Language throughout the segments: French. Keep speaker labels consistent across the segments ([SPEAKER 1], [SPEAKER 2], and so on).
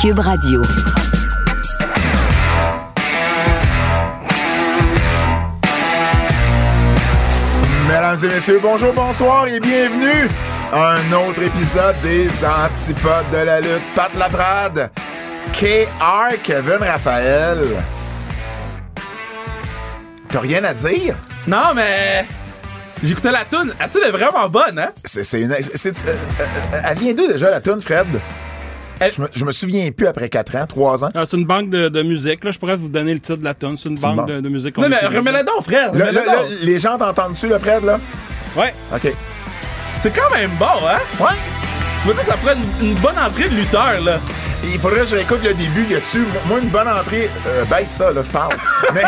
[SPEAKER 1] Cube Radio.
[SPEAKER 2] Mesdames et messieurs, bonjour, bonsoir et bienvenue à un autre épisode des Antipodes de la lutte. Pat Laprade, KR Kevin Raphaël. T'as rien à dire?
[SPEAKER 3] Non, mais. J'écoutais la toune. La toune est vraiment bonne, hein?
[SPEAKER 2] C'est, c'est une- c'est- euh, euh, elle vient d'où déjà la toune, Fred?
[SPEAKER 3] Elle-
[SPEAKER 2] Je me, je me souviens plus après 4 ans, 3 ans.
[SPEAKER 4] Ah, c'est une banque de, de musique. Là, je pourrais vous donner le titre de la tonne. C'est une
[SPEAKER 2] une
[SPEAKER 4] banque
[SPEAKER 2] banque.
[SPEAKER 4] de, de musique. qu'on
[SPEAKER 3] Non, mais
[SPEAKER 4] utilise.
[SPEAKER 3] remets-la donc, frère.
[SPEAKER 2] Là,
[SPEAKER 3] remets-la
[SPEAKER 2] là, là,
[SPEAKER 3] donc.
[SPEAKER 2] les gens t'entendent-tu, le Fred, là?
[SPEAKER 4] Ouais.
[SPEAKER 2] OK.
[SPEAKER 3] C'est quand même bon, hein?
[SPEAKER 2] Ouais.
[SPEAKER 3] Moi, ça prend une, une bonne entrée de lutteur, là.
[SPEAKER 2] Il faudrait que je réécoute le début là-dessus. Moi, une bonne entrée, euh, baisse ça, là, je parle. Mais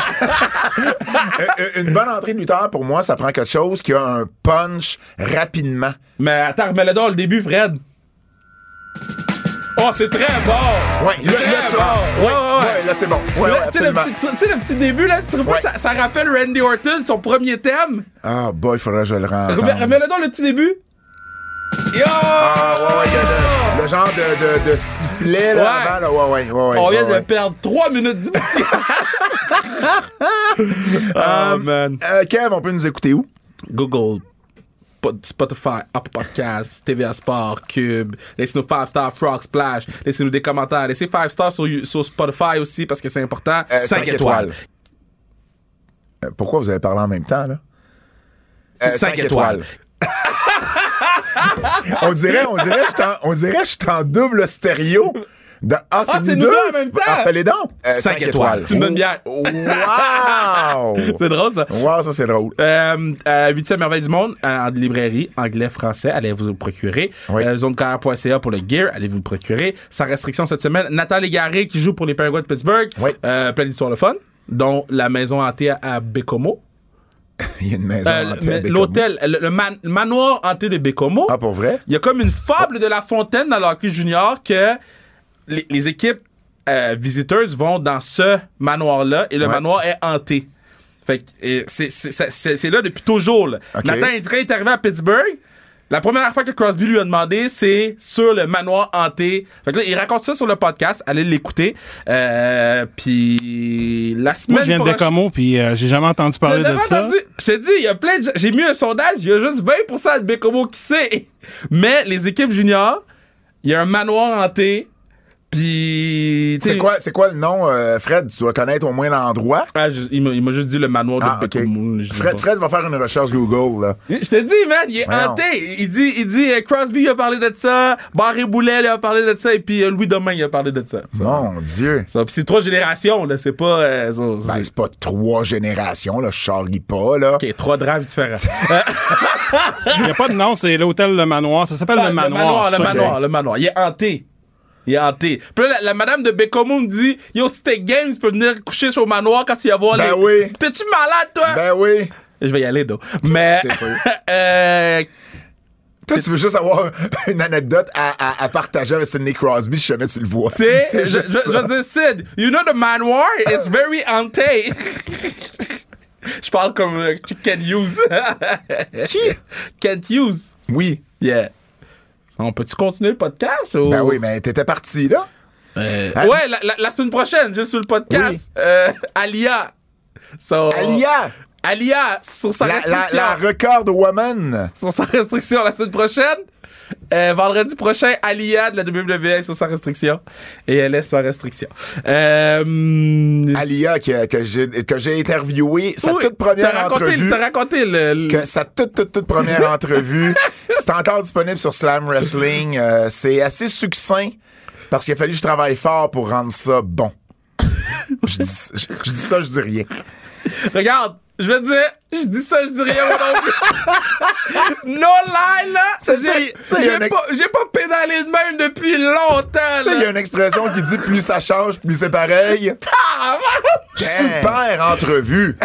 [SPEAKER 2] Euh, une bonne entrée de lutteur, pour moi, ça prend quelque chose qui a un punch rapidement.
[SPEAKER 3] Mais attends, remets-la donc le début, Fred. Oh, c'est très bon!
[SPEAKER 2] Ouais, là,
[SPEAKER 3] Très
[SPEAKER 2] là, ça-
[SPEAKER 3] bon. ouais,
[SPEAKER 2] ouais,
[SPEAKER 3] ouais.
[SPEAKER 2] ouais, là, c'est bon. Ouais, ouais,
[SPEAKER 3] Là, tu sais, le
[SPEAKER 2] absolument.
[SPEAKER 3] petit- tu sais, le petit début, là, tu trouves
[SPEAKER 2] Ouais.
[SPEAKER 3] pas, ça, ça rappelle Randy Orton, son premier thème?
[SPEAKER 2] Ah, boy, il faudrait que je le rende.
[SPEAKER 3] Remets- Remets-le donc le petit début. Yo!
[SPEAKER 2] Ah, ouais, ouais, le, le- le genre de, de, de sifflet, là,
[SPEAKER 3] Ouais.
[SPEAKER 2] avant, là, ouais, ouais, ouais, ouais.
[SPEAKER 3] On
[SPEAKER 2] ouais,
[SPEAKER 3] vient de
[SPEAKER 2] ouais.
[SPEAKER 3] perdre 3 minutes du Euh, Oh man.
[SPEAKER 2] Euh, Kev, on peut nous écouter où?
[SPEAKER 5] Google, Pod- Spotify, Apple Podcasts, TVA Sport, Cube. Laissez-nous 5 stars, Frog Splash. Laissez-nous des commentaires. Laissez 5 stars sur, You- sur Spotify aussi parce que c'est important.
[SPEAKER 2] Euh,
[SPEAKER 5] 5,
[SPEAKER 2] cinq
[SPEAKER 5] étoiles.
[SPEAKER 2] Euh, Pourquoi vous avez parlé en même temps, là? Euh,
[SPEAKER 5] 5,
[SPEAKER 2] cinq
[SPEAKER 5] étoiles.
[SPEAKER 2] on dirait, on dirait, que je suis en- on dirait, que je suis en double stéréo. De, ah, c'est
[SPEAKER 3] Ah, c'est nous deux en même temps!
[SPEAKER 2] Ah, fais les dons! Euh,
[SPEAKER 5] Cinq
[SPEAKER 2] cinq Oh,
[SPEAKER 5] étoiles.
[SPEAKER 3] Tu me donnes bien.
[SPEAKER 2] Wow!
[SPEAKER 3] C'est drôle ça.
[SPEAKER 2] wow, ça c'est drôle.
[SPEAKER 5] Euh, euh, 8e merveille du monde euh, en librairie anglais français allez vous le procurer
[SPEAKER 2] Oui.
[SPEAKER 5] euh, zonecarrière.ca pour le gear allez vous le procurer sans restriction cette semaine Nathan Légaré qui joue pour les Penguins de Pittsburgh
[SPEAKER 2] Oui.
[SPEAKER 5] Euh, plein d'histoires le fun dont la maison hantée à- à Bécomo
[SPEAKER 2] Il y a une maison
[SPEAKER 5] Euh,
[SPEAKER 2] hantée à
[SPEAKER 5] mais
[SPEAKER 2] Bécomo.
[SPEAKER 5] l'hôtel, le, le man- le manoir hanté de Bécomo.
[SPEAKER 2] Ah, pour vrai?
[SPEAKER 5] Il y a comme une fable de la fontaine dans le hockey junior que les, les équipes euh, visiteuses vont dans ce manoir-là et le
[SPEAKER 2] Ouais.
[SPEAKER 5] manoir est hanté. Fait que et c'est- c'est- c'est c'est- c'est là depuis toujours. là.
[SPEAKER 2] Ok.
[SPEAKER 5] Nathan Indra est arrivé à Pittsburgh. La première fois que Crosby lui a demandé, c'est sur le manoir hanté. Fait que là, il raconte ça sur le podcast. Allez l'écouter. Euh, Puis la semaine
[SPEAKER 4] Moi, je viens de
[SPEAKER 5] prochaine-
[SPEAKER 4] Décamo, puis euh, j'ai jamais entendu
[SPEAKER 5] T'as
[SPEAKER 4] parler de
[SPEAKER 5] jamais
[SPEAKER 4] ça.
[SPEAKER 5] entendu? Je te dis, il y a plein de gens- J'ai mis un sondage, il y a juste 20% de Bécomo qui sait. Mais les équipes juniors, il y a un manoir hanté. Puis. tu
[SPEAKER 2] C'est
[SPEAKER 5] sais,
[SPEAKER 2] quoi, c'est quoi le nom, euh, Fred? Tu dois connaître au moins l'endroit.
[SPEAKER 5] ah, je- il m'a il m'a juste dit le manoir de
[SPEAKER 2] Ah, ok.
[SPEAKER 5] Bécomo. je sais
[SPEAKER 2] Fred,
[SPEAKER 5] pas.
[SPEAKER 2] Fred va faire une recherche Google, là.
[SPEAKER 5] Je te dis, man, il est
[SPEAKER 2] Voyons.
[SPEAKER 5] hanté. Il dit, il dit euh, Crosby, il a parlé de ça. Barry Boulet, il a parlé de ça. Et puis euh, Louis Domain, il a parlé de ça. Ça,
[SPEAKER 2] Mon Dieu!
[SPEAKER 5] ça, puis c'est trois générations, là. C'est pas. euh, ça,
[SPEAKER 2] Ben,
[SPEAKER 5] c'est-
[SPEAKER 2] c'est pas trois générations, là. Je charrie pas, là.
[SPEAKER 5] ok, trois drafts différents. Euh,
[SPEAKER 4] Il n'y a pas de nom, c'est l'hôtel Le Manoir. Ça s'appelle
[SPEAKER 5] Ah,
[SPEAKER 4] Le Manoir.
[SPEAKER 5] Le
[SPEAKER 4] ça.
[SPEAKER 5] manoir, le manoir, le manoir. Il est hanté. Il est hanté. Puis là, la, la madame de Bécomo me dit Yo, si t'es game, tu peux venir coucher sur le manoir quand tu y vas voir.
[SPEAKER 2] Ben
[SPEAKER 5] les-
[SPEAKER 2] oui.
[SPEAKER 5] T'es-tu malade, toi
[SPEAKER 2] Ben oui!
[SPEAKER 5] Je vais y aller, donc. Mais.
[SPEAKER 2] C'est sûr.
[SPEAKER 5] euh,
[SPEAKER 2] Toi, tu veux juste avoir une anecdote à, à- à partager avec Sidney Crosby, si jamais tu le vois.
[SPEAKER 5] tu sais,
[SPEAKER 2] C'est
[SPEAKER 5] je,
[SPEAKER 2] juste
[SPEAKER 5] je,
[SPEAKER 2] ça.
[SPEAKER 5] je dis, Sid, you know the manoir is very hanté. je parle comme euh, Ken Hughes. Qui Kent Hughes.
[SPEAKER 2] Oui.
[SPEAKER 5] Yeah. On peut-tu continuer le podcast ou...
[SPEAKER 2] Ben oui, mais t'étais parti, là.
[SPEAKER 5] Oh.
[SPEAKER 2] Ah.
[SPEAKER 5] Ouais, la, la- la semaine prochaine, juste sur le podcast, euh, Alia. So-
[SPEAKER 2] Alia,
[SPEAKER 5] Alia, sur sa
[SPEAKER 2] la, la,
[SPEAKER 5] restriction.
[SPEAKER 2] la record woman.
[SPEAKER 5] Sur sa restriction la semaine prochaine. Euh, vendredi prochain, Alia de la WWE sur sa restriction. Et elle est sans restriction. Euh,
[SPEAKER 2] Alia, que, que j'ai que j'ai interviewé, sa
[SPEAKER 5] oui,
[SPEAKER 2] toute première
[SPEAKER 5] t'as raconté-
[SPEAKER 2] entrevue.
[SPEAKER 5] T'as raconté le. le-
[SPEAKER 2] que sa toute, toute, toute première entrevue. C'est encore disponible sur Slam Wrestling. Euh, c'est assez succinct parce qu'il a fallu que je travaille fort pour rendre ça bon. je, dis, je- je dis ça, je dis rien.
[SPEAKER 5] Regarde, je veux dire, je dis ça, je dis rien moi non plus. no lie, là.
[SPEAKER 2] Ça veut dire-
[SPEAKER 5] J'ai
[SPEAKER 2] ça, il y a un
[SPEAKER 5] j'ai
[SPEAKER 2] ex-
[SPEAKER 5] pas, j'ai pas pédalé de même depuis longtemps,
[SPEAKER 2] Tu sais, il y a
[SPEAKER 5] là.
[SPEAKER 2] une expression qui dit plus ça change, plus c'est pareil.
[SPEAKER 5] Ah,
[SPEAKER 2] Super entrevue.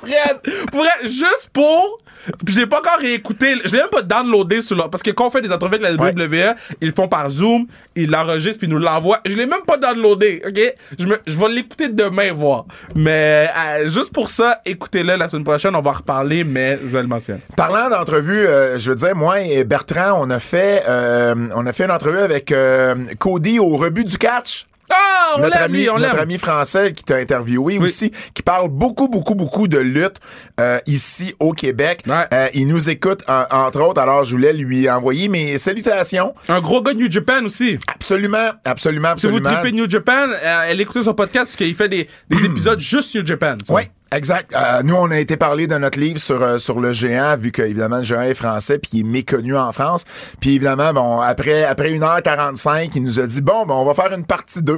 [SPEAKER 5] Fred, pour vrai, juste pour Puis je l'ai pas encore réécouté. Je l'ai même pas downloadé sur là. Parce que quand on fait des entrevues avec la WWE, ils le font par Zoom, ils l'enregistrent puis ils nous l'envoient. Je l'ai même pas downloadé, OK? Je, me- je vais l'écouter demain, voir. Mais euh, juste pour ça, écoutez-le la semaine prochaine. On va en reparler, mais je vais le mentionner.
[SPEAKER 2] Parlant d'entrevue, euh, je veux dire, moi et Bertrand, on a fait, euh, on a fait une entrevue avec euh, Cody au rebut du catch.
[SPEAKER 5] Ah, on
[SPEAKER 2] notre
[SPEAKER 5] l'a
[SPEAKER 2] ami,
[SPEAKER 5] mis, on l'a
[SPEAKER 2] notre ami français qui t'a interviewé aussi, qui parle beaucoup, beaucoup, beaucoup de lutte euh, ici au Québec.
[SPEAKER 5] Ouais.
[SPEAKER 2] Euh, il nous écoute, en- entre autres, alors je voulais lui envoyer mes salutations.
[SPEAKER 5] Un gros gars de New Japan aussi.
[SPEAKER 2] Absolument, absolument,
[SPEAKER 5] Si vous
[SPEAKER 2] absolument.
[SPEAKER 5] tripez New Japan, euh, elle écoute son podcast parce qu'il fait des, des épisodes juste New Japan. ça.
[SPEAKER 2] Oui, exact. Euh, nous, on a été parlé de notre livre sur, euh, sur le géant, vu que évidemment le géant est français puis il est méconnu en France. Puis évidemment, bon, après, après 1h45, il nous a dit bon, ben, on va faire une partie 2.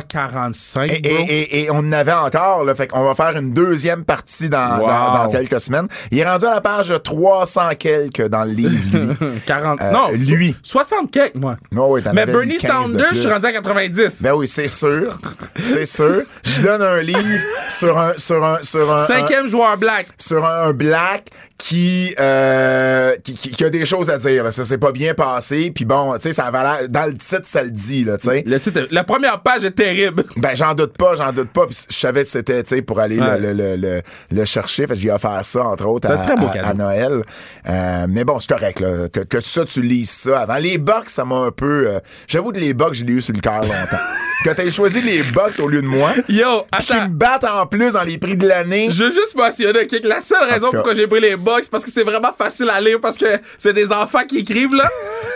[SPEAKER 5] 1h45,
[SPEAKER 2] Et,
[SPEAKER 5] bro.
[SPEAKER 2] et- et- et on en avait encore, là. Fait qu'on va faire une deuxième partie dans,
[SPEAKER 5] Wow.
[SPEAKER 2] dans- dans quelques semaines. Il est rendu à la page 300 quelques dans le livre, lui.
[SPEAKER 5] 40.
[SPEAKER 2] Euh,
[SPEAKER 5] non,
[SPEAKER 2] lui.
[SPEAKER 5] 60 quelques, moi.
[SPEAKER 2] Oh, oui, t'en
[SPEAKER 5] Mais
[SPEAKER 2] avais
[SPEAKER 5] Bernie
[SPEAKER 2] une 15 de
[SPEAKER 5] Sanders, je suis
[SPEAKER 2] plus.
[SPEAKER 5] rendu à 90.
[SPEAKER 2] Ben oui, c'est sûr. C'est sûr. Je donne un livre sur un, sur un, sur un- un,
[SPEAKER 5] Cinquième joueur black.
[SPEAKER 2] sur un, un black qui, euh, qui, qui- qui a des choses à dire. là. Ça s'est pas bien passé. Puis bon, tu sais, ça avait l'air- Dans le titre, ça le dit, là, tu sais.
[SPEAKER 5] Le titre, la première page est terrible.
[SPEAKER 2] Ben, j'en doute pas, j'en doute pas. Puis je savais que c'était, tu sais, pour aller le-
[SPEAKER 5] Ouais.
[SPEAKER 2] le, le, le, le chercher. Fait que j'ai offert ça, entre autres,
[SPEAKER 5] C'est
[SPEAKER 2] à,
[SPEAKER 5] un très beau
[SPEAKER 2] à-
[SPEAKER 5] cadeau.
[SPEAKER 2] à Noël. Euh, mais bon, c'est correct, là. Que, que ça, tu lises ça avant. Les box, ça m'a un peu. euh, J'avoue que les box, je l'ai eu sur le cœur longtemps. Quand t'as choisi les box au lieu de moi.
[SPEAKER 5] Yo,
[SPEAKER 2] Puis qu'ils
[SPEAKER 5] attends.
[SPEAKER 2] me battent en plus dans les prix de l'année.
[SPEAKER 5] Je veux juste mentionner que la seule raison
[SPEAKER 2] tout cas.
[SPEAKER 5] pourquoi j'ai pris les box, parce que c'est vraiment facile à lire, parce que c'est des enfants qui écrivent, là.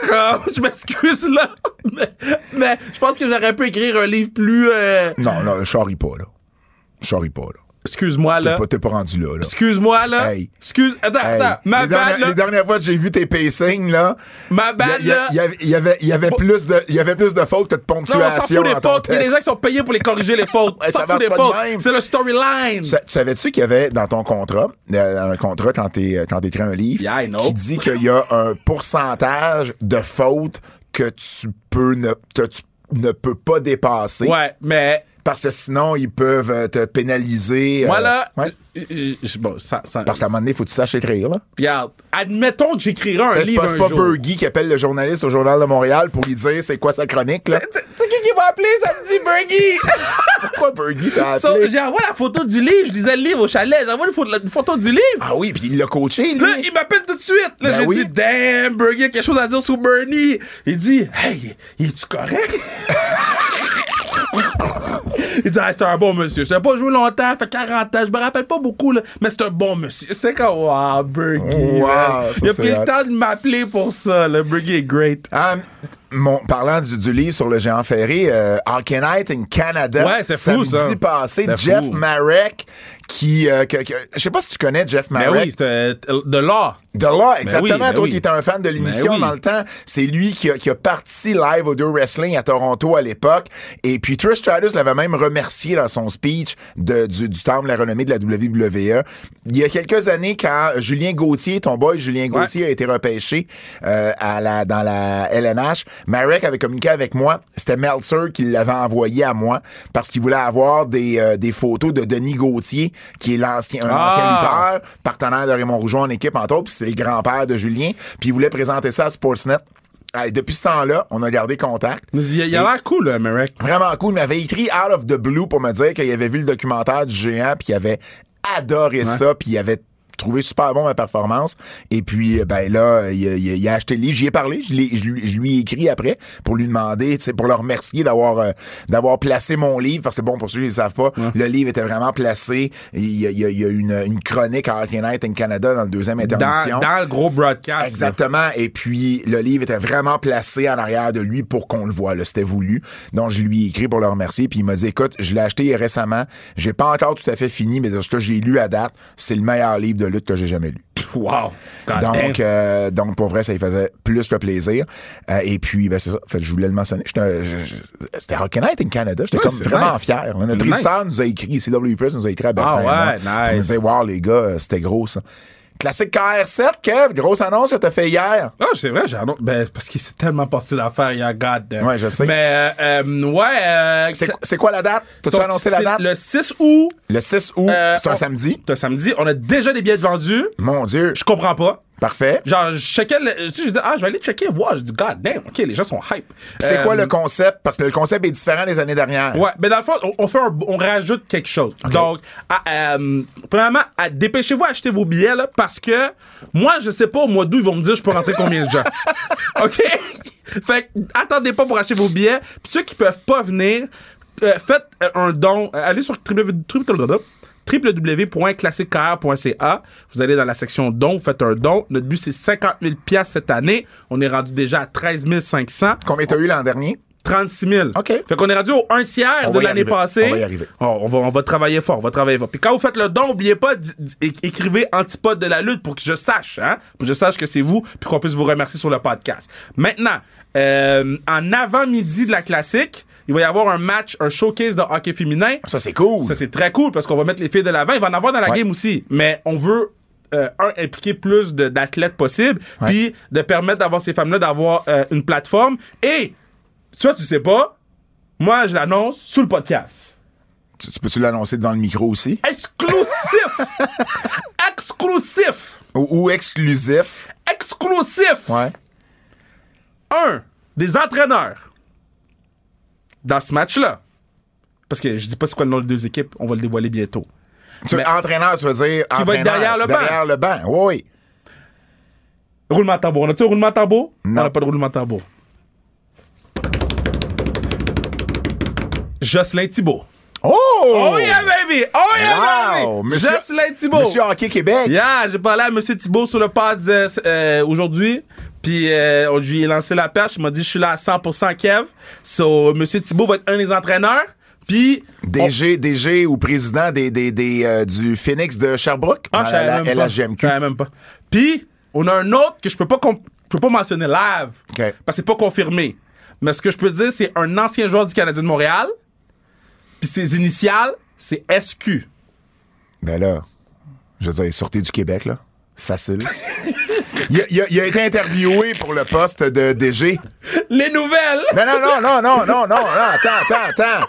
[SPEAKER 5] Comme, je m'excuse, là. Mais, mais je pense que j'aurais pu écrire un livre plus... euh,
[SPEAKER 2] Non, non, je charrie pas, là. Je charrie pas, là.
[SPEAKER 5] Excuse-moi,
[SPEAKER 2] T'es
[SPEAKER 5] là.
[SPEAKER 2] pas, t'es pas rendu là, là.
[SPEAKER 5] Excuse-moi, là.
[SPEAKER 2] Hey.
[SPEAKER 5] Excuse... Attends,
[SPEAKER 2] Hey,
[SPEAKER 5] attends. Ma
[SPEAKER 2] les,
[SPEAKER 5] bad,
[SPEAKER 2] dernières,
[SPEAKER 5] là.
[SPEAKER 2] les dernières fois que j'ai vu tes pacings, là,
[SPEAKER 5] Ma bad,
[SPEAKER 2] il y, a-
[SPEAKER 5] là.
[SPEAKER 2] il y avait- il y avait, il y avait plus de, il y avait plus de fautes que de
[SPEAKER 5] Non, on s'en
[SPEAKER 2] ponctuation.
[SPEAKER 5] fout des
[SPEAKER 2] dans ton
[SPEAKER 5] fautes. Il y a des
[SPEAKER 2] texte.
[SPEAKER 5] gens qui sont payés pour les corriger, les fautes.
[SPEAKER 2] Ouais,
[SPEAKER 5] On s'en
[SPEAKER 2] ça
[SPEAKER 5] fout
[SPEAKER 2] marche
[SPEAKER 5] des
[SPEAKER 2] pas de
[SPEAKER 5] fautes.
[SPEAKER 2] même.
[SPEAKER 5] C'est le storyline.
[SPEAKER 2] Sa- Savais-tu qu'il y avait dans ton contrat, euh, un contrat quand t'es- quand t'écris un livre,
[SPEAKER 5] Yeah, I know.
[SPEAKER 2] qui dit qu'il y a un pourcentage de fautes que tu peux ne, que tu ne peux pas dépasser
[SPEAKER 5] Ouais, mais
[SPEAKER 2] parce que sinon ils peuvent euh, te pénaliser. euh,
[SPEAKER 5] moi là,
[SPEAKER 2] ouais.
[SPEAKER 5] euh, je- bon, ça, ça-
[SPEAKER 2] parce qu'à un moment donné, faut que tu saches écrire. Là.
[SPEAKER 5] regarde, admettons que j'écrirai un
[SPEAKER 2] C'est
[SPEAKER 5] livre
[SPEAKER 2] pas, c'est
[SPEAKER 5] un
[SPEAKER 2] pas
[SPEAKER 5] jour.
[SPEAKER 2] Bergy qui appelle le journaliste au Journal de Montréal pour lui dire c'est quoi sa chronique. Là.
[SPEAKER 5] C'est c'est qui qui va appeler samedi, Bergie?
[SPEAKER 2] Pourquoi Bergy t'a
[SPEAKER 5] So,
[SPEAKER 2] appelé?
[SPEAKER 5] j'ai envoyé la photo du livre, je lisais le livre au chalet, j'envoie une photo, une photo du livre.
[SPEAKER 2] Ah oui, puis il l'a coaché, lui.
[SPEAKER 5] Là, il m'appelle tout de suite. Là,
[SPEAKER 2] Ben
[SPEAKER 5] j'ai
[SPEAKER 2] oui.
[SPEAKER 5] dit, damn, Bergie, il y a quelque chose à dire sur Bernie. Il dit, hey, es-tu correct? il dit, ah, c'est un bon monsieur. Je n'ai pas joué longtemps, fait 40 ans, je me rappelle pas beaucoup, là, mais c'est un bon monsieur. C'est comme, wow, Bergie.
[SPEAKER 2] Wow,
[SPEAKER 5] man.
[SPEAKER 2] ça,
[SPEAKER 5] il a
[SPEAKER 2] c'est
[SPEAKER 5] pris
[SPEAKER 2] hot.
[SPEAKER 5] le temps de m'appeler pour ça. Le Bergie est great.
[SPEAKER 2] Ah, mon, parlant du, du livre sur le géant ferré, euh, Hockey Night in Canada,
[SPEAKER 5] Ouais, c'est fou,
[SPEAKER 2] samedi
[SPEAKER 5] ça.
[SPEAKER 2] passé,
[SPEAKER 5] C'est
[SPEAKER 2] Jeff
[SPEAKER 5] fou.
[SPEAKER 2] Marek, qui... euh, que- que- je sais pas si tu connais Jeff
[SPEAKER 5] Ben oui,
[SPEAKER 2] Marek.
[SPEAKER 5] c'était de l'art.
[SPEAKER 2] de là,
[SPEAKER 5] oui,
[SPEAKER 2] exactement,
[SPEAKER 5] ben
[SPEAKER 2] toi
[SPEAKER 5] oui.
[SPEAKER 2] qui étais un fan de l'émission
[SPEAKER 5] Ben oui.
[SPEAKER 2] dans le temps, c'est lui qui a, qui a parti live au deux Wrestling à Toronto à l'époque. Et puis Trish Stratus l'avait même remercié dans son speech de, du, du temple de la renommée de la WWE. Il y a quelques années, quand Julien Gauthier, ton boy Julien Gauthier, a été repêché euh, à la, dans la LNH, Marek avait communiqué avec moi. C'était Meltzer qui l'avait envoyé à moi parce qu'il voulait avoir des, euh, des photos de Denis Gauthier, qui est l'ancien, un ancien
[SPEAKER 5] Ah!
[SPEAKER 2] lutteur frère, partenaire de Raymond Rougeau en équipe, entre autres, puis c'est le grand-père de Julien, puis il voulait présenter ça à Sportsnet. Hey, depuis ce temps-là, on a gardé contact.
[SPEAKER 5] Il a il a l'air cool, le Merrick.
[SPEAKER 2] Vraiment cool. Il m'avait écrit Out of the Blue pour me dire qu'il avait vu le documentaire du géant, puis il avait adoré ça, puis il avait trouvé super bon ma performance. Et puis, ben là, il, a- il a- il a acheté le livre. J'y ai parlé, je, l'ai- je lui- je lui ai écrit après pour lui demander, tu sais, pour le remercier d'avoir euh, d'avoir placé mon livre, parce que bon, pour ceux qui ne savent pas, le livre était vraiment placé. Il y a, il y a- il y a une, une chronique à Hockey Night in Canada dans le deuxième intermission.
[SPEAKER 5] Dans, dans le gros broadcast. là.
[SPEAKER 2] Exactement. Et puis, le livre était vraiment placé en arrière de lui pour qu'on le voit. là. C'était voulu. Donc, je lui ai écrit pour le remercier. Puis, il m'a dit, écoute, je l'ai acheté récemment. J'ai pas encore tout à fait fini, mais de ce que j'ai lu à date, c'est le meilleur livre de lutte que j'ai jamais lu.
[SPEAKER 5] Wow. God damn.
[SPEAKER 2] donc, euh, donc, pour vrai, ça lui faisait plus que plaisir. Euh, et puis, ben, c'est ça. Fait, que je voulais le mentionner. J'étais un- je- je- C'était Rocket Night in Canada. J'étais
[SPEAKER 5] Ouais,
[SPEAKER 2] comme
[SPEAKER 5] c'est
[SPEAKER 2] vraiment
[SPEAKER 5] nice.
[SPEAKER 2] fier. là. Notre
[SPEAKER 5] Nice.
[SPEAKER 2] éditeur nous a écrit, CW Press nous a écrit à Bertrand et
[SPEAKER 5] Ah
[SPEAKER 2] moi.
[SPEAKER 5] ouais,
[SPEAKER 2] Puis, On
[SPEAKER 5] nice.
[SPEAKER 2] disait, wow, les gars, euh, c'était gros, ça. Classique KR7, Kev, grosse annonce que t'as fait hier.
[SPEAKER 5] Ah, c'est vrai, j'ai un autre. Ben, c'est parce qu'il s'est tellement passé l'affaire, il y a God.
[SPEAKER 2] Ouais, je sais.
[SPEAKER 5] Mais, euh, euh, ouais. euh,
[SPEAKER 2] C'est c'est quoi la date? T'as-tu
[SPEAKER 5] donc,
[SPEAKER 2] annoncé la
[SPEAKER 5] c'est
[SPEAKER 2] date?
[SPEAKER 5] Le 6 août.
[SPEAKER 2] Le 6 août,
[SPEAKER 5] euh,
[SPEAKER 2] c'est un
[SPEAKER 5] on-
[SPEAKER 2] samedi.
[SPEAKER 5] C'est un samedi. On a déjà des billets de vendus.
[SPEAKER 2] Mon Dieu,
[SPEAKER 5] Je comprends pas.
[SPEAKER 2] parfait.
[SPEAKER 5] Genre, je checkais. le- tu sais, je dis, ah, je vais aller checker, voir. Je dis, God damn, OK, les gens sont hype.
[SPEAKER 2] C'est
[SPEAKER 5] Euh,
[SPEAKER 2] quoi le concept? Parce que le concept est différent des années dernières.
[SPEAKER 5] Ouais, mais dans le fond, on, on fait un- on rajoute quelque chose. Donc, à, euh, premièrement, à- dépêchez-vous à acheter vos billets, là, parce que moi, je sais pas, au mois d'août, ils vont me dire je peux rentrer combien de gens. OK? fait que, attendez pas pour acheter vos billets. Puis ceux qui peuvent pas venir, euh, faites euh, un don. Euh, allez sur www- www www.classiquecar.ca. Vous allez dans la section dons, vous faites un don. Notre but, c'est 50 000 piastres cette année. On est rendu déjà à 13 500.
[SPEAKER 2] Combien t'as eu l'an dernier?
[SPEAKER 5] 36 000.
[SPEAKER 2] OK.
[SPEAKER 5] Fait qu'on est rendu au un tiers
[SPEAKER 2] On
[SPEAKER 5] de
[SPEAKER 2] va y
[SPEAKER 5] l'année
[SPEAKER 2] arriver.
[SPEAKER 5] passée.
[SPEAKER 2] On va y arriver.
[SPEAKER 5] Oh, on, va, on va travailler fort, on va travailler fort. Puis quand vous faites le don, n'oubliez pas, d- d- é- écrivez Antipode de la lutte pour que je sache, hein, pour que je sache que c'est vous, puis qu'on puisse vous remercier sur le podcast. Maintenant, euh, en avant-midi de la classique, il va y avoir un match, un showcase de hockey féminin.
[SPEAKER 2] Ça, c'est cool.
[SPEAKER 5] Ça, c'est très cool parce qu'on va mettre les filles de l'avant. Il va en avoir dans la
[SPEAKER 2] Ouais.
[SPEAKER 5] game aussi. Mais on veut, euh, un, impliquer plus de- d'athlètes possibles,
[SPEAKER 2] Ouais.
[SPEAKER 5] puis de permettre d'avoir ces femmes-là d'avoir euh, une plateforme. Et, soit tu sais pas, moi, je l'annonce sous le podcast.
[SPEAKER 2] Tu, tu peux-tu l'annoncer devant le micro aussi?
[SPEAKER 5] Exclusif! Exclusif!
[SPEAKER 2] Ou, ou exclusif?
[SPEAKER 5] Exclusif!
[SPEAKER 2] Ouais.
[SPEAKER 5] un des entraîneurs dans ce match-là, parce que je dis pas c'est quoi le nom des deux équipes, on va le dévoiler bientôt.
[SPEAKER 2] Tu,
[SPEAKER 5] Mais-
[SPEAKER 2] entraîneur, tu veux dire
[SPEAKER 5] Qui va être
[SPEAKER 2] entraîneur,
[SPEAKER 5] derrière le banc.
[SPEAKER 2] Derrière le banc, oui. oui.
[SPEAKER 5] Roulement de tambour. On a-tu un roulement de tambour?
[SPEAKER 2] Non.
[SPEAKER 5] On n'a pas de roulement de tambour. Jocelyn Thibault.
[SPEAKER 2] Oh!
[SPEAKER 5] Oh yeah, baby! Oh yeah,
[SPEAKER 2] Wow!
[SPEAKER 5] baby!
[SPEAKER 2] Monsieur-
[SPEAKER 5] Jocelyn Thibault.
[SPEAKER 2] Monsieur Hockey Québec.
[SPEAKER 5] Yeah, j'ai parlé à M. Thibault sur le pod euh, euh, aujourd'hui. Puis euh, on lui a lancé la perche. Il m'a dit Je suis là à 100% Kev. So, M. Thibault va être un des entraîneurs. Puis. Oh.
[SPEAKER 2] DG, DG ou président des, des, des, euh, du Phoenix de Sherbrooke
[SPEAKER 5] Ah,
[SPEAKER 2] dans
[SPEAKER 5] je savais
[SPEAKER 2] la, la
[SPEAKER 5] même pas.
[SPEAKER 2] LHGMQ.
[SPEAKER 5] Je savais même pas. Puis, on a un autre que je peux pas, com- je peux pas mentionner live.
[SPEAKER 2] OK.
[SPEAKER 5] Parce que c'est pas confirmé. Mais ce que je peux dire, c'est un ancien joueur du Canadien de Montréal. Puis ses initiales, c'est SQ.
[SPEAKER 2] Ben là, je veux dire, Sûreté du Québec, là. C'est facile. il, a, il a- il a été interviewé pour le poste de DG.
[SPEAKER 5] Les nouvelles!
[SPEAKER 2] Non, non, non, non, non, non, non, non, attends, attends, attends.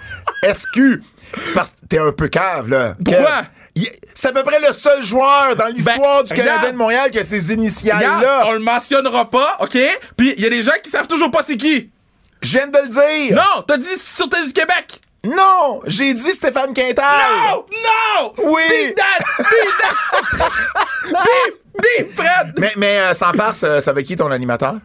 [SPEAKER 2] SQ, c'est parce que t'es un peu cave, là.
[SPEAKER 5] Pourquoi? Ben,
[SPEAKER 2] Kev. Il- C'est à peu près le seul joueur dans l'histoire du Canadien
[SPEAKER 5] regarde.
[SPEAKER 2] de Montréal qui a ces
[SPEAKER 5] Regarde, on
[SPEAKER 2] initiales-là.
[SPEAKER 5] le mentionnera pas, OK? Puis, il y a des gens qui savent toujours pas c'est qui.
[SPEAKER 2] Je viens de le dire.
[SPEAKER 5] Non, t'as dit Sûreté du Québec.
[SPEAKER 2] Non, j'ai dit Stéphane Quintal.
[SPEAKER 5] Non! Non!
[SPEAKER 2] Oui.
[SPEAKER 5] Beep that! Beep that! beep! Beep, Fred!
[SPEAKER 2] Mais, mais euh, sans farce, euh, ça va qui ton animateur?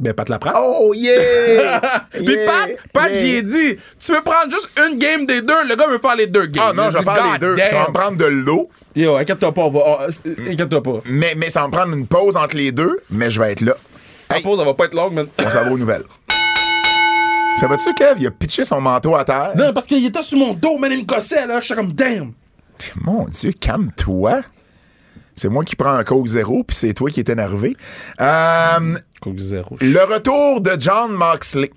[SPEAKER 5] Ben, Pat Laprade.
[SPEAKER 2] Oh yeah!
[SPEAKER 5] Puis Pat, Pat, j'y ai dit, tu peux prendre juste une game des deux. Le gars veut faire les deux games.
[SPEAKER 2] Ah non, je vais
[SPEAKER 5] dis,
[SPEAKER 2] faire les
[SPEAKER 5] God
[SPEAKER 2] deux.
[SPEAKER 5] damn.
[SPEAKER 2] Ça va me prendre de l'eau,
[SPEAKER 5] Yo, inquiète-toi pas, on va. on- euh, inquiète-toi pas.
[SPEAKER 2] mais, mais ça va me prendre une pause entre les deux, mais je vais être là.
[SPEAKER 5] La
[SPEAKER 2] Hey,
[SPEAKER 5] pause, elle va pas être longue, man.
[SPEAKER 2] on s'en va aux nouvelles. Ça va-tu, Kev? Il a pitché son manteau à terre.
[SPEAKER 5] Non, parce qu'il était sur mon dos, man, il me gossait, là. J'étais comme, damn.
[SPEAKER 2] Mon Dieu, calme-toi. C'est moi qui prends un coke zéro, puis c'est toi qui es énervé. Euh, le retour de John Moxley.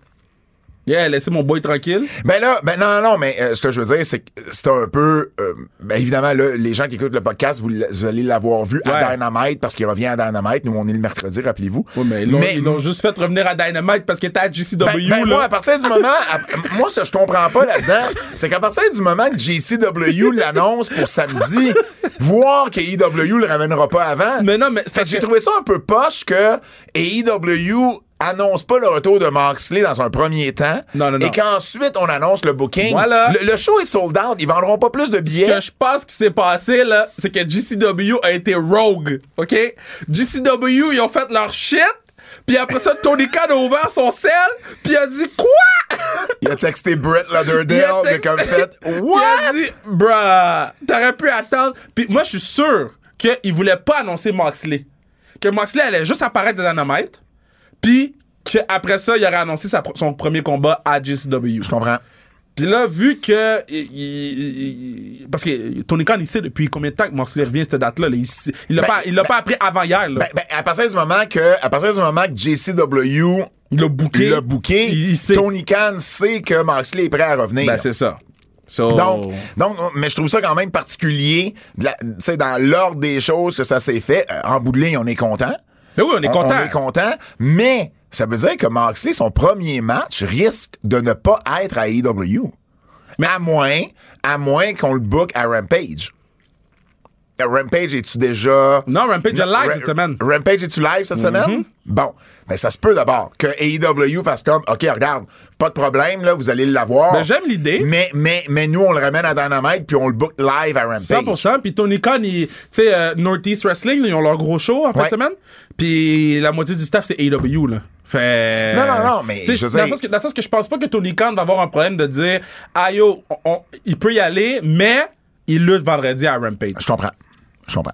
[SPEAKER 5] Yeah, laissez mon boy tranquille.
[SPEAKER 2] Ben là, ben non, non, mais euh, ce que je veux dire, c'est que c'est un peu. euh, ben évidemment, là, les gens qui écoutent le podcast, vous, l- vous allez l'avoir vu à
[SPEAKER 5] Ouais.
[SPEAKER 2] Dynamite parce qu'il revient à Dynamite. Nous, on est le mercredi, rappelez-vous.
[SPEAKER 5] Ouais, mais ils l'ont- ils l'ont juste fait revenir à Dynamite parce qu'il était à JCW,
[SPEAKER 2] ben, ben,
[SPEAKER 5] là.
[SPEAKER 2] moi, à partir du moment. à- moi, ce que je comprends pas là-dedans, c'est qu'à partir du moment que JCW l'annonce pour samedi, voir que EW le ramènera pas avant.
[SPEAKER 5] Mais non, mais c'est
[SPEAKER 2] Fait que
[SPEAKER 5] parce
[SPEAKER 2] j'ai
[SPEAKER 5] que-
[SPEAKER 2] trouvé ça un peu poche que AEW annonce pas le retour de Moxley dans un premier temps.
[SPEAKER 5] Non, non, non.
[SPEAKER 2] Et qu'ensuite, on annonce le booking.
[SPEAKER 5] Voilà.
[SPEAKER 2] Le, le show est sold out. Ils vendront pas plus de
[SPEAKER 5] Ce
[SPEAKER 2] billets.
[SPEAKER 5] que je pense qui s'est passé, là, c'est que GCW a été rogue, OK? GCW, ils ont fait leur shit, puis après ça, Tony Khan a ouvert son sel, puis il a dit « Quoi?
[SPEAKER 2] Il a texté Brett Lauderdale. Il a,
[SPEAKER 5] texté-
[SPEAKER 2] comme fait «
[SPEAKER 5] Il a
[SPEAKER 2] What?
[SPEAKER 5] dit « Bruh, t'aurais pu attendre. » Puis moi, je suis sûr qu'il voulait pas annoncer Moxley. Que Moxley allait juste apparaître de Dynamite, puis qu'après ça, il aurait annoncé sa pr- son premier combat à GCW. »
[SPEAKER 2] Je comprends.
[SPEAKER 5] Puis là, vu que. il- il- il- parce que Tony Khan, il sait depuis combien de temps que Moxley revient à cette date-là. là. il sait- il l'a
[SPEAKER 2] Ben,
[SPEAKER 5] pas, il l'a pas appris avant hier. Là.
[SPEAKER 2] Ben, ben, à partir du moment que, à partir du moment que JCW
[SPEAKER 5] il l'a booké.
[SPEAKER 2] l'a booké,
[SPEAKER 5] Il, il sait.
[SPEAKER 2] Tony Khan sait que Moxley est prêt à revenir.
[SPEAKER 5] Ben, c'est ça. So-
[SPEAKER 2] Donc, donc, mais je trouve ça quand même particulier, de la- tu sais, dans l'ordre des choses que ça s'est fait. Euh, En bout de ligne, on est content.
[SPEAKER 5] Mais oui, on est content.
[SPEAKER 2] On est content, mais ça veut dire que Moxley, son premier match, risque de ne pas être à AEW. Mais à moins, à moins qu'on le book à Rampage. Euh, Rampage, es-tu déjà.
[SPEAKER 5] Non, Rampage est live
[SPEAKER 2] Ra-
[SPEAKER 5] cette semaine. Mhm.
[SPEAKER 2] Rampage, es-tu live cette semaine? Bon, mais ça se peut d'abord que AEW fasse comme, OK, regarde, pas de problème, là, vous allez l'avoir.
[SPEAKER 5] Ben, j'aime l'idée.
[SPEAKER 2] Mais, mais, mais nous, on le ramène à Dynamite puis on le book live à Rampage.
[SPEAKER 5] 100%. Puis Tony Khan, il- tu sais, euh, Northeast Wrestling, ils ont leur gros show en fin
[SPEAKER 2] Ouais.
[SPEAKER 5] de semaine. Puis la moitié du staff, c'est AW, là. Fait.
[SPEAKER 2] Non, non, non, mais
[SPEAKER 5] Tu sais,
[SPEAKER 2] je veux dire-
[SPEAKER 5] dans, le sens que, dans le sens que je pense pas que Tony Khan va avoir un problème de dire, ah yo, on- on- il peut y aller, mais il lutte vendredi à Rampage.
[SPEAKER 2] Je comprends. Je comprends.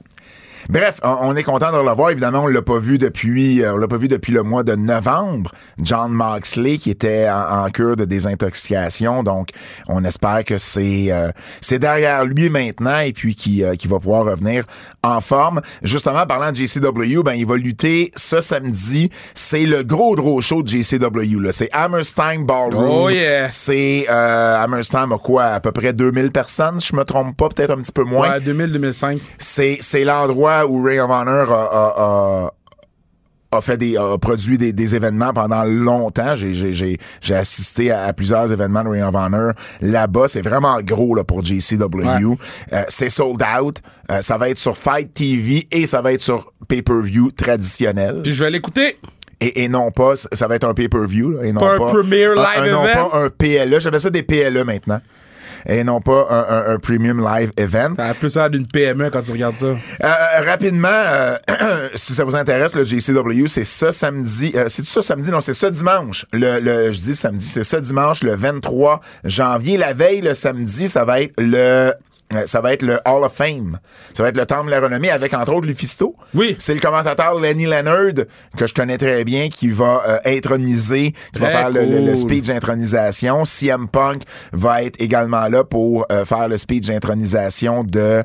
[SPEAKER 2] Bref, on- on est content de le revoir. Évidemment, on l'a pas vu depuis, euh, on l'a pas vu depuis le mois de novembre. John Moxley qui était en, en cure de désintoxication, donc on espère que c'est euh, c'est derrière lui maintenant et puis qui va pouvoir revenir en forme. Justement, parlant de JCW, ben il va lutter ce samedi. C'est le gros gros show de JCW. là. C'est Hammerstein Ballroom.
[SPEAKER 5] Oh, yeah.
[SPEAKER 2] C'est euh, Hammerstein a quoi à peu près 2000 personnes, si je me trompe pas, peut-être un petit peu moins
[SPEAKER 5] Ouais, 2000-2005.
[SPEAKER 2] c'est, c'est l'endroit où Ray of Honor a, a- a- a fait des, a produit des, des événements pendant longtemps. J'ai, j'ai, j'ai, j'ai assisté à, à plusieurs événements de Ray of Honor là-bas. C'est vraiment gros là, pour JCW. Euh, c'est sold out. Euh, ça va être sur Fight TV et ça va être sur pay-per-view traditionnel.
[SPEAKER 5] Puis je vais l'écouter.
[SPEAKER 2] Et, et non pas, ça va être un pay-per-view. là, Et non
[SPEAKER 5] Pas un premier live
[SPEAKER 2] un- un- non
[SPEAKER 5] event?
[SPEAKER 2] pas un PLE. J'appelle ça des PLE maintenant. Et non pas un, un- un premium live event.
[SPEAKER 5] T'as plus l'air d'une PME quand tu regardes ça.
[SPEAKER 2] Euh, rapidement, euh, si ça vous intéresse, le JCW, c'est ce samedi. euh, c'est ce samedi? Non, c'est ce dimanche. Le, le- je dis samedi, c'est ce dimanche, le 23 janvier. La veille, le samedi, ça va être le. euh, Ça va être le Hall of Fame. Ça va être le Temple de la Renommée avec, entre autres, Lufisto.
[SPEAKER 5] Oui.
[SPEAKER 2] C'est le commentateur Lenny Leonard, que je connais très bien, qui va euh, introniser, qui va
[SPEAKER 5] Très
[SPEAKER 2] faire le- le- le
[SPEAKER 5] cool.
[SPEAKER 2] speech speech d'intronisation. CM Punk va être également là pour euh, faire le speech d'intronisation de.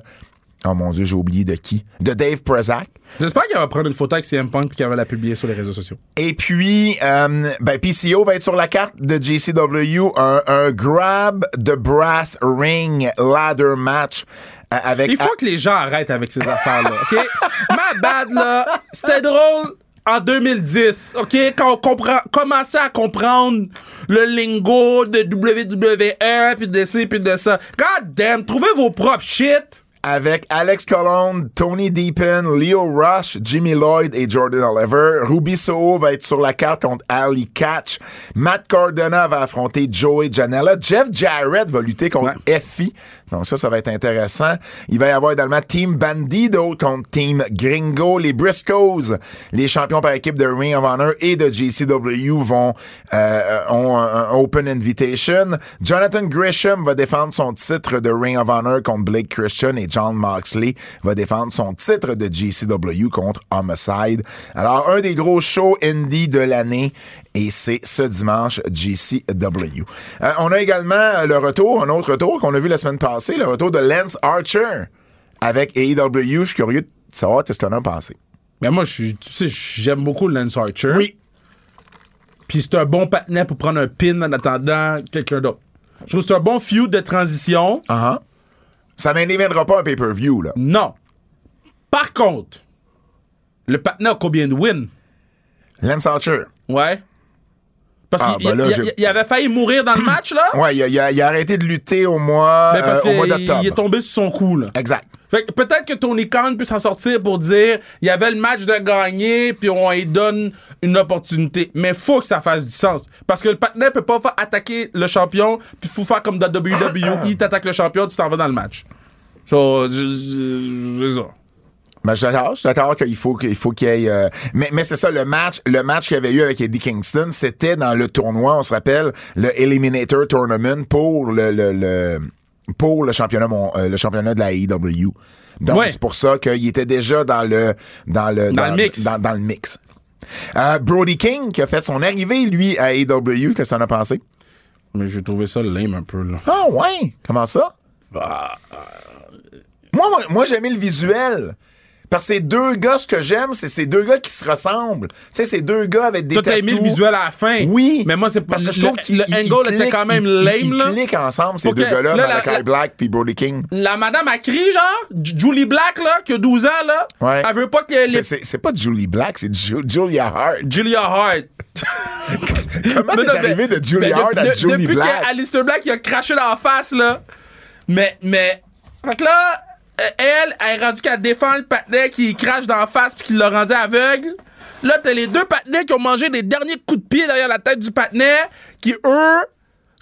[SPEAKER 2] Oh mon Dieu, j'ai oublié de qui. De Dave Prezak.
[SPEAKER 5] J'espère qu'il va prendre une photo avec CM Punk puis qu'il va la publier sur les réseaux sociaux.
[SPEAKER 2] Et puis, euh, ben, PCO va être sur la carte de JCW, un, un grab de brass ring ladder match euh, avec.
[SPEAKER 5] Il faut que les gens arrêtent avec ces affaires-là, OK? Ma bad, là, c'était drôle en 2010, OK? Quand on comprend, commençait à comprendre le lingo de WWE, puis de ci, puis de ça. God damn, trouvez vos propres shit.
[SPEAKER 2] avec Alex Colon, Tony Deepin, Leo Rush, Jimmy Lloyd et Jordan Oliver. Ruby Soho va être sur la carte contre Ali Catch. Matt Cardona va affronter Joey Janela. Jeff Jarrett va lutter contre FI. Donc ça, ça va être intéressant. Il va y avoir également Team Bandido contre Team Gringo. Les Briscoes, les champions par équipe de Ring of Honor et de JCW vont euh, ont un, un Open Invitation. Jonathan Grisham va défendre son titre de Ring of Honor contre Blake Christian et John Moxley va défendre son titre de JCW contre Homicide. Alors, un des gros shows indie de l'année et c'est ce dimanche JCW. Euh, on a également euh, le retour, un autre retour qu'on a vu la semaine passée, le retour de Lance Archer avec AEW. Je suis curieux de savoir qu'est-ce qu'on a pensé.
[SPEAKER 5] Mais moi, je suis, tu sais, j'aime beaucoup Lance Archer.
[SPEAKER 2] Oui,
[SPEAKER 5] Puis c'est un bon patinet pour prendre un pin en attendant quelqu'un d'autre. Je trouve que c'est un bon feud de transition.
[SPEAKER 2] uh-huh. ça m'éviendra pas un pay-per-view, là.
[SPEAKER 5] Non. Par contre, le patinet a combien de wins?
[SPEAKER 2] Lance Archer.
[SPEAKER 5] Ouais. Parce
[SPEAKER 2] Ah,
[SPEAKER 5] qu'il
[SPEAKER 2] ben là,
[SPEAKER 5] il-
[SPEAKER 2] j'ai-
[SPEAKER 5] il- il avait failli mourir dans le match, là.
[SPEAKER 2] Ouais, il a, il a- il a arrêté de lutter au mois,
[SPEAKER 5] Ben, parce
[SPEAKER 2] euh, au mois
[SPEAKER 5] qu'il
[SPEAKER 2] d'octobre.
[SPEAKER 5] il est tombé sur son coup, là.
[SPEAKER 2] Exact.
[SPEAKER 5] Fait que peut-être que Tony Khan peut s'en sortir pour dire il y avait le match de gagner, puis on lui donne une opportunité. Mais faut que ça fasse du sens. Parce que le partenaire peut pas faire attaquer le champion, puis faut faire comme dans WWE, t'attaques le champion, tu t'en vas dans le match. So, je- je- c'est ça.
[SPEAKER 2] Mais je suis d'accord, je suis d'accord qu'il faut qu'il faut qu'il y ait. euh, Mais, mais c'est ça, le match, le match qu'il y avait eu avec Eddie Kingston, c'était dans le tournoi, on se rappelle, le Eliminator Tournament pour le, le, le- pour le championnat mon- euh, le championnat de la AEW. Donc
[SPEAKER 5] Ouais.
[SPEAKER 2] c'est pour ça qu'il était déjà dans le dans le
[SPEAKER 5] Dans le mix.
[SPEAKER 2] Dans, dans le mix. Euh, Brody King qui a fait son arrivée lui à AEW, qu'est-ce que ça en a pensé
[SPEAKER 5] Mais j'ai trouvé ça lame un peu, là.
[SPEAKER 2] Ah
[SPEAKER 5] Bah, euh,
[SPEAKER 2] ouais, comment ça Moi moi, moi, j'aimais le visuel. Parce que ces deux gars, ce que j'aime, c'est ces deux gars qui se ressemblent. Tu sais, ces deux gars avec des
[SPEAKER 5] Toi, t'as
[SPEAKER 2] tatous.
[SPEAKER 5] aimé le visuel à la fin.
[SPEAKER 2] Oui.
[SPEAKER 5] Mais moi, c'est pas.
[SPEAKER 2] Parce que je
[SPEAKER 5] le-
[SPEAKER 2] trouve qu'ils-
[SPEAKER 5] le
[SPEAKER 2] ils- ils
[SPEAKER 5] angle était
[SPEAKER 2] cliquent-
[SPEAKER 5] quand même
[SPEAKER 2] ils-
[SPEAKER 5] lame,
[SPEAKER 2] ils,
[SPEAKER 5] là.
[SPEAKER 2] Ils cliquent ensemble, ces
[SPEAKER 5] Ok,
[SPEAKER 2] deux gars-là,
[SPEAKER 5] là, la-
[SPEAKER 2] Malachi
[SPEAKER 5] la-
[SPEAKER 2] Black puis Brody King.
[SPEAKER 5] La madame a crié, genre, J- Julie Black, là, qui a 12 ans, là.
[SPEAKER 2] Ouais.
[SPEAKER 5] Elle veut pas que les.
[SPEAKER 2] C'est- C'est c'est pas Julie Black, c'est Ju- Julia Hart.
[SPEAKER 5] Julia Hart.
[SPEAKER 2] Comment
[SPEAKER 5] Mais
[SPEAKER 2] t'es
[SPEAKER 5] non,
[SPEAKER 2] arrivé
[SPEAKER 5] mais-
[SPEAKER 2] de Julia
[SPEAKER 5] mais
[SPEAKER 2] Hart
[SPEAKER 5] de-
[SPEAKER 2] à
[SPEAKER 5] de-
[SPEAKER 2] Julie
[SPEAKER 5] depuis
[SPEAKER 2] Black?
[SPEAKER 5] qu'Alistair Black il a craché dans la face, là. Mais, mais. Fait que là, euh, elle, elle est rendue qu'elle défend le patinet qui crache dans la face puis qui l'a rendu aveugle. Là, t'as les deux patinets qui ont mangé des derniers coups de pied derrière la tête du patinet qui, eux,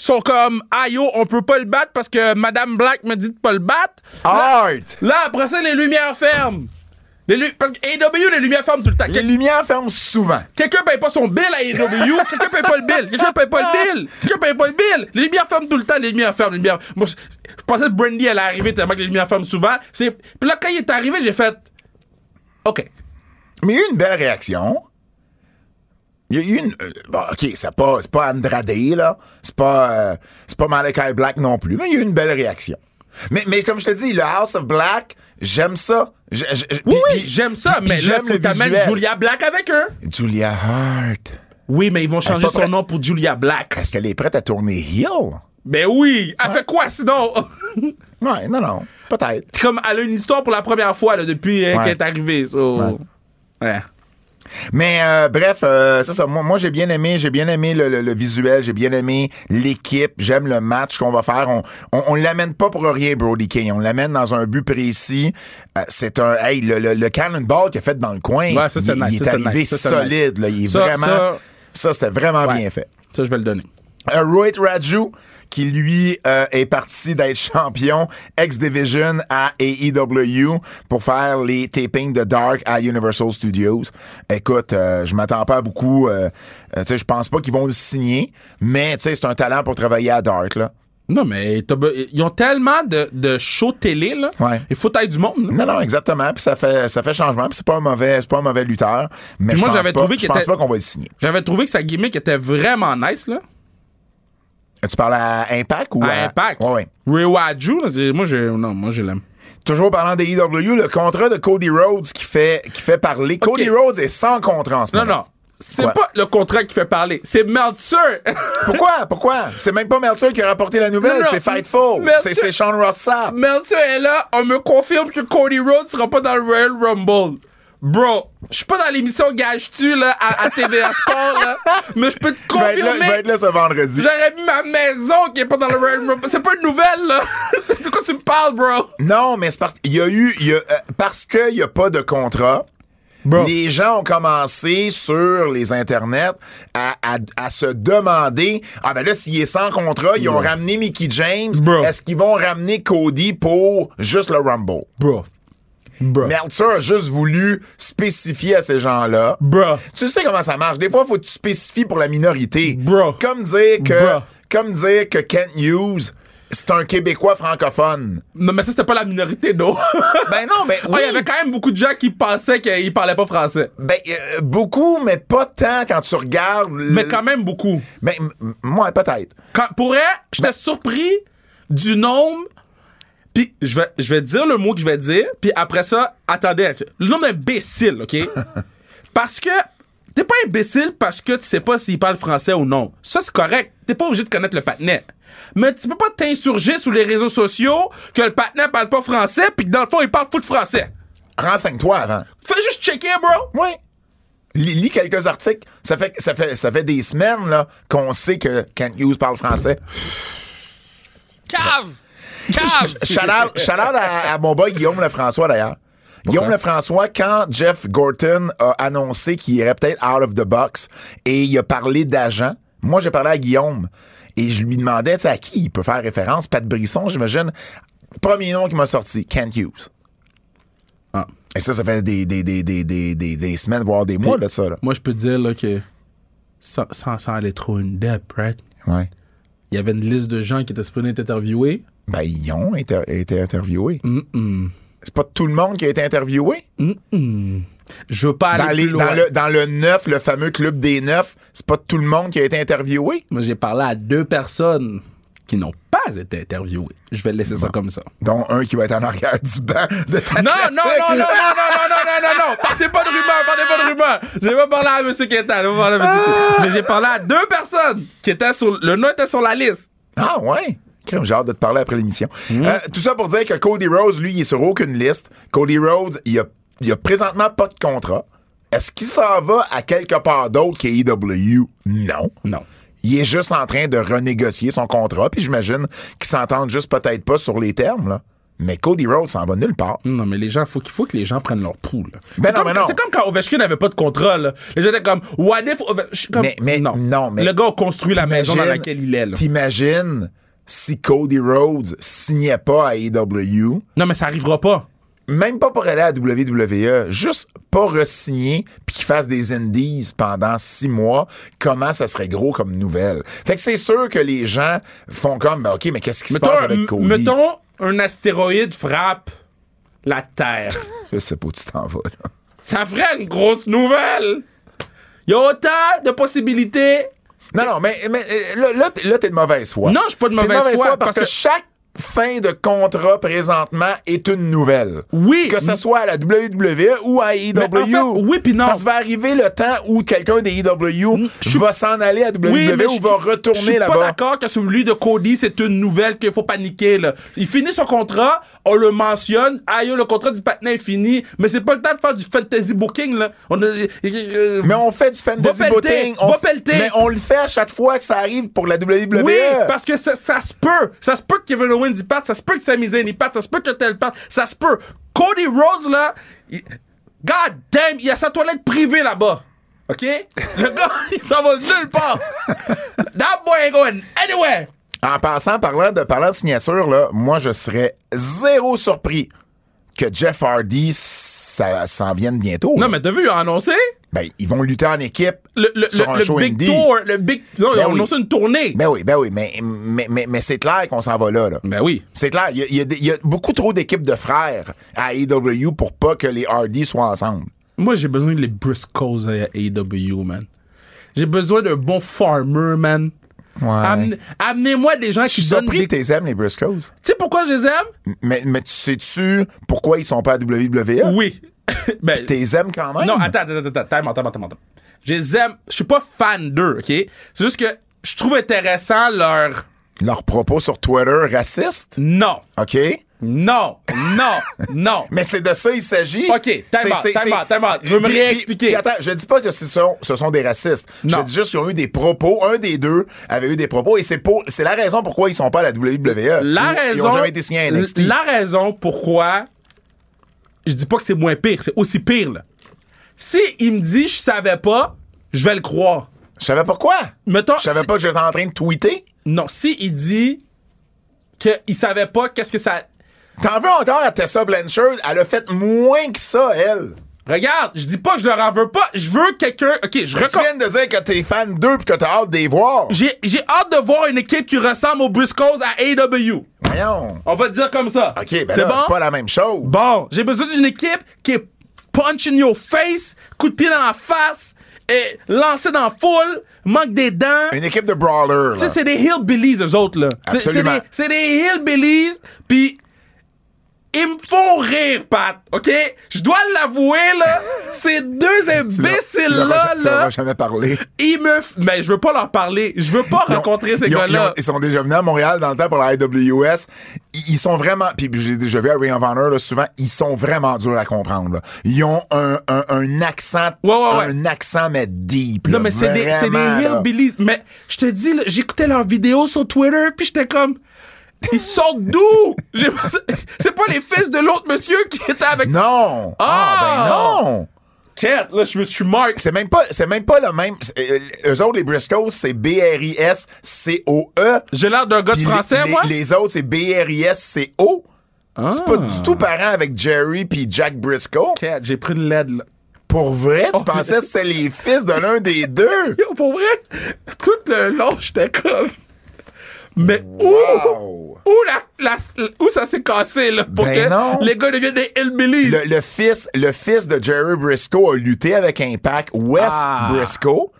[SPEAKER 5] sont comme, ah yo, on peut pas le battre parce que Madame Black me dit de pas le battre. Là,
[SPEAKER 2] Hart!
[SPEAKER 5] là, après ça, les lumières ferment. Les lu- parce que AW, les lumières ferment tout le temps.
[SPEAKER 2] Les lumières ferment souvent.
[SPEAKER 5] Quelqu'un paye pas son bill à AEW. Quelqu'un paye pas le bill. Quelqu'un paye pas le bill. Quelqu'un paye pas le bill. Les lumières ferment tout le temps. Les lumières ferment. Les lumières... Moi, je je pensais que Brandy allait arriver tellement que les lumières ferment souvent. C'est... Puis là, quand il est arrivé, j'ai fait. OK.
[SPEAKER 2] Mais il y a eu une belle réaction. Il y a eu une. euh, bon, OK, c'est pas, c'est pas Andrade, là. C'est pas, euh, c'est pas Malachi Black non plus. Mais il y a eu une belle réaction. Mais, mais comme je te dis, le House of Black, j'aime ça. Je- je- je-
[SPEAKER 5] Oui,
[SPEAKER 2] puis-
[SPEAKER 5] oui,
[SPEAKER 2] puis-
[SPEAKER 5] j'aime ça,
[SPEAKER 2] puis-
[SPEAKER 5] mais
[SPEAKER 2] puis
[SPEAKER 5] là,
[SPEAKER 2] j'aime
[SPEAKER 5] faut
[SPEAKER 2] le
[SPEAKER 5] t'amener
[SPEAKER 2] visuel.
[SPEAKER 5] Julia Black avec eux.
[SPEAKER 2] Julia Hart.
[SPEAKER 5] Oui, mais ils vont changer
[SPEAKER 2] pas
[SPEAKER 5] son
[SPEAKER 2] prête.
[SPEAKER 5] nom pour Julia Black.
[SPEAKER 2] Est-ce qu'elle est prête à tourner heel?
[SPEAKER 5] Ben oui, elle fait quoi sinon?
[SPEAKER 2] Ouais, non, non. Peut-être.
[SPEAKER 5] Comme elle a une histoire pour la première fois là, depuis euh,
[SPEAKER 2] Ouais.
[SPEAKER 5] qu'elle est arrivée. so-
[SPEAKER 2] Ouais.
[SPEAKER 5] Ouais.
[SPEAKER 2] Mais euh, bref, euh, c'est ça. Moi, moi j'ai bien aimé, j'ai bien aimé le, le- le visuel, j'ai bien aimé l'équipe. J'aime le match qu'on va faire. On, on, on l'amène pas pour rien, Brody King. On l'amène dans un but précis. Euh, c'est un hey le, le, le cannonball qu'il a fait dans le coin.
[SPEAKER 5] Ouais, ça, c'était
[SPEAKER 2] il,
[SPEAKER 5] nice,
[SPEAKER 2] il
[SPEAKER 5] ça,
[SPEAKER 2] est
[SPEAKER 5] c'était
[SPEAKER 2] arrivé
[SPEAKER 5] nice, ça, c'était
[SPEAKER 2] solide.
[SPEAKER 5] nice.
[SPEAKER 2] Là. Il est
[SPEAKER 5] Ça,
[SPEAKER 2] vraiment.
[SPEAKER 5] ça-
[SPEAKER 2] Ça, c'était vraiment
[SPEAKER 5] Ouais.
[SPEAKER 2] bien fait.
[SPEAKER 5] Ça, je vais le donner.
[SPEAKER 2] Euh, Rohit Raju, qui lui euh, est parti d'être champion X-Division à AEW pour faire les tapings de Dark à Universal Studios. Écoute, euh, je m'attends pas à beaucoup. euh, euh, tu sais, je pense pas qu'ils vont le signer, mais tu sais, c'est un talent pour travailler à Dark. Là.
[SPEAKER 5] Non, mais t'as be- ils ont tellement de, de shows télé, là.
[SPEAKER 2] Ouais.
[SPEAKER 5] Il faut taille du monde, là.
[SPEAKER 2] Non, non, exactement. Puis ça fait, ça fait changement. Puis c'est pas un mauvais, c'est pas un mauvais lutteur. Mais
[SPEAKER 5] Puis
[SPEAKER 2] je
[SPEAKER 5] moi,
[SPEAKER 2] pense
[SPEAKER 5] j'avais
[SPEAKER 2] pas-
[SPEAKER 5] trouvé
[SPEAKER 2] je
[SPEAKER 5] qu'il
[SPEAKER 2] pense
[SPEAKER 5] était-
[SPEAKER 2] pas qu'on va le signer.
[SPEAKER 5] J'avais trouvé que sa gimmick était vraiment nice, là.
[SPEAKER 2] Tu parles à Impact ou
[SPEAKER 5] À Impact.
[SPEAKER 2] Ouais, ouais.
[SPEAKER 5] Ray Waju, là, c'est- moi, je, non, moi, je l'aime.
[SPEAKER 2] Toujours parlant des EW, le contrat de Cody Rhodes qui fait, qui fait parler. Cody Rhodes est sans contrat en ce
[SPEAKER 5] Non,
[SPEAKER 2] moment.
[SPEAKER 5] non. C'est
[SPEAKER 2] Ouais.
[SPEAKER 5] pas le contrat qui fait parler. C'est Meltzer.
[SPEAKER 2] Pourquoi? Pourquoi? C'est même pas Meltzer qui a rapporté la
[SPEAKER 5] Non,
[SPEAKER 2] nouvelle,
[SPEAKER 5] non.
[SPEAKER 2] c'est Fightful.
[SPEAKER 5] Meltzer-
[SPEAKER 2] C'est, c'est Sean Ross Sapp.
[SPEAKER 5] Meltzer est là. On me confirme que Cody Rhodes sera pas dans le Royal Rumble. Bro, je suis pas dans l'émission Gage-tu, là, à, à TVA Sport, là. Mais je peux te
[SPEAKER 2] Je vais être là, je vais
[SPEAKER 5] confirmer.
[SPEAKER 2] être là ce vendredi.
[SPEAKER 5] J'aurais mis ma maison qui est pas dans le Royal Rumble. C'est pas une nouvelle, là. De quoi tu me parles, bro?
[SPEAKER 2] Non, mais c'est parce qu'il y a eu. il y a, euh, parce qu'il n'y a pas de contrat. Les gens ont commencé sur les internets à, à- à se demander Ah ben là, s'il est sans contrat, ils ont ramené Mickey James.
[SPEAKER 5] Bro.
[SPEAKER 2] Est-ce qu'ils vont ramener Cody pour juste le Rumble?
[SPEAKER 5] Bro. Bro.
[SPEAKER 2] Meltzer a juste voulu spécifier à ces gens-là.
[SPEAKER 5] Bro.
[SPEAKER 2] Tu sais comment ça marche. Des fois, faut que tu spécifies pour la minorité.
[SPEAKER 5] Bro.
[SPEAKER 2] Comme dire que,
[SPEAKER 5] Bro.
[SPEAKER 2] comme dire que Kent Hughes, c'est un Québécois francophone.
[SPEAKER 5] Non, mais ça, c'était pas la minorité, non.
[SPEAKER 2] Ben non, mais
[SPEAKER 5] Ah,
[SPEAKER 2] oui.
[SPEAKER 5] il y avait quand même beaucoup de gens qui pensaient qu'ils parlaient pas français.
[SPEAKER 2] Ben, euh, beaucoup, mais pas tant quand tu regardes. le-
[SPEAKER 5] Mais quand même beaucoup.
[SPEAKER 2] Ben, m- m- moi, peut-être.
[SPEAKER 5] Quand, pour elle, j'étais surpris du nombre. Puis je vais, je vais dire le mot que je vais dire. Puis après ça, attendez. Le nombre d'imbéciles, OK? parce que t'es pas imbécile parce que tu sais pas s'il parle français ou non. Ça, c'est correct. T'es pas obligé de connaître le patinet. Mais tu peux pas t'insurger sur les réseaux sociaux que le patinet parle pas français puis que dans le fond, il parle foot français.
[SPEAKER 2] Renseigne-toi avant.
[SPEAKER 5] Fais juste checker, bro.
[SPEAKER 2] Oui. Lis, lis quelques articles. Ça fait, ça fait, ça fait des semaines là, qu'on sait que Kent Hughes parle français.
[SPEAKER 5] Cave! Cave!
[SPEAKER 2] Shout out, shout out à, à mon boy Guillaume Lefrançois, d'ailleurs. Guillaume Lefrançois, quand Jeff Gorton a annoncé qu'il irait peut-être out of the box et il a parlé d'agent, moi, j'ai parlé à Guillaume et je lui demandais, tu sais, à qui il peut faire référence? Pat Brisson, j'imagine. Premier nom qui m'a sorti, Kent Hughes.
[SPEAKER 5] Ah.
[SPEAKER 2] Et ça, ça fait des, des, des, des, des, des, des semaines, voire des mois de ça. Là.
[SPEAKER 5] Moi, je peux te dire là, que sans, sans, sans aller trop in depth, right?
[SPEAKER 2] Ouais.
[SPEAKER 5] Il y avait une liste de gens qui étaient supposés être interviewés.
[SPEAKER 2] Ben, ils ont été, été interviewés. C'est pas tout le monde qui a été interviewé?
[SPEAKER 5] Je veux pas aller
[SPEAKER 2] dans, les-
[SPEAKER 5] plus loin.
[SPEAKER 2] dans le, dans le 9, le fameux club des 9, c'est pas tout le monde qui a été interviewé.
[SPEAKER 5] Moi, j'ai parlé à deux personnes qui n'ont pas Taz était interviewé. Je vais laisser ça comme ça.
[SPEAKER 2] Dont un qui va être en arrière du banc de ta
[SPEAKER 5] Non,
[SPEAKER 2] classique.
[SPEAKER 5] non, non, non, non, non, non, non, non, non, non. Partez pas de rumeurs, partez pas de rumeurs. J'ai pas parlé à M. Quintal, j'ai pas parlé à M.
[SPEAKER 2] Ah.
[SPEAKER 5] Mais j'ai parlé à deux personnes qui étaient sur, le nom était sur la liste.
[SPEAKER 2] Ah ouais? Crème, J'ai hâte de te parler après l'émission.
[SPEAKER 5] Mm.
[SPEAKER 2] Euh, tout ça pour dire que Cody Rhodes, lui, il est sur aucune liste. Cody Rhodes, il a, il a présentement pas de contrat. Est-ce qu'il s'en va à quelque part d'autre qu'AEW? Non.
[SPEAKER 5] Non.
[SPEAKER 2] Il est juste en train de renégocier son contrat, puis j'imagine qu'ils s'entendent juste peut-être pas sur les termes, là. Mais Cody Rhodes s'en va nulle part.
[SPEAKER 5] Non, mais les gens, faut qu'il faut que les gens prennent leur poule.
[SPEAKER 2] Ben
[SPEAKER 5] c'est
[SPEAKER 2] non,
[SPEAKER 5] comme,
[SPEAKER 2] ben non.
[SPEAKER 5] c'est comme quand Ovechkin n'avait pas de contrat, là. Les gens étaient comme, what if Ovechkin- comme-
[SPEAKER 2] Mais- mais- non, mais-
[SPEAKER 5] Le gars a construit la maison dans
[SPEAKER 2] T'imagines-
[SPEAKER 5] laquelle il est, là.
[SPEAKER 2] T'imagines si Cody Rhodes signait pas à AEW,
[SPEAKER 5] Non, mais ça arrivera pas.
[SPEAKER 2] même pas pour aller à WWE, juste pas re-signer puis qu'il fasse des indies pendant six mois, comment ça serait gros comme nouvelle. Fait que c'est sûr que les gens font comme, ben OK, mais qu'est-ce qui se
[SPEAKER 5] Mettons,
[SPEAKER 2] passe
[SPEAKER 5] un-
[SPEAKER 2] avec Cody?
[SPEAKER 5] mettons un astéroïde frappe la Terre.
[SPEAKER 2] Je sais pas où tu t'en vas, là.
[SPEAKER 5] ça ferait une grosse nouvelle. Il y a autant de possibilités.
[SPEAKER 2] Non, non, mais, mais, euh, là, là, t'es- là, t'es de mauvaise foi.
[SPEAKER 5] Non, je suis pas de
[SPEAKER 2] T'es
[SPEAKER 5] mauvaise foi,
[SPEAKER 2] parce,
[SPEAKER 5] parce
[SPEAKER 2] que,
[SPEAKER 5] que-
[SPEAKER 2] chaque fin de contrat présentement est une nouvelle.
[SPEAKER 5] Oui.
[SPEAKER 2] Que ce soit à la WWE ou à AEW.
[SPEAKER 5] Mais en fait, oui puis non. Mm,
[SPEAKER 2] Parce que va arriver le temps où quelqu'un des AEW va s'en aller à WWE ou va
[SPEAKER 5] je suis
[SPEAKER 2] retourner
[SPEAKER 5] pas
[SPEAKER 2] là-bas.
[SPEAKER 5] d'accord que celui de Cody, c'est une nouvelle qu'il faut paniquer. Là. Il finit son contrat, on le mentionne. Aïe, le contrat du patin est fini. Mais c'est pas le temps de faire du fantasy booking. Là. On a- euh,
[SPEAKER 2] Mais on fait du fantasy
[SPEAKER 5] Va pelleter,
[SPEAKER 2] booting. On
[SPEAKER 5] va
[SPEAKER 2] f-
[SPEAKER 5] pelleter.
[SPEAKER 2] Mais on le fait à chaque fois que ça arrive pour la E. WWE.
[SPEAKER 5] Oui, parce que ça, ça se peut. Ça se peut que Kevin Owens y parte, ça se peut que Sami Zayn y parte, ça se peut que tel parte, ça se peut. Cody Rhodes, là, il- God damn, il a sa toilette privée là-bas. OK? Le gars, il s'en va nulle part. That boy ain't going anywhere.
[SPEAKER 2] En passant, parlant de, parlant de signature, là, moi, je serais zéro surpris que Jeff Hardy ça- s'en vienne bientôt. là.
[SPEAKER 5] Non, mais t'as vu, il a annoncé
[SPEAKER 2] Ben, ils vont lutter en équipe
[SPEAKER 5] le, le,
[SPEAKER 2] sur
[SPEAKER 5] le-
[SPEAKER 2] un
[SPEAKER 5] le
[SPEAKER 2] show
[SPEAKER 5] Big
[SPEAKER 2] indie.
[SPEAKER 5] Tour, le Big. Non, il a
[SPEAKER 2] Ben oui.
[SPEAKER 5] annoncé une tournée.
[SPEAKER 2] Ben oui, ben oui, mais, mais, mais, mais c'est clair qu'on s'en va là. là.
[SPEAKER 5] Ben oui.
[SPEAKER 2] C'est clair, il y a- il y, a des- il y a beaucoup trop d'équipes de frères à AEW pour pas que les Hardy soient ensemble.
[SPEAKER 5] Moi, j'ai besoin des Briscoes à AEW, man. J'ai besoin d'un bon farmer, man.
[SPEAKER 2] Ouais.
[SPEAKER 5] Amenez- Amenez-moi des gens
[SPEAKER 2] Je
[SPEAKER 5] qui
[SPEAKER 2] suis
[SPEAKER 5] donnent
[SPEAKER 2] surpris
[SPEAKER 5] des
[SPEAKER 2] que t'es aimes, les Briscoes.
[SPEAKER 5] Tu sais pourquoi je les aime?
[SPEAKER 2] Mais, mais tu sais-tu pourquoi ils sont pas à WWE?
[SPEAKER 5] Oui. ben,
[SPEAKER 2] T'es aimes quand même?
[SPEAKER 5] non, attends, attends, attends, attends, attends, attends, attends. Je les aime. Je suis pas fan d'eux, OK? C'est juste que je trouve intéressant leur...
[SPEAKER 2] Leurs propos sur Twitter racistes?
[SPEAKER 5] Non,
[SPEAKER 2] OK?
[SPEAKER 5] non, non, non.
[SPEAKER 2] Mais c'est de ça il s'agit.
[SPEAKER 5] OK, time
[SPEAKER 2] C'est-
[SPEAKER 5] out,
[SPEAKER 2] c'est-
[SPEAKER 5] time
[SPEAKER 2] c'est-
[SPEAKER 5] out, time out. Je veux me
[SPEAKER 2] Puis- puis-
[SPEAKER 5] réexpliquer.
[SPEAKER 2] puis attends, je dis pas que ce sont, ce sont des racistes.
[SPEAKER 5] Non.
[SPEAKER 2] Je dis juste qu'ils ont eu des propos. Un des deux avait eu des propos et c'est pour- c'est la raison pourquoi ils sont pas à la WWE.
[SPEAKER 5] La
[SPEAKER 2] Ils-
[SPEAKER 5] raison...
[SPEAKER 2] Ils ont jamais été signés à NXT.
[SPEAKER 5] La raison pourquoi... Je dis pas que c'est moins pire, c'est aussi pire, là. Si il me dit « je savais pas », je vais le croire.
[SPEAKER 2] Je savais pas quoi.
[SPEAKER 5] Mettons...
[SPEAKER 2] Je savais
[SPEAKER 5] si-
[SPEAKER 2] pas que j'étais en train de tweeter.
[SPEAKER 5] Non, si il dit qu'il savait pas, qu'est-ce que ça...
[SPEAKER 2] T'en veux encore à Tessa Blanchard? Elle a fait moins que ça, elle.
[SPEAKER 5] Regarde, je dis pas que je leur en veux pas, je veux quelqu'un. Ok,
[SPEAKER 2] Tu
[SPEAKER 5] je recommande.
[SPEAKER 2] viens de dire que t'es fan d'eux pis que t'as hâte de les voir.
[SPEAKER 5] J'ai j'ai hâte de voir une équipe qui ressemble aux Briscoes à AW.
[SPEAKER 2] Voyons.
[SPEAKER 5] On va dire comme ça.
[SPEAKER 2] OK, ben là, c'est pas la même chose.
[SPEAKER 5] Bon, j'ai besoin d'une équipe qui est punch in your face, coup de pied dans la face, et lancé dans la foule, manque des dents.
[SPEAKER 2] Une équipe de brawlers,
[SPEAKER 5] Tu sais,
[SPEAKER 2] là.
[SPEAKER 5] c'est des hillbillies, eux autres, là. C'est- c'est
[SPEAKER 2] Absolument.
[SPEAKER 5] des- C'est des, hillbillies, puis ils me font rire, Pat, OK? Je dois l'avouer, là, ces deux
[SPEAKER 2] Tu leur- tu leur as-
[SPEAKER 5] imbéciles-là,
[SPEAKER 2] tu leur as
[SPEAKER 5] là,
[SPEAKER 2] jamais parlé.
[SPEAKER 5] ils me... f- Mais je veux pas leur parler. Je veux pas
[SPEAKER 2] Ils ont-
[SPEAKER 5] rencontrer ces
[SPEAKER 2] ils ont- ils ont-
[SPEAKER 5] gars-là.
[SPEAKER 2] Ils sont déjà venus à Montréal dans le temps pour la IWS. Ils, ils sont vraiment. Puis j'ai déjà vu à Ray Van Honor, là, souvent, ils sont vraiment durs à comprendre. là. Ils ont un, un- un accent.
[SPEAKER 5] Ouais, ouais, ouais.
[SPEAKER 2] Un accent, mais deep.
[SPEAKER 5] Non,
[SPEAKER 2] là,
[SPEAKER 5] mais c'est des, c'est des
[SPEAKER 2] vraiment, là.
[SPEAKER 5] hillbillies. Mais je te dis, là, j'écoutais leurs vidéos sur Twitter, puis j'étais comme... Ils sortent d'où? J'ai- C'est pas les fils de l'autre monsieur qui était avec...
[SPEAKER 2] Non! Ah,
[SPEAKER 5] Ah!
[SPEAKER 2] ben non!
[SPEAKER 5] Quête, là, je me suis Mark.
[SPEAKER 2] C'est même pas, c'est même pas le même. c'est- euh, Eux autres, les Briscoes, c'est B-R-I-S-C-O-E.
[SPEAKER 5] J'ai l'air d'un gars de
[SPEAKER 2] E. Puis
[SPEAKER 5] français,
[SPEAKER 2] les,
[SPEAKER 5] moi? Ah.
[SPEAKER 2] les- les autres, c'est B-R-I-S-C-O. C'est pas du tout parent avec Jerry puis Jack Briscoe.
[SPEAKER 5] Quête, j'ai pris une LED, là.
[SPEAKER 2] Pour vrai,
[SPEAKER 5] Oh,
[SPEAKER 2] tu pensais que c'était les fils de l'un des deux?
[SPEAKER 5] Yo, pour vrai, tout le long, j'étais comme... Mais
[SPEAKER 2] Wow!
[SPEAKER 5] où? Où, la, la- où ça s'est cassé, là, pour
[SPEAKER 2] Ben
[SPEAKER 5] que
[SPEAKER 2] non.
[SPEAKER 5] les gars deviennent des hillbillies?
[SPEAKER 2] Le, le fils, le fils de Jerry Briscoe a lutté avec Impact, Wes
[SPEAKER 5] Ah.
[SPEAKER 2] Briscoe.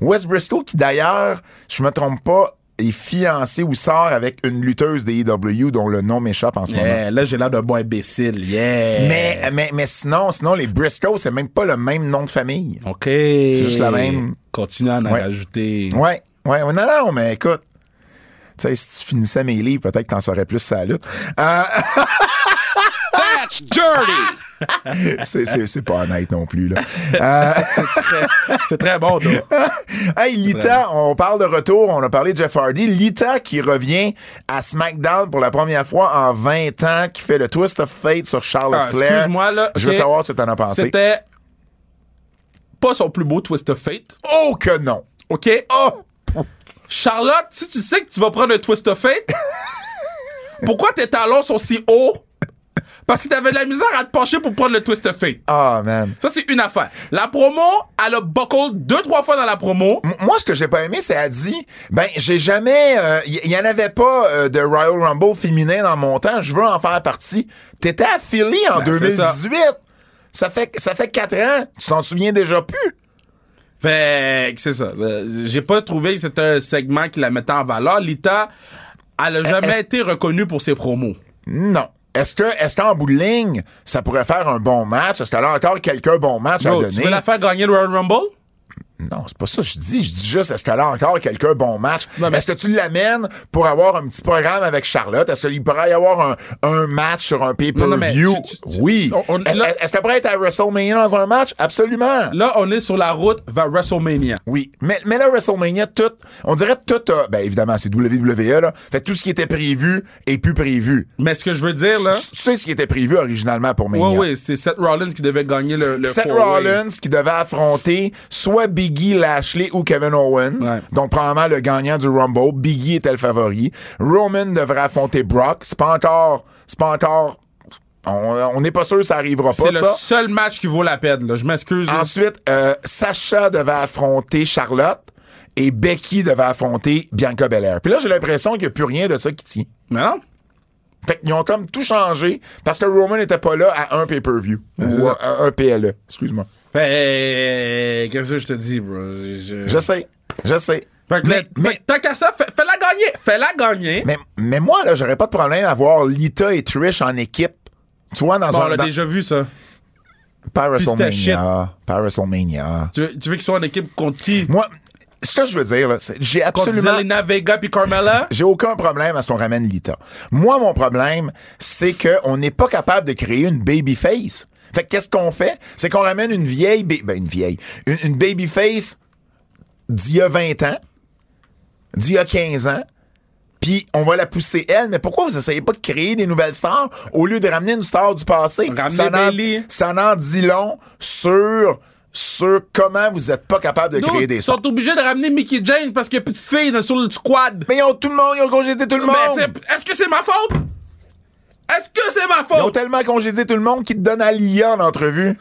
[SPEAKER 2] Wes Briscoe, qui d'ailleurs, je me trompe pas, est fiancé ou sort avec une lutteuse des EW dont le nom m'échappe en ce moment.
[SPEAKER 5] Yeah, là, j'ai l'air d'un bon imbécile. Yeah.
[SPEAKER 2] Mais, mais, mais sinon, sinon, les Briscoe, c'est même pas le même nom de famille.
[SPEAKER 5] OK. C'est
[SPEAKER 2] juste la même.
[SPEAKER 5] Continue à en
[SPEAKER 2] Ouais.
[SPEAKER 5] rajouter.
[SPEAKER 2] Ouais, ouais, ouais, non, non, mais écoute. Tu sais, si tu finissais mes livres, peut-être que t'en saurais plus sur la lutte. Euh,
[SPEAKER 1] That's dirty.
[SPEAKER 2] c'est- c'est c'est pas honnête non plus, là. Euh,
[SPEAKER 5] C'est très bon, toi.
[SPEAKER 2] hey, Lita, on parle de retour, on a parlé de Jeff Hardy. Lita qui revient à SmackDown pour la première fois en 20 ans, qui fait le Twist of Fate sur Charlotte
[SPEAKER 5] Ah,
[SPEAKER 2] Flair.
[SPEAKER 5] excuse-moi, là,
[SPEAKER 2] Je veux
[SPEAKER 5] ok.
[SPEAKER 2] savoir ce que t'en as pensé.
[SPEAKER 5] C'était pas son plus beau twist of fate.
[SPEAKER 2] Oh que non!
[SPEAKER 5] OK?
[SPEAKER 2] Oh!
[SPEAKER 5] Charlotte, si tu sais que tu vas prendre un twist of fate, pourquoi tes talons sont si hauts? Parce que t'avais de la misère à te pencher pour prendre le twist of fate.
[SPEAKER 2] Ah, man.
[SPEAKER 5] Ça, c'est une affaire. La promo, elle a buckle deux, trois fois dans la promo.
[SPEAKER 2] M- Moi, ce que j'ai pas aimé, c'est elle dit, ben, j'ai jamais, il y, y en avait pas euh, de Royal Rumble féminin dans mon temps. Je veux en faire partie. T'étais à Philly en
[SPEAKER 5] Ben, c'est ça.
[SPEAKER 2] 2018. Ça fait ça fait quatre ans. Tu t'en souviens déjà plus.
[SPEAKER 5] Fait que c'est ça. Euh, J'ai pas trouvé que c'était un segment qui la mettait en valeur. Lita, elle a jamais
[SPEAKER 2] Euh, est-ce-
[SPEAKER 5] été reconnue pour ses promos.
[SPEAKER 2] Non. Est-ce que, est-ce qu'en bout de ligne, ça pourrait faire un bon match? Est-ce qu'elle a encore quelques bons matchs
[SPEAKER 5] Bro,
[SPEAKER 2] à
[SPEAKER 5] Oh, tu
[SPEAKER 2] donner?
[SPEAKER 5] veux la faire gagner le Royal Rumble?
[SPEAKER 2] Non, c'est pas ça que je dis. Je dis juste, est-ce qu'elle a encore quelques bons matchs?
[SPEAKER 5] Non, mais-
[SPEAKER 2] Est-ce que tu l'amènes pour avoir un petit programme avec Charlotte? Est-ce qu'il pourrait y avoir un, un match sur un
[SPEAKER 5] Non, non, mais
[SPEAKER 2] pay-per-view?
[SPEAKER 5] tu- tu- tu-
[SPEAKER 2] Oui.
[SPEAKER 5] on- on-
[SPEAKER 2] Est-
[SPEAKER 5] là-
[SPEAKER 2] Est-ce qu'elle pourrait être à WrestleMania dans un match? Absolument.
[SPEAKER 5] Là, on est sur la route vers WrestleMania.
[SPEAKER 2] Oui. Mais, mais là, WrestleMania, tout, on dirait tout, a- ben évidemment, c'est WWE, là. Fait que tout ce qui était prévu est plus prévu.
[SPEAKER 5] Mais ce que je veux dire, là.
[SPEAKER 2] Tu, tu sais ce qui était prévu originalement pour Mania.
[SPEAKER 5] Hein? Oui, oui, c'est Seth Rollins qui devait gagner le. le
[SPEAKER 2] Seth
[SPEAKER 5] four-way.
[SPEAKER 2] Rollins qui devait affronter soit Biggie Lashley ou Kevin Owens.
[SPEAKER 5] Ouais.
[SPEAKER 2] Donc probablement le gagnant du Rumble. Biggie était le favori. Roman devrait affronter Brock. C'est pas encore. C'est pas encore. On on n'est pas sûr que ça arrivera pas.
[SPEAKER 5] C'est le
[SPEAKER 2] ça.
[SPEAKER 5] seul match qui vaut la peine, là. Je m'excuse. là.
[SPEAKER 2] Ensuite, euh, Sacha devait affronter Charlotte et Becky devait affronter Bianca Belair. Puis là, j'ai l'impression qu'il n'y a plus rien de ça qui tient.
[SPEAKER 5] Mais non?
[SPEAKER 2] Fait qu'ils ont comme tout changé parce que Roman n'était pas là à un pay-per-view. Ou
[SPEAKER 5] ça.
[SPEAKER 2] à un PLE. Excuse-moi.
[SPEAKER 5] Fait, qu'est-ce que je te dis, bro? Je-
[SPEAKER 2] Je sais. Je sais.
[SPEAKER 5] Fait que
[SPEAKER 2] Mais-
[SPEAKER 5] là,
[SPEAKER 2] mais-
[SPEAKER 5] fait- tant qu'à ça, fais- fais-la gagner! Fais-la gagner!
[SPEAKER 2] Mais, mais moi, là, j'aurais pas de problème à voir Lita et Trish en équipe. Tu vois, dans
[SPEAKER 5] Bon, on
[SPEAKER 2] un.
[SPEAKER 5] l'a
[SPEAKER 2] Dans,
[SPEAKER 5] déjà vu, ça.
[SPEAKER 2] par
[SPEAKER 5] c'était shit.
[SPEAKER 2] WrestleMania. Par WrestleMania.
[SPEAKER 5] Tu veux, tu veux qu'ils soient en équipe contre qui?
[SPEAKER 2] Moi, ce que je veux dire, là, c'est- j'ai
[SPEAKER 5] Contre
[SPEAKER 2] absolument.
[SPEAKER 5] Zelina Vega puis Carmella?
[SPEAKER 2] J'ai aucun problème à ce qu'on ramène Lita. Moi, mon problème, c'est qu'on n'est pas capable de créer une babyface. Fait que qu'est-ce qu'on fait? C'est qu'on ramène une vieille, ba- ben, une vieille, une, une babyface d'il y a 20 ans, d'il y a 15 ans, puis on va la pousser elle. Mais pourquoi vous essayez pas de créer des nouvelles stars au lieu de ramener une star du passé?
[SPEAKER 5] Ramener
[SPEAKER 2] ça, en,
[SPEAKER 5] Bayley.
[SPEAKER 2] ça en dit long sur, sur comment vous n'êtes pas capable de
[SPEAKER 5] Dude,
[SPEAKER 2] créer des
[SPEAKER 5] Ils
[SPEAKER 2] stars.
[SPEAKER 5] sont obligés de ramener Mickey James parce qu'il n'y a plus de filles dans- sur le squad.
[SPEAKER 2] Mais ils ont tout le monde, ils ont congédié tout le
[SPEAKER 5] Mais
[SPEAKER 2] monde!
[SPEAKER 5] Ben, c'est- est-ce que c'est ma faute? Est-ce que c'est ma
[SPEAKER 2] Ils ont
[SPEAKER 5] faute?
[SPEAKER 2] tellement congédié tout le monde qu'ils te donnent à l'IA en entrevue.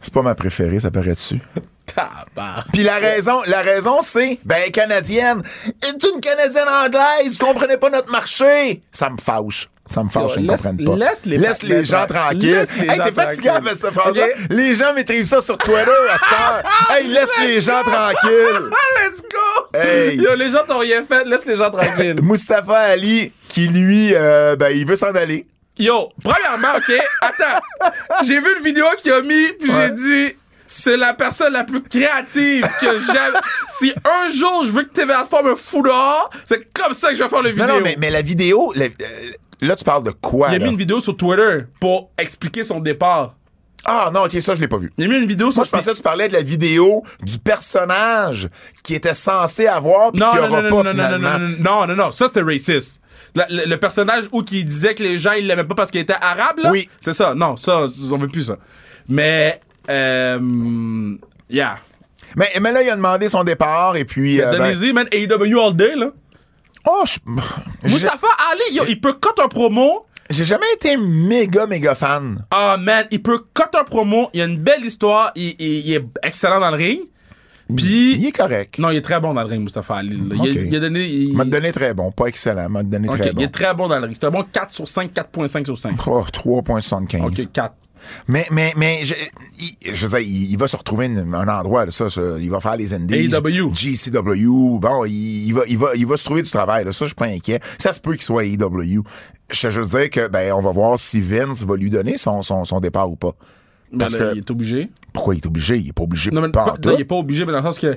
[SPEAKER 2] C'est pas ma préférée, ça paraît dessus.
[SPEAKER 5] Tabar.
[SPEAKER 2] Puis la raison, la raison, c'est, ben, canadienne. Est une canadienne anglaise, vous comprenez pas notre marché. Ça me fâche. Ça me fâche,
[SPEAKER 5] Yo,
[SPEAKER 2] ils ne
[SPEAKER 5] laisse-
[SPEAKER 2] comprennent pas.
[SPEAKER 5] laisse les
[SPEAKER 2] Laisse les
[SPEAKER 5] patelettes,
[SPEAKER 2] gens
[SPEAKER 5] ouais.
[SPEAKER 2] tranquilles.
[SPEAKER 5] Laisse les
[SPEAKER 2] Hey,
[SPEAKER 5] gens
[SPEAKER 2] t'es fatigable
[SPEAKER 5] tranquilles.
[SPEAKER 2] avec cette phrase-là.
[SPEAKER 5] Ok.
[SPEAKER 2] Les gens m'écrivent ça sur Twitter à cette heure. Hey, laisse les gens tranquilles.
[SPEAKER 5] Ah, let's go!
[SPEAKER 2] Hey.
[SPEAKER 5] Yo, les gens t'ont rien fait, laisse les gens tranquilles.
[SPEAKER 2] Mustapha Ali, qui lui, euh, ben, il veut s'en aller.
[SPEAKER 5] Yo, premièrement, OK, attends. J'ai vu une vidéo qu'il a mis, puis
[SPEAKER 2] Ouais.
[SPEAKER 5] j'ai dit c'est la personne la plus créative que j'aime. si un jour je veux que TVA Sport me fout dehors, c'est comme ça que je vais faire le
[SPEAKER 2] Non,
[SPEAKER 5] vidéo.
[SPEAKER 2] non, mais, mais la vidéo, la- euh, là, tu parles de quoi?
[SPEAKER 5] Il a
[SPEAKER 2] là?
[SPEAKER 5] mis une vidéo sur Twitter pour expliquer son départ.
[SPEAKER 2] Ah non, ok, ça je l'ai pas vu.
[SPEAKER 5] Il a mis une vidéo sur
[SPEAKER 2] Moi, je pensais que tu parlais de la vidéo du personnage qui était censé avoir puis
[SPEAKER 5] non,
[SPEAKER 2] qu'il
[SPEAKER 5] non,
[SPEAKER 2] aura
[SPEAKER 5] non,
[SPEAKER 2] pas
[SPEAKER 5] non, non, non, non,
[SPEAKER 2] finalement.
[SPEAKER 5] non, non, non, non, non, ça c'était raciste. La- le, le personnage où qui disait que les gens ils l'aimaient pas parce qu'il était arabe, là.
[SPEAKER 2] Oui.
[SPEAKER 5] C'est ça, non, ça, on veut plus ça. Mais, euh, yeah.
[SPEAKER 2] Mais, mais là, il a demandé son départ et puis. euh, ben,
[SPEAKER 5] Donnez-y, man, AEW all day, là.
[SPEAKER 2] oh, je- j'ai-
[SPEAKER 5] Mustafa Ali, yo, il peut cut un promo.
[SPEAKER 2] j'ai jamais été méga méga fan.
[SPEAKER 5] Ah, man, il peut cut un promo. Il a une belle histoire. Il, il- il est excellent dans le ring. Puis.
[SPEAKER 2] Il est correct.
[SPEAKER 5] Non, il est très bon dans le ring, Mustafa Ali. là. Il,
[SPEAKER 2] Ok.
[SPEAKER 5] a, il a donné. Il,
[SPEAKER 2] Il m'a donné très bon, pas excellent, m'a donné
[SPEAKER 5] Ok,
[SPEAKER 2] très
[SPEAKER 5] il
[SPEAKER 2] bon.
[SPEAKER 5] est très bon dans le ring. C'est un bon 4 sur 5, 4.5 sur 5.
[SPEAKER 2] Oh, 3.75.
[SPEAKER 5] Ok, 4.
[SPEAKER 2] Mais, mais, mais, je, il, je veux dire, il, il va se retrouver une- un endroit, là, ça, ça, il va faire les Indies.
[SPEAKER 5] AEW.
[SPEAKER 2] GCW. Bon, il, il va, il, va, il va se trouver du travail, là, ça, je suis pas inquiet. Ça se peut qu'il soit AEW. Je je veux dire que, ben, on va voir si Vince va lui donner son, son, son départ ou pas. Parce que,
[SPEAKER 5] il est obligé.
[SPEAKER 2] pourquoi Ben il est obligé? Il est pas obligé
[SPEAKER 5] Non, mais
[SPEAKER 2] pas en
[SPEAKER 5] pas-
[SPEAKER 2] tout.
[SPEAKER 5] non, il est pas obligé, mais dans le sens que.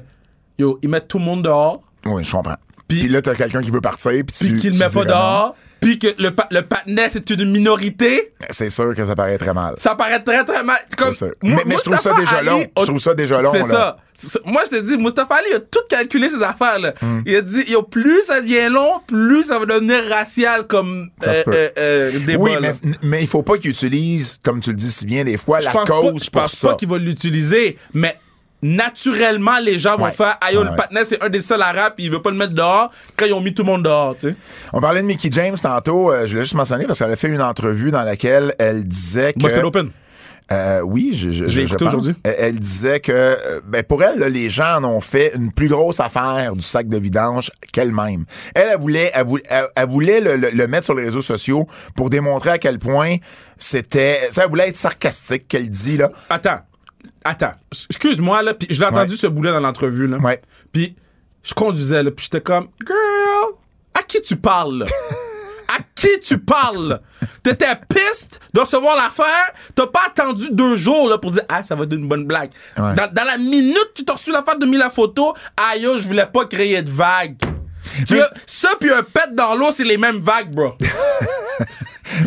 [SPEAKER 5] Yo, ils mettent tout le monde dehors.
[SPEAKER 2] Oui, je comprends.
[SPEAKER 5] Puis-
[SPEAKER 2] Puis, là, t'as quelqu'un qui veut partir, puis tu.
[SPEAKER 5] Puis qu'il
[SPEAKER 2] tu
[SPEAKER 5] ne met
[SPEAKER 2] dis
[SPEAKER 5] pas
[SPEAKER 2] que non.
[SPEAKER 5] dehors. Puis que le, pa- le patinet, c'est une minorité.
[SPEAKER 2] C'est sûr que ça paraît très mal.
[SPEAKER 5] Ça paraît très, très mal. Comme,
[SPEAKER 2] C'est sûr.
[SPEAKER 5] Mou-
[SPEAKER 2] Mais- mais je trouve
[SPEAKER 5] Mustafa
[SPEAKER 2] ça déjà
[SPEAKER 5] Ali
[SPEAKER 2] long. Je trouve ça déjà long,
[SPEAKER 5] C'est
[SPEAKER 2] là.
[SPEAKER 5] ça. C'est ça. Moi, je te dis, Mustafa Ali a tout calculé ses affaires. Là.
[SPEAKER 2] Hmm.
[SPEAKER 5] Il a dit, yo, plus ça devient long, plus ça va devenir racial comme euh,
[SPEAKER 2] Ça se peut.
[SPEAKER 5] débat.
[SPEAKER 2] Oui,
[SPEAKER 5] là.
[SPEAKER 2] mais, mais il faut pas qu'il utilise, comme tu le dis si bien des fois,
[SPEAKER 5] je
[SPEAKER 2] la
[SPEAKER 5] pense pas,
[SPEAKER 2] cause
[SPEAKER 5] je
[SPEAKER 2] pour
[SPEAKER 5] pense
[SPEAKER 2] ça.
[SPEAKER 5] pas qu'il va l'utiliser, mais naturellement, les gens vont
[SPEAKER 2] Ouais.
[SPEAKER 5] faire, aïe,
[SPEAKER 2] Ouais,
[SPEAKER 5] le
[SPEAKER 2] ouais.
[SPEAKER 5] patinet, c'est un des seuls arabes, puis il veut pas le mettre dehors quand ils ont mis tout le monde dehors, tu sais.
[SPEAKER 2] On parlait de Mickey James tantôt, euh, je l'ai juste mentionné parce qu'elle a fait une entrevue dans laquelle elle disait que...
[SPEAKER 5] Boston Open.
[SPEAKER 2] Euh, oui, je, je,
[SPEAKER 5] J'ai
[SPEAKER 2] je- je
[SPEAKER 5] écouté
[SPEAKER 2] pense.
[SPEAKER 5] aujourd'hui.
[SPEAKER 2] Elle, elle disait que euh, ben, pour elle, là, les gens en ont fait une plus grosse affaire du sac de vidange qu'elle-même. Elle, elle voulait, elle voulait, elle- elle voulait le, le- le mettre sur les réseaux sociaux pour démontrer à quel point c'était... Ça, elle voulait être sarcastique, qu'elle dit, là.
[SPEAKER 5] Attends. Attends. S- Excuse-moi, là. Puis je l'ai entendu
[SPEAKER 2] Ouais.
[SPEAKER 5] ce boulet dans l'entrevue, là.
[SPEAKER 2] Ouais.
[SPEAKER 5] Puis je conduisais, là. Puis j'étais comme, girl, à qui tu parles, là? À qui tu parles? là? T'étais piste de recevoir l'affaire. T'as pas attendu deux jours là, pour dire Ah, ça va être une bonne blague.
[SPEAKER 2] Ouais.
[SPEAKER 5] Dans, dans la minute que t'as reçu l'affaire, t'as mis la photo. Aïe, ah, yo, je voulais pas créer de vague. Tu
[SPEAKER 2] Mais-
[SPEAKER 5] as- ça, puis un pet dans l'eau, c'est les mêmes vagues, bro.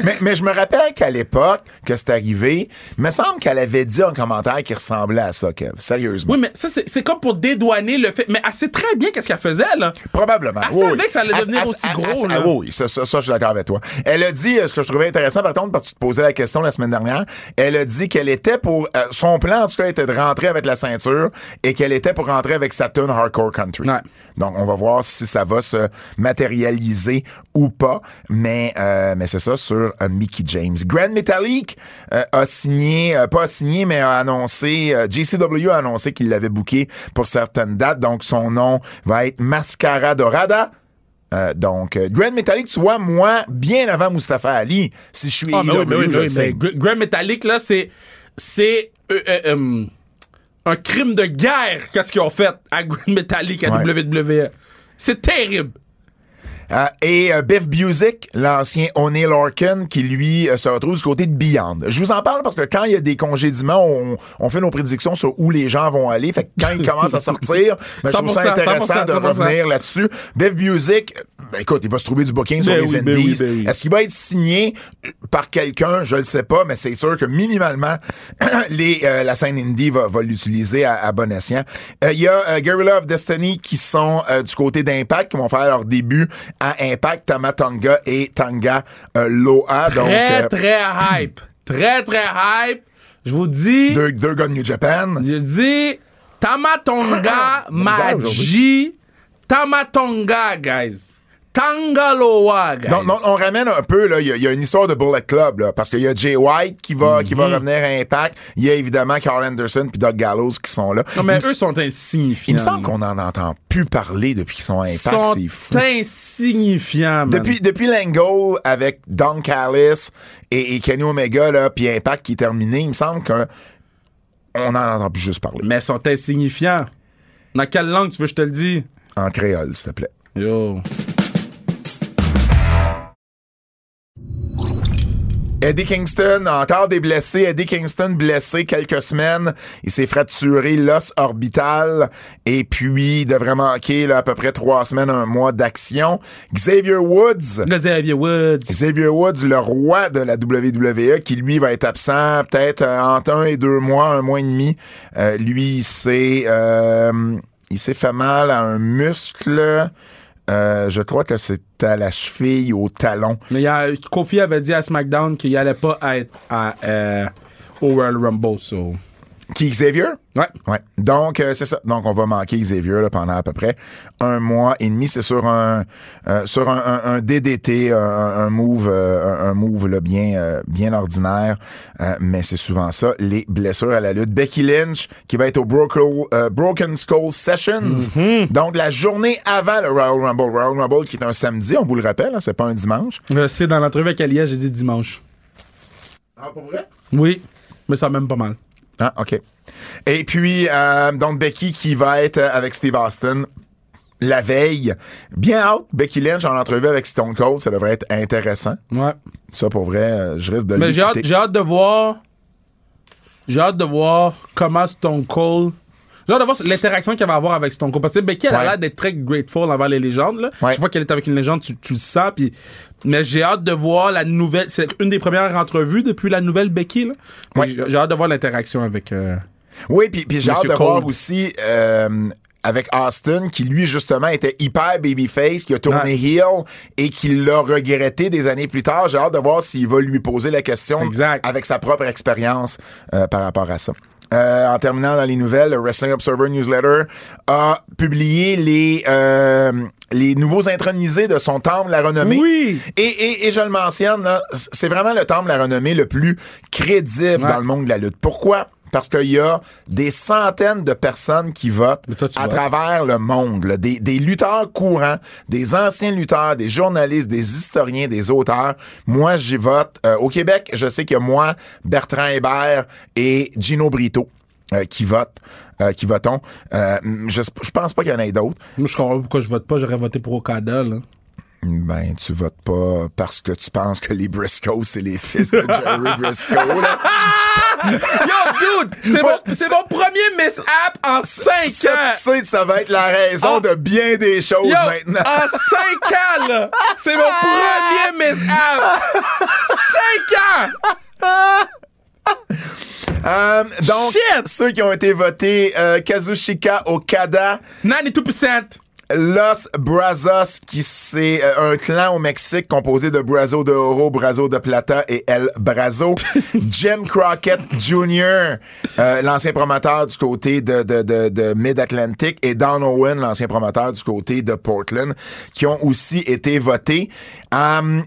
[SPEAKER 2] Mais, mais je me rappelle qu'à l'époque que c'est arrivé, il me semble qu'elle avait dit un commentaire qui ressemblait à ça, Kev. Sérieusement.
[SPEAKER 5] Oui, mais ça, c'est c'est comme pour dédouaner le fait. Mais elle sait très bien qu'est-ce qu'elle faisait, là.
[SPEAKER 2] Probablement.
[SPEAKER 5] Elle
[SPEAKER 2] oui,
[SPEAKER 5] savait
[SPEAKER 2] oui.
[SPEAKER 5] que ça allait
[SPEAKER 2] Elle-
[SPEAKER 5] devenir
[SPEAKER 2] elle-
[SPEAKER 5] aussi
[SPEAKER 2] elle-
[SPEAKER 5] gros,
[SPEAKER 2] elle-
[SPEAKER 5] là.
[SPEAKER 2] Oh, oui, ça, ça, ça, je suis d'accord avec toi. Elle a dit, euh, ce que je trouvais intéressant, par contre, parce que tu te posais la question la semaine dernière, elle a dit qu'elle était pour. euh, son plan, en tout cas, était de rentrer avec la ceinture et qu'elle était pour rentrer avec sa tune Hardcore Country.
[SPEAKER 5] Ouais.
[SPEAKER 2] Donc, on va voir si ça va se matérialiser ou pas. Mais, euh, mais c'est ça sur euh, Mickey James. Grand Metallic euh, a signé, euh, pas a signé, mais a annoncé, euh, JCW a annoncé qu'il l'avait booké pour certaines dates. Donc, son nom va être Mascara Dorada. Euh, donc, euh, Grand Metallic, tu vois, moi, bien avant Mustafa Ali, si je suis
[SPEAKER 5] Ah, mais oui,
[SPEAKER 2] AEW,
[SPEAKER 5] mais oui, mais
[SPEAKER 2] je
[SPEAKER 5] oui,
[SPEAKER 2] sais.
[SPEAKER 5] mais Gra- Graham Metallic, là, c'est. C'est. euh, euh, euh, un crime de guerre, qu'est-ce qu'ils ont fait à Graham Metallic, à
[SPEAKER 2] Ouais.
[SPEAKER 5] WWE. C'est terrible.
[SPEAKER 2] Euh, et euh, Biff Busick, l'ancien O'Neill Larkin, qui lui euh, se retrouve du côté de Beyond. Je vous en parle parce que quand il y a des congédiements, on, on fait nos prédictions sur où les gens vont aller. Fait que quand ils commencent à sortir, ben, je trouve
[SPEAKER 5] 100%,
[SPEAKER 2] ça intéressant
[SPEAKER 5] 100%,
[SPEAKER 2] de
[SPEAKER 5] 100%.
[SPEAKER 2] revenir là-dessus. Biff Busick, ben, écoute, il va se trouver du booking sur
[SPEAKER 5] Ben
[SPEAKER 2] les
[SPEAKER 5] oui, ben
[SPEAKER 2] Indies.
[SPEAKER 5] oui, ben oui.
[SPEAKER 2] Est-ce qu'il va être signé par quelqu'un? Je le sais pas, mais c'est sûr que minimalement, les, euh, la scène indie va, va l'utiliser à, à bon escient. Euh, Il y a euh, Guerrilla of Destiny qui sont euh, du côté d'Impact, qui vont faire leur début à Impact, Tamatanga et Tanga euh, Loa. Donc,
[SPEAKER 5] Très,
[SPEAKER 2] euh,
[SPEAKER 5] très hype. Très, très hype. Je vous dis.
[SPEAKER 2] deux, deux gars de New Japan.
[SPEAKER 5] Je dis. Tamatonga
[SPEAKER 2] Ah, bizarre
[SPEAKER 5] Maji. Tamatonga, guys. Tangaloa, guys.
[SPEAKER 2] Donc, on, on ramène un peu, là, il y, a- il y a une histoire de Bullet Club, là, parce qu'il y a Jay White qui va, qui va
[SPEAKER 5] Mm-hmm.
[SPEAKER 2] revenir à Impact. Il y a évidemment Carl Anderson puis Doug Gallows qui sont là.
[SPEAKER 5] non, mais
[SPEAKER 2] Il me-
[SPEAKER 5] eux sont insignifiants.
[SPEAKER 2] il me semble qu'on n'en entend plus parler depuis qu'ils sont à Impact, c'est fou.
[SPEAKER 5] sont insignifiants, man.
[SPEAKER 2] Depuis, depuis l'angle avec Don Callis et, et Kenny Omega, là, puis Impact qui est terminé, il me semble qu'on n'en entend plus juste parler.
[SPEAKER 5] Mais ils sont insignifiants. Dans quelle langue tu veux que je te le dise?
[SPEAKER 2] En créole, s'il te plaît.
[SPEAKER 5] Yo.
[SPEAKER 2] Eddie Kingston, encore des blessés. Eddie Kingston blessé quelques semaines. Il s'est fracturé l'os orbital et puis il devrait manquer là, à peu près trois semaines, un mois d'action. Xavier Woods.
[SPEAKER 5] Xavier Woods.
[SPEAKER 2] Xavier Woods, le roi de la WWE, qui lui va être absent peut-être euh, entre un et deux mois, un mois et demi. Euh, lui, il s'est, euh, il s'est fait mal à un muscle. Euh, je crois que c'est à la cheville, au talon.
[SPEAKER 5] Mais il y a- Kofi avait dit à SmackDown qu'il allait pas être à, euh, au Royal Rumble, so.
[SPEAKER 2] Qui, Xavier?
[SPEAKER 5] Ouais.
[SPEAKER 2] Ouais. Donc, euh, c'est ça. Donc, on va manquer Xavier là, pendant à peu près un mois et demi. C'est sur un euh, sur un, un- un DDT, un, un move, euh, un un move là, bien, euh, bien ordinaire. Euh, mais c'est souvent ça, les blessures à la lutte. Becky Lynch, qui va être au Broco- euh, Broken Skull Sessions. Donc, la journée avant le Royal Rumble. Royal Rumble qui est un samedi, on vous le rappelle, hein, c'est pas un dimanche.
[SPEAKER 5] Euh, c'est dans l'entrevue avec Alia, j'ai dit dimanche.
[SPEAKER 2] Ah, pour vrai?
[SPEAKER 5] Oui, mais ça même pas mal.
[SPEAKER 2] Ah, OK. Et puis, euh, donc, Becky qui va être euh, avec Steve Austin la veille. Bien out. Becky Lynch en entrevue avec Stone Cold, ça devrait être intéressant.
[SPEAKER 5] Ouais.
[SPEAKER 2] Ça, pour vrai, euh, je risque de
[SPEAKER 5] Mais j'ai hâte,
[SPEAKER 2] l'écouter.
[SPEAKER 5] j'ai hâte de voir. J'ai hâte de voir comment Stone Cold. J'ai hâte de voir l'interaction qu'elle va avoir avec Stone Cold. Parce que Becky, elle a
[SPEAKER 2] Ouais.
[SPEAKER 5] l'air d'être très grateful envers les légendes. Là.
[SPEAKER 2] Ouais.
[SPEAKER 5] Je vois qu'elle est avec une légende, tu, tu le sens. puis- Mais j'ai hâte de voir la nouvelle. C'est une des premières entrevues depuis la nouvelle Becky. là. Puis
[SPEAKER 2] Ouais.
[SPEAKER 5] J'ai j'ai hâte de voir l'interaction avec. euh,
[SPEAKER 2] Oui, puis, puis j'ai hâte de
[SPEAKER 5] Monsieur
[SPEAKER 2] voir
[SPEAKER 5] Cold.
[SPEAKER 2] aussi euh, avec Austin, qui lui, justement, était hyper babyface, qui a tourné
[SPEAKER 5] Ouais.
[SPEAKER 2] heel et qui l'a regretté des années plus tard. J'ai hâte de voir s'il va lui poser la question
[SPEAKER 5] Exact.
[SPEAKER 2] avec sa propre expérience euh, par rapport à ça. Euh, en terminant dans les nouvelles, le Wrestling Observer Newsletter a publié les, euh, les nouveaux intronisés de son temple, la renommée.
[SPEAKER 5] Oui.
[SPEAKER 2] Et, et- et je le mentionne, là, c'est vraiment le temple, la renommée le plus crédible
[SPEAKER 5] Ouais.
[SPEAKER 2] dans le monde de la lutte. Pourquoi? Parce qu'il y a des centaines de personnes qui votent
[SPEAKER 5] Mais toi, tu
[SPEAKER 2] à
[SPEAKER 5] votes.
[SPEAKER 2] travers le monde. là. Des, des lutteurs courants, des anciens lutteurs, des journalistes, des historiens, des auteurs. Moi, j'y vote. Euh, au Québec, je sais que moi, Bertrand Hébert et Gino Brito euh, qui votent, euh, qui votons. Euh, je, je pense pas qu'il y en ait d'autres.
[SPEAKER 5] Moi, je comprends pas pourquoi je vote pas. J'aurais voté pour Okada. Là.
[SPEAKER 2] Ben, tu votes pas parce que tu penses que les Briscoe, c'est les fils de Jerry Briscoe. là.
[SPEAKER 5] Yo, dude! C'est mon, c'est mon premier mishap en 5
[SPEAKER 2] Ça,
[SPEAKER 5] ans!
[SPEAKER 2] tu sais, que ça va être la raison
[SPEAKER 5] Ah.
[SPEAKER 2] de bien des choses
[SPEAKER 5] Yo,
[SPEAKER 2] maintenant.
[SPEAKER 5] En 5 ans, là! C'est mon premier mishap! 5 ans!
[SPEAKER 2] Euh, donc,
[SPEAKER 5] Ah! Shit!
[SPEAKER 2] ceux qui ont été votés, euh, Kazushika Okada,
[SPEAKER 5] 92%!
[SPEAKER 2] Los Brazos, qui c'est euh, un clan au Mexique composé de Brazo de Oro, Brazo de Plata et El Brazo. Jim Crockett Jr., euh, l'ancien promoteur du côté de, de, de, de Mid-Atlantic, et Don Owen, l'ancien promoteur du côté de Portland, qui ont aussi été votés. Euh,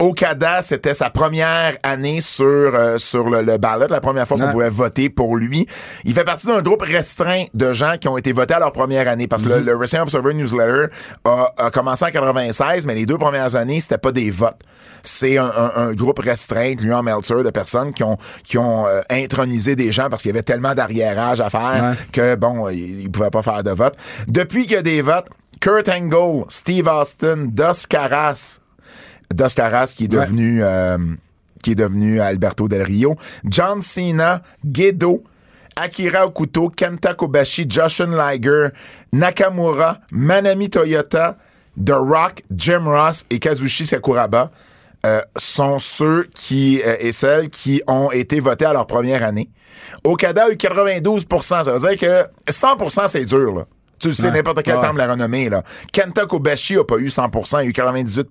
[SPEAKER 2] Okada, c'était sa première année sur, euh, sur le, le ballot, la première fois qu'on
[SPEAKER 5] Ouais.
[SPEAKER 2] pouvait voter pour lui. Il fait partie d'un groupe restreint de gens qui ont été votés à leur première année parce que
[SPEAKER 5] Mhm.
[SPEAKER 2] le, le Wrestling Observer Newsletter a, a commencé en 96, mais les deux premières années, c'était pas des votes. C'est un, un- un groupe restreint, lui en Meltzer, de personnes qui ont, qui ont euh, intronisé des gens parce qu'il y avait tellement d'arriérage à faire
[SPEAKER 5] Ouais.
[SPEAKER 2] que, bon, ils ils pouvaient pas faire de vote. Depuis qu'il y a des votes, Kurt Angle, Steve Austin, Dos Caras, Dos Caras qui est devenu euh, qui est devenu Alberto Del Rio, John Cena, Gedo, Akira Okuto, Kenta Kobashi, Joshin Liger, Nakamura, Manami Toyota, The Rock, Jim Ross et Kazushi Sakuraba euh, sont ceux qui euh, et celles qui ont été votés à leur première année. Okada a eu 92 ça veut dire que 100 c'est dur là. Tu le sais, n'importe quel
[SPEAKER 5] Ouais.
[SPEAKER 2] temple la renommée. Là. Kenta Kobashi a pas eu 100 il a eu 98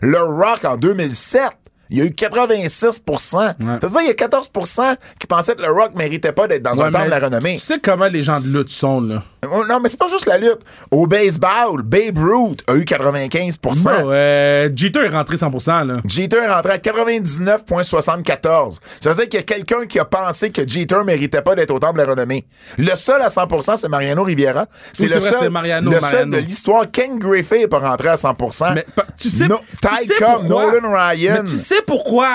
[SPEAKER 2] Le Rock, en 2007, il a eu 86 C'est-à-dire il y a 14 qui pensaient que le Rock méritait pas d'être dans un
[SPEAKER 5] Ouais,
[SPEAKER 2] temple
[SPEAKER 5] mais
[SPEAKER 2] la renommée.
[SPEAKER 5] Tu sais comment les gens de lutte sont, là?
[SPEAKER 2] Oh, Non, mais c'est pas juste la lutte. Au baseball, Babe Ruth a eu 95
[SPEAKER 5] Ouais, ouais, euh, Jeter est rentré 100%, là.
[SPEAKER 2] Jeter est rentré à 99,74. Ça veut dire qu'il y a quelqu'un qui a pensé que Jeter méritait pas d'être au temple de la renommée. Le seul à 100%, c'est Mariano Rivera. C'est
[SPEAKER 5] Oui,
[SPEAKER 2] le
[SPEAKER 5] c'est vrai,
[SPEAKER 2] seul,
[SPEAKER 5] c'est Mariano,
[SPEAKER 2] le seul
[SPEAKER 5] Mariano.
[SPEAKER 2] de l'histoire. Ken Griffey est pas rentré à 100%.
[SPEAKER 5] Mais pa- tu sais,
[SPEAKER 2] No-
[SPEAKER 5] tu
[SPEAKER 2] Ty
[SPEAKER 5] sais
[SPEAKER 2] Cobb,
[SPEAKER 5] pourquoi?
[SPEAKER 2] Nolan Ryan.
[SPEAKER 5] Mais tu sais pourquoi?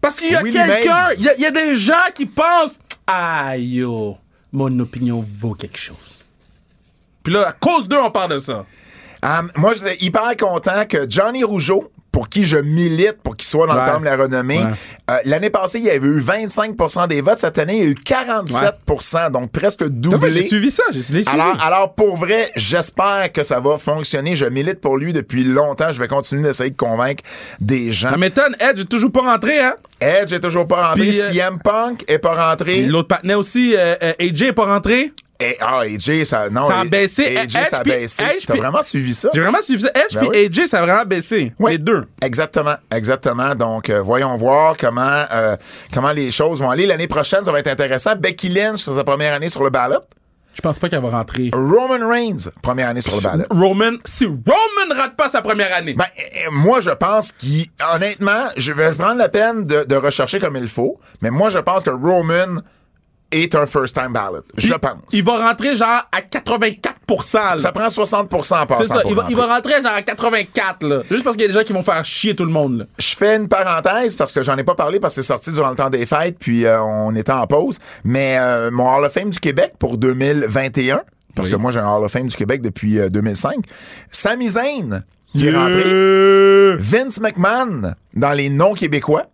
[SPEAKER 5] Parce qu'il y a
[SPEAKER 2] Willie
[SPEAKER 5] quelqu'un,
[SPEAKER 2] Mays.
[SPEAKER 5] il y a- il y, a des gens qui pensent Ah yo, mon opinion vaut quelque chose. Puis là, à cause d'eux, on parle de ça.
[SPEAKER 2] Euh, moi, j'étais hyper content que Johnny Rougeau, pour qui je milite pour qu'il soit dans le
[SPEAKER 5] Ouais.
[SPEAKER 2] temple de la renommée,
[SPEAKER 5] Ouais.
[SPEAKER 2] euh, l'année passée, il avait eu 25 des votes. Cette année, il y a eu 47 donc presque
[SPEAKER 5] T'as vu,
[SPEAKER 2] doublé.
[SPEAKER 5] J'ai suivi ça, j'ai j'ai suivi.
[SPEAKER 2] Alors, alors, pour vrai, j'espère que ça va fonctionner. Je milite pour lui depuis longtemps. Je vais continuer d'essayer de convaincre des gens.
[SPEAKER 5] ça m'étonne, Edge est toujours pas rentré, hein?
[SPEAKER 2] Edge est toujours pas rentré.
[SPEAKER 5] Puis, euh,
[SPEAKER 2] CM Punk est pas
[SPEAKER 5] Et
[SPEAKER 2] rentré.
[SPEAKER 5] l'autre partenaire aussi, euh, euh, AJ est pas rentré.
[SPEAKER 2] Eh, ah, AJ, ça. Non,
[SPEAKER 5] Ça a
[SPEAKER 2] eh,
[SPEAKER 5] baissé.
[SPEAKER 2] AJ,
[SPEAKER 5] Eh,
[SPEAKER 2] ça a
[SPEAKER 5] HP,
[SPEAKER 2] baissé. T'as
[SPEAKER 5] HP.
[SPEAKER 2] vraiment suivi ça?
[SPEAKER 5] J'ai vraiment suivi ça. Edge
[SPEAKER 2] Ben
[SPEAKER 5] puis
[SPEAKER 2] oui.
[SPEAKER 5] AJ, ça a vraiment baissé.
[SPEAKER 2] Oui.
[SPEAKER 5] Les deux.
[SPEAKER 2] Exactement, exactement. Donc, euh, voyons voir comment, euh, comment les choses vont aller. L'année prochaine, ça va être intéressant. Becky Lynch, c'est sa première année sur le ballot.
[SPEAKER 5] Je pense pas qu'elle va rentrer.
[SPEAKER 2] Roman Reigns, première année sur le ballot.
[SPEAKER 5] Roman, si Roman rate pas sa première année.
[SPEAKER 2] Ben, euh, moi, je pense qu'il. Honnêtement, je vais prendre la peine de, de rechercher comme il faut, mais moi, je pense que Roman est un first-time ballot. Je
[SPEAKER 5] Puis,
[SPEAKER 2] pense.
[SPEAKER 5] Il va rentrer genre à 84 là.
[SPEAKER 2] Ça prend 60 en passant.
[SPEAKER 5] C'est ça,
[SPEAKER 2] pour
[SPEAKER 5] il va, il
[SPEAKER 2] rentrer.
[SPEAKER 5] va rentrer genre à 84 là. Juste parce qu'il y a des gens qui vont faire chier tout le monde là.
[SPEAKER 2] Je fais une parenthèse parce que j'en ai pas parlé parce que c'est sorti durant le temps des fêtes puis euh, on était en pause. Mais euh, mon Hall of Fame du Québec pour 2021, parce que moi j'ai un Hall of Fame du Québec depuis euh, 2005, Sami Zayn qui est rentré,
[SPEAKER 5] Euh,
[SPEAKER 2] Vince McMahon dans les noms québécois.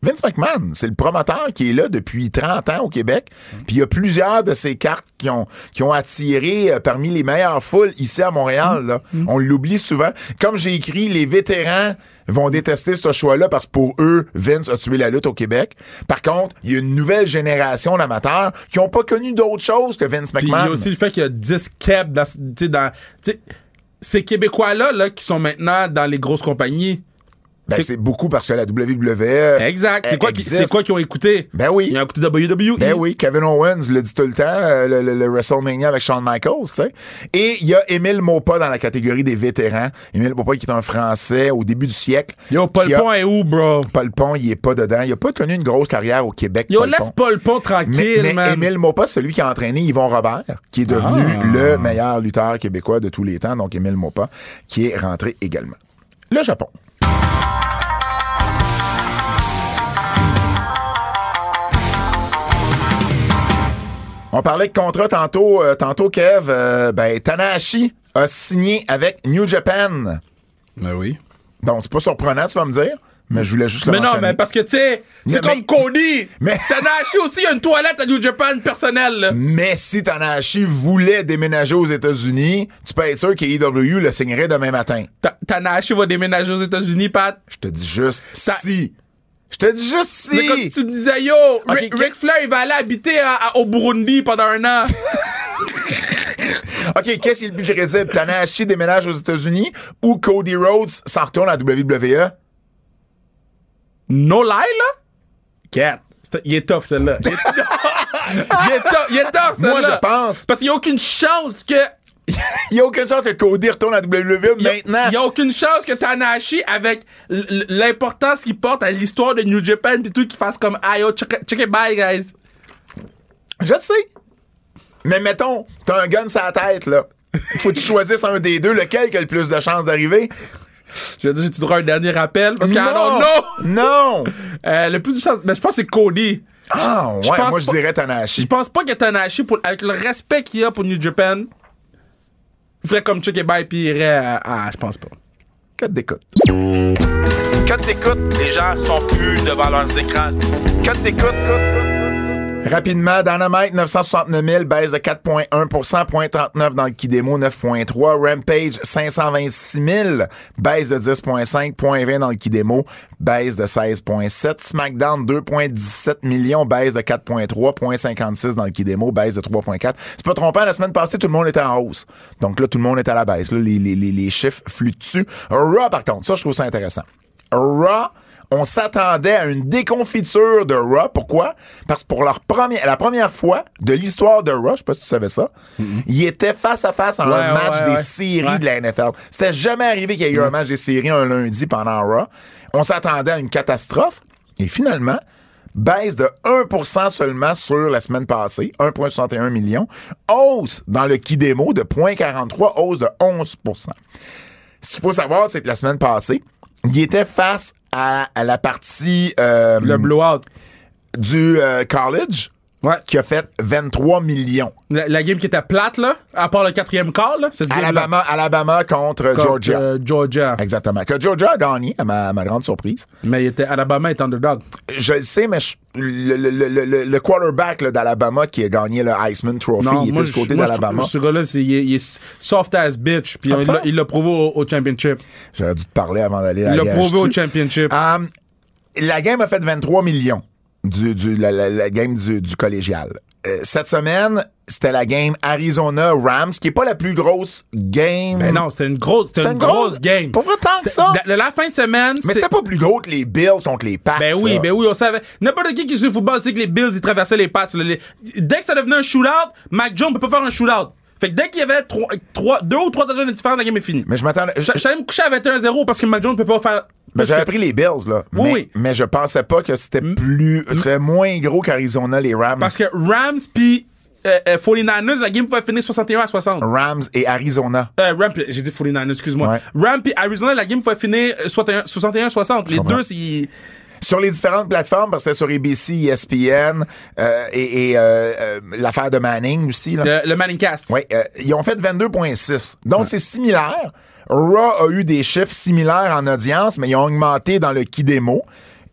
[SPEAKER 2] Vince McMahon, c'est le promoteur qui est là depuis 30 ans au Québec. Puis il y a plusieurs de ses cartes qui ont, qui ont attiré euh, parmi les meilleures foules ici à Montréal. là.
[SPEAKER 5] Mm.
[SPEAKER 2] On l'oublie souvent. Comme j'ai écrit, les vétérans vont détester ce choix-là parce que pour eux, Vince a tué la lutte au Québec. Par contre, il y a une nouvelle génération d'amateurs qui n'ont pas connu d'autre chose que Vince
[SPEAKER 5] Puis il y a
[SPEAKER 2] McMahon.
[SPEAKER 5] aussi le fait qu'il y a 10 keb dans, tu sais, dans tu sais, ces Québécois là là qui sont maintenant dans les grosses compagnies.
[SPEAKER 2] Ben,
[SPEAKER 5] c'est-
[SPEAKER 2] c'est beaucoup parce que la WWE.
[SPEAKER 5] Exact.
[SPEAKER 2] elle
[SPEAKER 5] C'est quoi qui- c'est
[SPEAKER 2] Euh, existe.
[SPEAKER 5] quoi qu'ils ont écouté
[SPEAKER 2] Ben oui.
[SPEAKER 5] Ils ont écouté WWE.
[SPEAKER 2] Ben oui, Kevin Owens le dit tout le temps, euh, le, le- le WrestleMania avec Shawn Michaels, tu sais. Et il y a Émile Maupas dans la catégorie des vétérans. Émile Maupas qui est un Français au début du siècle.
[SPEAKER 5] Yo, Paul
[SPEAKER 2] qui a-
[SPEAKER 5] Pont est où, bro?
[SPEAKER 2] Paul Pont, il est pas dedans. Il a pas connu une grosse carrière au Québec.
[SPEAKER 5] Yo,
[SPEAKER 2] Paul
[SPEAKER 5] laisse
[SPEAKER 2] Pont.
[SPEAKER 5] Paul Pont
[SPEAKER 2] Mais,
[SPEAKER 5] tranquille,
[SPEAKER 2] mais
[SPEAKER 5] man.
[SPEAKER 2] Émile Maupas, c'est celui qui a entraîné Yvon Robert, qui est devenu
[SPEAKER 5] Ah.
[SPEAKER 2] le meilleur lutteur québécois de tous les temps, donc Émile Maupas, qui est rentré également. Le Japon. On parlait de contrat tantôt, euh, tantôt Kev. euh, ben, Tanahashi a signé avec New Japan.
[SPEAKER 4] Ben oui.
[SPEAKER 2] Donc, c'est pas surprenant, tu vas me dire, mais je voulais juste le
[SPEAKER 5] Mais non,
[SPEAKER 2] mentionner.
[SPEAKER 5] mais parce que, tu sais, c'est
[SPEAKER 2] Mais-
[SPEAKER 5] comme Cody.
[SPEAKER 2] mais-
[SPEAKER 5] Tanahashi aussi, il y a une toilette à New Japan personnelle. là.
[SPEAKER 2] Mais si Tanahashi voulait déménager aux États-Unis, tu peux être sûr qu'AEW le signerait demain matin.
[SPEAKER 5] Ta- Tanahashi va déménager aux États-Unis, Pat.
[SPEAKER 2] Je te dis juste
[SPEAKER 5] Ta-
[SPEAKER 2] si. Je te dis juste si.
[SPEAKER 5] C'est comme si tu me disais, yo, Ri-
[SPEAKER 2] Ok, que-
[SPEAKER 5] Ric Flair, il va aller habiter à- à- au Burundi pendant un an.
[SPEAKER 2] OK, qu'est-ce qui est le plus crédible? Tanahashi déménage aux États-Unis ou Cody Rhodes s'en retourne à E? WWE?
[SPEAKER 5] no lie, là? Cat. C'est- Il est tough, celle-là. Il est tough, il est tough, il est tough,
[SPEAKER 2] Moi,
[SPEAKER 5] celle-là.
[SPEAKER 2] je pense.
[SPEAKER 5] Parce qu'il n'y a aucune chance que.
[SPEAKER 2] Il n'y a aucune chance que Cody retourne à WWE
[SPEAKER 5] Il n'y
[SPEAKER 2] maintenant.
[SPEAKER 5] a aucune chance que Tanahashi, avec l- l- l'importance qu'il porte à l'histoire de New Japan pis tout, qu'il fasse comme, ah yo, check, it- check it bye, guys.
[SPEAKER 2] Je sais. Mais mettons, t'as un gun sur la tête, là. Faut que tu choisisses un des deux, lequel qui a le plus de chances d'arriver.
[SPEAKER 5] Je veux dire, j'ai-tu droit à un dernier rappel? Parce que,
[SPEAKER 2] non!
[SPEAKER 5] non, non!
[SPEAKER 2] Non!
[SPEAKER 5] Euh, le plus de chance, mais je pense que c'est Cody.
[SPEAKER 2] Ah, ouais,
[SPEAKER 5] Je pense
[SPEAKER 2] moi je
[SPEAKER 5] pas-
[SPEAKER 2] dirais
[SPEAKER 5] Je
[SPEAKER 2] Tanahashi.
[SPEAKER 5] pense pas que Tanahashi, pour, avec le respect qu'il a pour New Japan, il ferait comme Check et Bye puis il irait à. Ah, je pense pas.
[SPEAKER 2] Code d'écoute.
[SPEAKER 5] Quand t'écoutes, les gens sont plus devant leurs écrans.
[SPEAKER 2] Quand t'écoutes, Rapidement, Dynamite, 969 000, baisse de 4,1 0,39 dans le Kidemo, 9,3 Rampage, 526 000, baisse de 10,5 0,20 dans le Kidemo, baisse de 16,7 SmackDown, 2,17 millions, baisse de 4,3 0,56 dans le Kidemo, baisse de 3,4 C'est pas trompant, la semaine passée, tout le monde était en hausse. Donc là, tout le monde est à la baisse. Là, les, les- les- les chiffres fluctuent. Raw, par contre, ça, je trouve ça intéressant. Raw, on s'attendait à une déconfiture de Raw. Pourquoi? Parce que pour leur première, la première fois de l'histoire de Raw, je sais pas si tu savais ça, ils étaient face à face en un
[SPEAKER 5] Mm-hmm. ouais,
[SPEAKER 2] match
[SPEAKER 5] ouais,
[SPEAKER 2] des
[SPEAKER 5] ouais. Mm-hmm.
[SPEAKER 2] séries de la NFL. C'était jamais arrivé qu'il y ait eu un match des séries un lundi pendant Raw. On s'attendait à une catastrophe. Et finalement, baisse de 1% seulement sur la semaine passée, 1,61 million. Hausse dans le Kidemo de 0,43, hausse de 11% ce qu'il faut savoir, c'est que la semaine passée, il était face à, à la partie euh,
[SPEAKER 5] Le blowout.
[SPEAKER 2] du euh, college
[SPEAKER 5] Ouais.
[SPEAKER 2] qui a fait 23 millions.
[SPEAKER 5] La, la game qui était plate, là, à part le quatrième quart, là, c'est ce game-là.
[SPEAKER 2] Alabama, Alabama contre,
[SPEAKER 5] Contre,
[SPEAKER 2] Georgia.
[SPEAKER 5] euh, Georgia.
[SPEAKER 2] Exactement. Que Georgia a gagné, à ma, à ma grande surprise.
[SPEAKER 5] Mais il était, Alabama est underdog.
[SPEAKER 2] Je le sais, mais je- le, le- le- le- le quarterback là, d'Alabama qui a gagné le Heisman Trophy, il était du côté
[SPEAKER 5] moi, je
[SPEAKER 2] d'Alabama.
[SPEAKER 5] trouve que Ce gars-là, c'est- il, est- il est soft as bitch. Puis
[SPEAKER 2] Ah,
[SPEAKER 5] on-
[SPEAKER 2] tu
[SPEAKER 5] il l'a-
[SPEAKER 2] penses?
[SPEAKER 5] il l'a prouvé au, au championship.
[SPEAKER 2] J'aurais dû te parler avant d'aller à
[SPEAKER 5] Il l'a
[SPEAKER 2] la
[SPEAKER 5] prouvé
[SPEAKER 2] IHSU.
[SPEAKER 5] au championship.
[SPEAKER 2] Euh, la game a fait 23 millions. Du, du- la, la- la game du, du collégial. euh, cette semaine, c'était la game Arizona-Rams, qui est pas la plus grosse game.
[SPEAKER 5] Mais Ben non, c'est une grosse, c'est
[SPEAKER 2] C'était
[SPEAKER 5] une, grosse, game.
[SPEAKER 2] Pas vrai tant que
[SPEAKER 5] C'est-
[SPEAKER 2] ça.
[SPEAKER 5] la- La, la fin de semaine,
[SPEAKER 2] Mais
[SPEAKER 5] c'était-
[SPEAKER 2] c'était pas plus gros que les Bills contre les Pats.
[SPEAKER 5] Ben oui,
[SPEAKER 2] ça.
[SPEAKER 5] ben oui, on savait. N'importe qui qui suit le football sait que les Bills, ils traversaient les passes. là. Les- Dès que ça devenait un shootout, Mac Jones peut pas faire un shootout. Fait que dès qu'il y avait trois, trois, deux ou trois touchdowns de différence, la game est finie.
[SPEAKER 2] Mais je m'attendais.
[SPEAKER 5] Je je suis allé me coucher à 21-0 parce que Mac Jones peut pas faire.
[SPEAKER 2] Ben,
[SPEAKER 5] parce
[SPEAKER 2] j'avais
[SPEAKER 5] que-
[SPEAKER 2] pris les Bills, là.
[SPEAKER 5] Oui,
[SPEAKER 2] mais,
[SPEAKER 5] oui. Mm.
[SPEAKER 2] mais je pensais pas que c'était plus. C'est moins gros qu'Arizona, les Rams.
[SPEAKER 5] Parce que Rams pis euh, euh, 49ers, la game pouvait finir 61 à 60.
[SPEAKER 2] Rams et Arizona.
[SPEAKER 5] Euh, Rams, pis- j'ai dit 49ers, excuse-moi.
[SPEAKER 2] Ouais.
[SPEAKER 5] Rams pis Arizona, la game pouvait finir euh, 61 61 à 60. Les
[SPEAKER 2] comprends.
[SPEAKER 5] deux, c'est.
[SPEAKER 2] Sur les différentes plateformes, parce que c'était sur ABC, ESPN euh, et, et, euh, euh, l'affaire de Manning aussi. Là.
[SPEAKER 5] Le, le Manning Cast.
[SPEAKER 2] Oui, euh, ils ont fait 22,6. Donc, c'est similaire. Raw a eu des chiffres similaires en audience, mais ils ont augmenté dans le qui démo.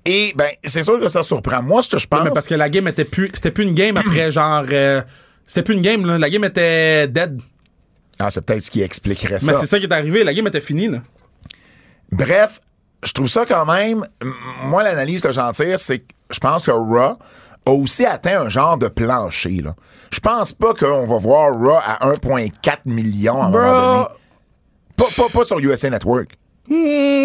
[SPEAKER 2] Et, ben, c'est sûr que ça surprend. Moi, ce que je pense.
[SPEAKER 5] Mais parce que la game était plus. C'était plus une game après, genre. euh, c'était plus une game, là. La game était dead.
[SPEAKER 2] Ah, c'est peut-être ce qui expliquerait
[SPEAKER 5] Mais c'est ça qui est arrivé. La game était finie, là.
[SPEAKER 2] Bref, je trouve ça quand même. m- Moi, l'analyse que j'en tire, c'est que je pense que Raw a aussi atteint un genre de plancher. Là. Je pense pas qu'on va voir Raw à 1,4 million à un moment donné. Pas, pas, pas sur USA Network.
[SPEAKER 5] Hmm.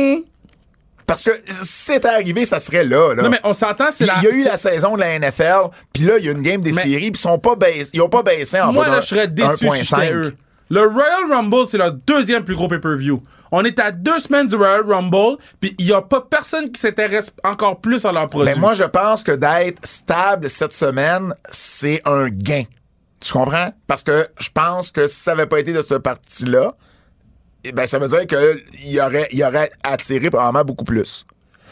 [SPEAKER 2] Parce que si c'était arrivé, ça serait là. là.
[SPEAKER 5] Non, mais on s'entend, c'est
[SPEAKER 2] il
[SPEAKER 5] la.
[SPEAKER 2] y a eu la saison de la NFL, puis là, il y a une game des
[SPEAKER 5] Mais-
[SPEAKER 2] séries, puis ils sont pas baissés- ils ont pas baissé en
[SPEAKER 5] Moi,
[SPEAKER 2] bas
[SPEAKER 5] là,
[SPEAKER 2] d'un
[SPEAKER 5] je serais déçu si j'étais
[SPEAKER 2] 1,5.
[SPEAKER 5] eux. Le Royal Rumble, c'est leur deuxième plus gros pay-per-view. On est à deux semaines du Royal Rumble, puis il n'y a pas personne qui s'intéresse encore plus à leur produit.
[SPEAKER 2] Mais Ben, moi, je pense que d'être stable cette semaine, c'est un gain. Tu comprends? Parce que je pense que si ça n'avait pas été de ce parti-là, eh ben, ça veut dire qu'il y aurait, il y aurait attiré probablement beaucoup plus.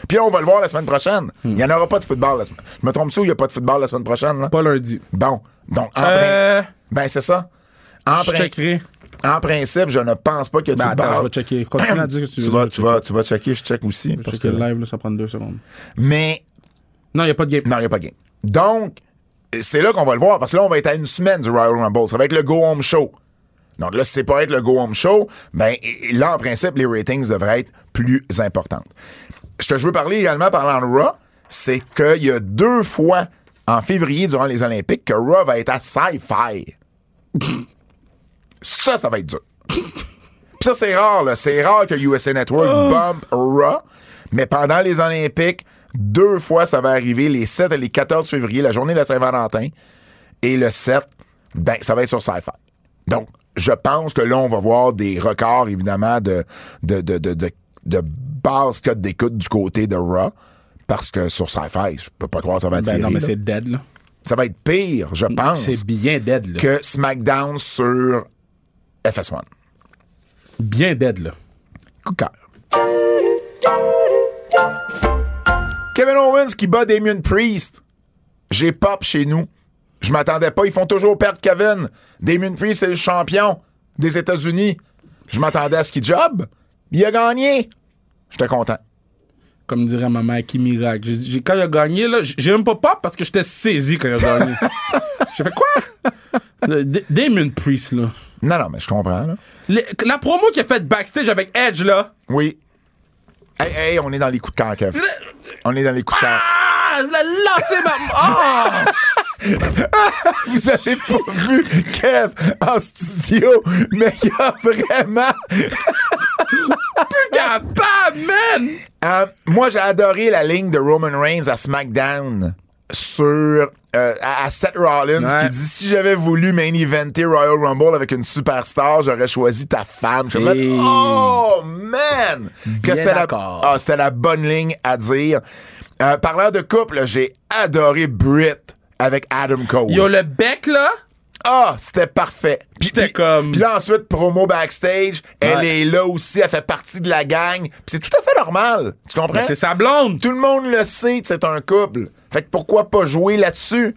[SPEAKER 2] Puis là, on va le voir la semaine prochaine.
[SPEAKER 5] Hmm.
[SPEAKER 2] Il n'y en aura pas de football la semaine. Je me trompe-tu ou il n'y a pas de football la semaine prochaine? Là?
[SPEAKER 5] pas lundi.
[SPEAKER 2] Bon. Donc, en
[SPEAKER 5] Euh,
[SPEAKER 2] prin- Ben, c'est ça. En,
[SPEAKER 5] Je
[SPEAKER 2] prin-
[SPEAKER 5] checkerai.
[SPEAKER 2] en principe, je ne pense pas qu'il y a du
[SPEAKER 5] Ben, attends,
[SPEAKER 2] football.
[SPEAKER 5] je vais checker. Continue à dire ce que tu veux.
[SPEAKER 2] vas, tu, vas, tu vas checker, je check aussi. parce
[SPEAKER 5] Parce que
[SPEAKER 2] que-
[SPEAKER 5] le live, là, ça prend deux secondes.
[SPEAKER 2] Mais
[SPEAKER 5] Non, il n'y a pas de game.
[SPEAKER 2] Non, il n'y a pas de game. Donc, c'est là qu'on va le voir, parce que là, on va être à une semaine du Royal Rumble. Ça va être le Go Home Show. Donc là, si c'est pas être le Go Home Show, ben et- et là, en principe, les ratings devraient être plus importantes. Ce que je veux parler également, parlant de Raw, c'est qu'il y a deux fois en février, durant les Olympiques, que Raw va être à Sci-Fi. ça, ça va être dur. Puis ça, c'est rare, là. C'est rare que USA Network
[SPEAKER 5] Ah.
[SPEAKER 2] bump Raw. Mais pendant les Olympiques, deux fois, ça va arriver, les 7 et les 14 février, la journée de la Saint-Valentin. Et le 7, ben, ça va être sur sci Donc, je pense que là, on va voir des records, évidemment, de, de, de, de, de, de basse cote d'écoute du côté de Raw. Parce que sur Sci-Fi, je peux pas croire que ça va attirer.
[SPEAKER 5] Ben non, mais
[SPEAKER 2] là.
[SPEAKER 5] c'est dead, là.
[SPEAKER 2] ça va être pire, je pense,
[SPEAKER 5] C'est bien dead, là.
[SPEAKER 2] que SmackDown sur FS1.
[SPEAKER 5] Bien dead, là.
[SPEAKER 2] Coup de cœur. Kevin Owens qui bat Damien Priest. J'ai pop chez nous. Je m'attendais pas. Ils font toujours perdre Kevin. Damien Priest est le champion des États-Unis. Je m'attendais à ce qu'il job. Il a gagné. J'étais content.
[SPEAKER 5] Comme dirait ma mère, qui miracle. J'ai- j'ai- quand il a gagné, là, j'ai- j'ai même pas pop parce que j'étais saisi quand il a gagné. j'ai fait quoi? Le- D- Damon Priest, là.
[SPEAKER 2] Non, non, mais je comprends. là.
[SPEAKER 5] Le- la promo qu'il a faite backstage avec Edge, là.
[SPEAKER 2] Oui. Hey, hey, on est dans les coups de camp, Kev. On est dans les coups de camp.
[SPEAKER 5] Ah! Je l'ai lancé ma. Ah!
[SPEAKER 2] Vous avez pas vu Kev en studio, mais il a vraiment
[SPEAKER 5] Capable, man!
[SPEAKER 2] Euh, moi, j'ai adoré la ligne de Roman Reigns à SmackDown sur euh, à, à Seth Rollins
[SPEAKER 5] Ouais.
[SPEAKER 2] qui dit si j'avais voulu main eventer Royal Rumble avec une superstar, j'aurais choisi ta femme. Je me
[SPEAKER 5] Hey.
[SPEAKER 2] oh man, que
[SPEAKER 5] Bien
[SPEAKER 2] c'était la,
[SPEAKER 5] d'accord.
[SPEAKER 2] ah, c'était la bonne ligne à dire. Euh, parlant de couple, j'ai adoré Britt avec Adam Cole.
[SPEAKER 5] Yo, le bec, là.
[SPEAKER 2] Ah, c'était parfait. Puis,
[SPEAKER 5] C'était
[SPEAKER 2] puis-
[SPEAKER 5] comme-
[SPEAKER 2] Puis là, ensuite, promo backstage. Elle
[SPEAKER 5] Ouais.
[SPEAKER 2] est là aussi, elle fait partie de la gang. Puis c'est tout à fait normal. Tu comprends?
[SPEAKER 5] Ben, c'est sa blonde.
[SPEAKER 2] Tout le monde le sait que c'est un couple. Fait que pourquoi pas jouer là-dessus?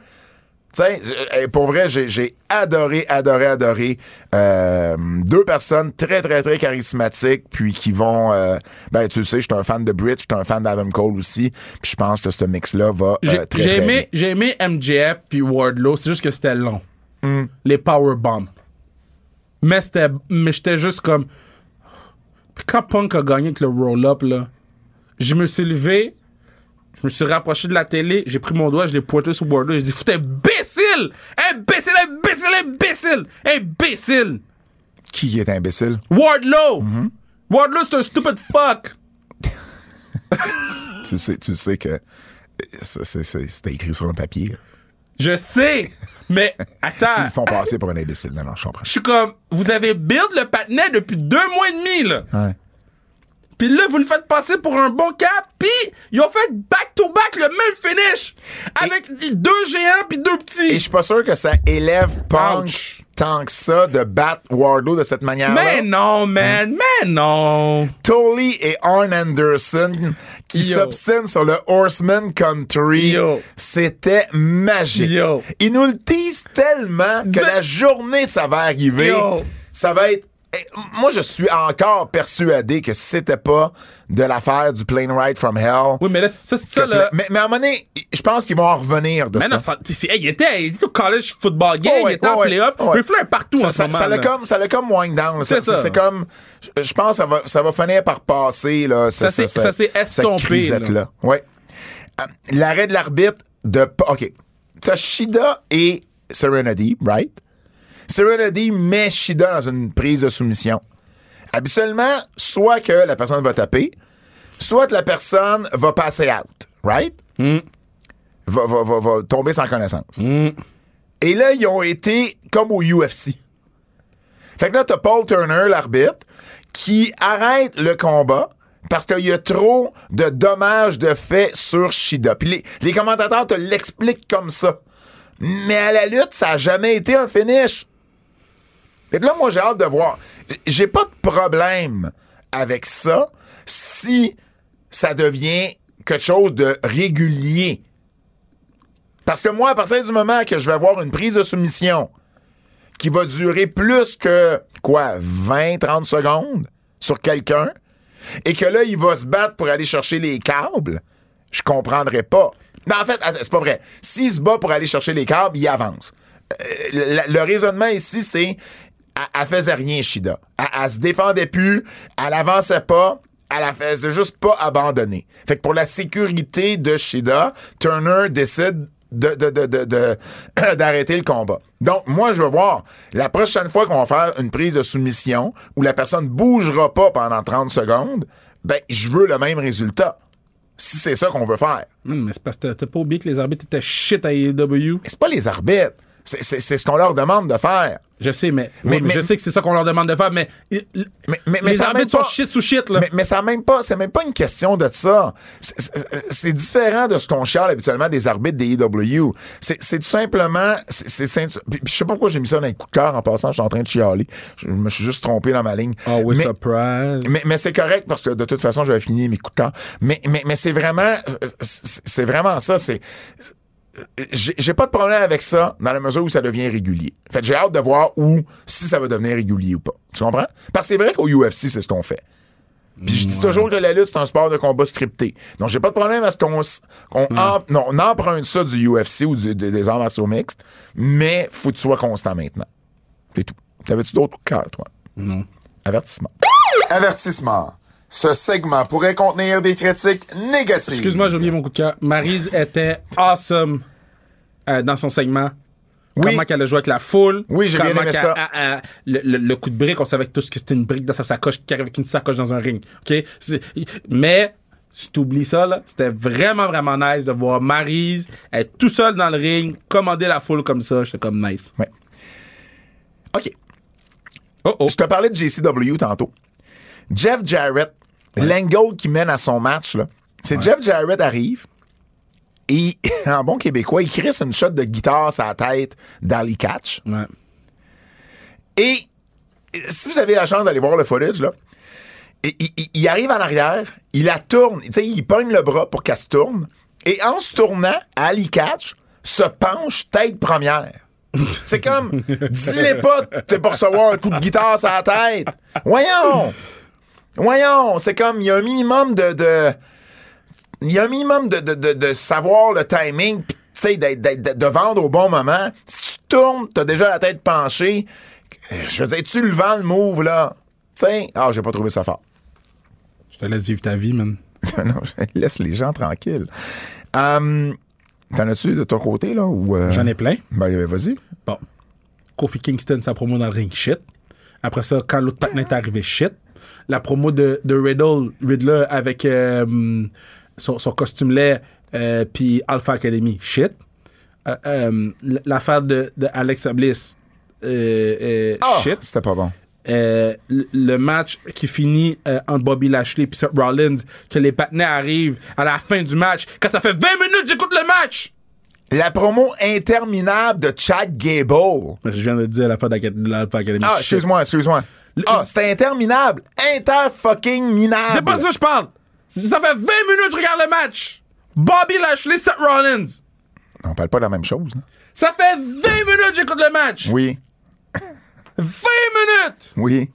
[SPEAKER 2] Tu sais, je- eh, pour vrai, j'ai j'ai adoré, adoré, adoré. euh, deux personnes très, très, très charismatiques, puis qui vont... euh, ben, tu sais, je suis un fan de Brit, je suis un fan d'Adam Cole aussi, puis je pense que ce mix-là va euh,
[SPEAKER 5] J'ai
[SPEAKER 2] très, très
[SPEAKER 5] j'ai
[SPEAKER 2] bien.
[SPEAKER 5] aimé, j'ai aimé MJF puis Wardlow. C'est juste que c'était long.
[SPEAKER 2] Mm.
[SPEAKER 5] Les powerbombs. Mais c'était, mais j'étais juste comme. Puis quand Punk a gagné avec le roll-up, là, je me suis levé. Je me suis rapproché de la télé, j'ai pris mon doigt, je l'ai pointé sur Bordeaux, j'ai dit Fout imbécile Imbécile, imbécile, imbécile Imbécile
[SPEAKER 2] Qui est imbécile?
[SPEAKER 5] Wardlow
[SPEAKER 2] Mm-hmm.
[SPEAKER 5] Wardlow, c'est un stupid fuck
[SPEAKER 2] Tu sais, tu sais que euh, c'est- c'est- c'est- c'était écrit sur un papier.
[SPEAKER 5] Je sais Mais attends
[SPEAKER 2] Ils font passer pour un imbécile. Non, non, je comprends.
[SPEAKER 5] Je suis comme Vous avez build le patinet depuis deux mois et demi, là
[SPEAKER 2] Ouais.
[SPEAKER 5] Puis là, vous le faites passer pour un bon cap, puis ils ont fait back-to-back le même finish avec deux géants puis deux
[SPEAKER 2] Et
[SPEAKER 5] petits.
[SPEAKER 2] je suis pas sûr que ça élève Punch tant que ça de battre Wardlow de cette manière-là.
[SPEAKER 5] Mais
[SPEAKER 2] Hein?
[SPEAKER 5] non, man, mais non.
[SPEAKER 2] Tully et Arn Anderson qui
[SPEAKER 5] Yo.
[SPEAKER 2] s'obstinent sur le Horseman Country.
[SPEAKER 5] Yo.
[SPEAKER 2] C'était magique.
[SPEAKER 5] Yo.
[SPEAKER 2] Ils nous le teasent tellement que
[SPEAKER 5] Ben-
[SPEAKER 2] la journée que ça va arriver,
[SPEAKER 5] Yo.
[SPEAKER 2] ça va être. eh, Moi, je suis encore persuadé que c'était pas de l'affaire du plane ride from hell.
[SPEAKER 5] Oui, mais là, ça, c'est ça,
[SPEAKER 2] Que-
[SPEAKER 5] là.
[SPEAKER 2] mais, mais à un moment donné, je pense qu'ils vont en revenir de
[SPEAKER 5] Mais
[SPEAKER 2] ça.
[SPEAKER 5] non, ça- c'est- hey, il, était, il était au college football game,
[SPEAKER 2] Oh ouais,
[SPEAKER 5] il était en
[SPEAKER 2] oh ouais,
[SPEAKER 5] playoff.
[SPEAKER 2] oh ouais.
[SPEAKER 5] Ric Flair est partout
[SPEAKER 2] ça,
[SPEAKER 5] en
[SPEAKER 2] ça-
[SPEAKER 5] ce moment.
[SPEAKER 2] ça l'a
[SPEAKER 5] là.
[SPEAKER 2] comme, ça l'a comme wind down.
[SPEAKER 5] C'est
[SPEAKER 2] C'est
[SPEAKER 5] ça.
[SPEAKER 2] ça. C'est comme, je- je pense, que ça va, ça va finir par passer là.
[SPEAKER 5] Ça
[SPEAKER 2] ce-
[SPEAKER 5] s'est-
[SPEAKER 2] ce-
[SPEAKER 5] ça s'est
[SPEAKER 2] cette
[SPEAKER 5] estompé,
[SPEAKER 2] crisette-là. Ouais. Euh, L'arrêt de l'arbitre de, pa- ok, t'as Shida et Serenity, right? Serenity met Shida dans une prise de soumission. Habituellement, soit que la personne va taper, soit que la personne va passer out, right?
[SPEAKER 5] Mm.
[SPEAKER 2] Va, va- va- va tomber sans connaissance. Et là, ils ont été comme au UFC. Fait que là, t'as Paul Turner, l'arbitre, qui arrête le combat parce qu'il y a trop de dommages de faits sur Shida. Puis les, les commentateurs te l'expliquent comme ça. Mais à la lutte, ça n'a jamais été un finish. Fait que là, moi, j'ai hâte de voir. J'ai pas de problème avec ça si ça devient quelque chose de régulier. Parce que moi, à partir du moment que je vais avoir une prise de soumission qui va durer plus que, quoi, 20, 30 secondes sur quelqu'un, et que là, il va se battre pour aller chercher les câbles, je comprendrais pas. Mais en fait, attends, c'est pas vrai. S'il se bat pour aller chercher les câbles, il avance. Euh, le, le- le raisonnement ici, c'est elle, elle faisait rien, Shida. Elle, elle se défendait plus, elle avançait pas, elle la faisait juste pas abandonner. Fait que pour la sécurité de Shida, Turner décide de, de- de- de- de- d'arrêter le combat. Donc, moi, je veux voir, la prochaine fois qu'on va faire une prise de soumission où la personne bougera pas pendant 30 secondes, ben, je veux le même résultat. Si c'est ça qu'on veut faire.
[SPEAKER 5] Hum, mais c'est parce que t'as- t'as pas oublié que les arbitres étaient shit à E AEW.
[SPEAKER 2] Mais c'est pas les arbitres. C'est, c'est- c'est ce qu'on leur demande de faire.
[SPEAKER 5] Je sais, mais,
[SPEAKER 2] Mais-
[SPEAKER 5] ouais, mais
[SPEAKER 2] mais-
[SPEAKER 5] je sais que c'est ça qu'on leur demande de faire, mais,
[SPEAKER 2] Mais- mais- mais
[SPEAKER 5] les
[SPEAKER 2] ça a
[SPEAKER 5] arbitres
[SPEAKER 2] même
[SPEAKER 5] sont
[SPEAKER 2] pas-
[SPEAKER 5] shit sous shit, là.
[SPEAKER 2] Mais, mais ça a même pas, c'est même pas une question de ça. C'est- c'est- C'est différent de ce qu'on chiale habituellement des arbitres des EW. C'est c'est tout simplement, c'est- c'est simple- puis- puis je sais pas pourquoi j'ai mis ça dans un coup de cœur en passant. Je suis en train de chialer. Je me suis juste trompé dans ma ligne.
[SPEAKER 5] Always
[SPEAKER 2] Mais-
[SPEAKER 5] Ah surprise.
[SPEAKER 2] mais, mais c'est correct parce que de toute façon, j'avais fini mes coups de temps. Mais, mais, mais c'est vraiment, c'est c'est vraiment ça. C'est, j'ai j'ai pas de problème avec ça dans la mesure où ça devient régulier. Fait que j'ai hâte de voir où, si ça va devenir régulier ou pas. Tu comprends? Parce que c'est vrai qu'au UFC, c'est ce qu'on fait. Puis je dis toujours que la lutte, c'est un sport de combat scripté. Donc, j'ai pas de problème à ce qu'on s- qu'on em- non, on emprunte ça du UFC ou du- de- des arts martiaux mixtes, mais faut que tu sois constant maintenant. C'est tout. T'avais-tu d'autres coups de cœur, toi? Avertissement. Avertissement. Ce segment pourrait contenir des critiques négatives.
[SPEAKER 5] Excuse-moi, j'ai oublié mon coup de cœur. Maryse était awesome euh, dans son segment.
[SPEAKER 2] Oui.
[SPEAKER 5] Comment qu'elle a joué avec la foule.
[SPEAKER 2] Oui, j'ai bien
[SPEAKER 5] Comment
[SPEAKER 2] aimé
[SPEAKER 5] qu'elle-
[SPEAKER 2] ça.
[SPEAKER 5] elle- elle- le, le- le coup de brique, on savait tous que c'était une brique dans sa sacoche qui arrive avec une sacoche dans un ring. OK? C'est- Mais, si t'oublies ça, là, c'était vraiment, vraiment nice de voir Maryse être tout seule dans le ring, commander la foule comme ça. J'étais comme nice.
[SPEAKER 2] Ouais. OK.
[SPEAKER 5] Oh, oh.
[SPEAKER 2] Je te parlais de JCW tantôt. Jeff Jarrett, l'angle qui mène à son match, là, c'est Jeff Jarrett arrive et, en bon québécois, il crisse une shot de guitare sur la tête d'Ali Catch.
[SPEAKER 5] Ouais.
[SPEAKER 2] Et euh, si vous avez la chance d'aller voir le footage, là, et- il, il- il arrive en arrière, il la tourne, tu sais, il pogne le bras pour qu'elle se tourne. Et en se tournant, Ali Catch se penche tête première. C'est comme, dis-les pas, t'es pour recevoir un coup de guitare sur la tête. Voyons! Voyons! C'est comme, il y a un minimum de. de- il y a un minimum de, de- de- de savoir le timing, pis, tu sais, d'être- d'être- de, de vendre au bon moment. Si tu tournes, t'as déjà la tête penchée. Je veux dire, tu le vends le move, là. Tu sais, ah, j'ai pas trouvé ça fort.
[SPEAKER 5] Je te laisse vivre ta vie, man.
[SPEAKER 2] non, je laisse les gens tranquilles. Hum, T'en as-tu de ton côté, là? ou, euh,
[SPEAKER 5] J'en ai plein.
[SPEAKER 2] Ben, ben, vas-y.
[SPEAKER 5] Bon. Kofi Kingston, sa promo dans le ring, shit. Après ça, quand l'autre partner est arrivé, shit. La promo de, de Riddle, Riddler avec euh, son, son costume laid, euh, puis Alpha Academy, shit. Euh, euh, l- L'affaire de, de Alexa Bliss, euh, euh,
[SPEAKER 2] Ah,
[SPEAKER 5] shit.
[SPEAKER 2] C'était pas bon.
[SPEAKER 5] Euh, le- le match qui finit euh, entre Bobby Lashley et Seth Rollins, que les partenaires arrivent à la fin du match, quand ça fait 20 minutes j'écoute le match!
[SPEAKER 2] La promo interminable de Chad Gable.
[SPEAKER 5] Mais je viens de dire la fin de l'Aca- de l'Alpha Academy.
[SPEAKER 2] Ah,
[SPEAKER 5] shit.
[SPEAKER 2] excuse-moi, excuse-moi. Ah, c'était interminable. Inter-fucking-minable.
[SPEAKER 5] C'est pas ça que je parle! Ça fait 20 minutes que je regarde le match! Bobby Lashley, Seth Rollins!
[SPEAKER 2] On parle pas de la même chose, là.
[SPEAKER 5] Ça fait 20 minutes que j'écoute le match!
[SPEAKER 2] Oui,
[SPEAKER 5] 20 minutes!
[SPEAKER 2] oui.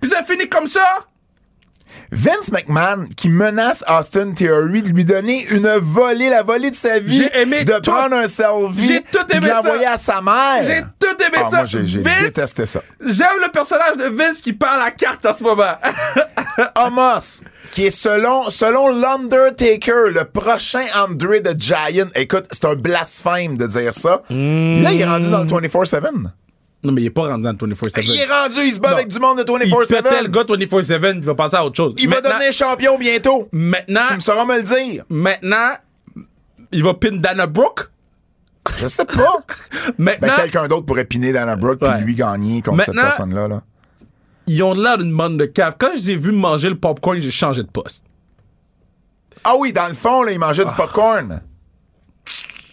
[SPEAKER 5] Puis ça finit comme ça!
[SPEAKER 2] Vince McMahon qui menace Austin Theory de lui donner une volée, la volée de sa vie,
[SPEAKER 5] J'ai aimé
[SPEAKER 2] de
[SPEAKER 5] tout.
[SPEAKER 2] prendre un selfie,
[SPEAKER 5] J'ai tout
[SPEAKER 2] puis de
[SPEAKER 5] aimé ça.
[SPEAKER 2] l'envoyer à sa mère.
[SPEAKER 5] J'ai tout aimé
[SPEAKER 2] ah,
[SPEAKER 5] ça!
[SPEAKER 2] Moi, j'ai j'ai
[SPEAKER 5] Vince,
[SPEAKER 2] détesté ça.
[SPEAKER 5] J'aime le personnage de Vince qui parle à carte en ce moment!
[SPEAKER 2] Homos, qui est selon, selon l'Undertaker, le prochain André the Giant. Écoute, c'est un blasphème de dire ça.
[SPEAKER 5] Hmm.
[SPEAKER 2] Là, il est rendu dans le 24-7.
[SPEAKER 5] non, mais il est pas rendu dans le 24-7.
[SPEAKER 2] Il est rendu, il se bat avec du monde de
[SPEAKER 5] Il pétait
[SPEAKER 2] 24-7.
[SPEAKER 5] le gars 24-7, il va passer à autre chose.
[SPEAKER 2] Il va
[SPEAKER 5] Maintenant-
[SPEAKER 2] devenir champion bientôt. Tu
[SPEAKER 5] Maintenant,
[SPEAKER 2] me sauras me le dire.
[SPEAKER 5] maintenant, il va pin Dana Brooke.
[SPEAKER 2] Je sais pas. Ben,
[SPEAKER 5] Maintenant,
[SPEAKER 2] quelqu'un d'autre pourrait piner dans la Brooke puis
[SPEAKER 5] Ouais.
[SPEAKER 2] lui gagner contre cette
[SPEAKER 5] Maintenant-
[SPEAKER 2] personne-là. Là.
[SPEAKER 5] ils ont l'air d'une bande de cave. Quand j'ai vu manger le popcorn, j'ai changé de poste.
[SPEAKER 2] Ah oui, dans le fond, là, il mangeait
[SPEAKER 5] Ah.
[SPEAKER 2] du popcorn.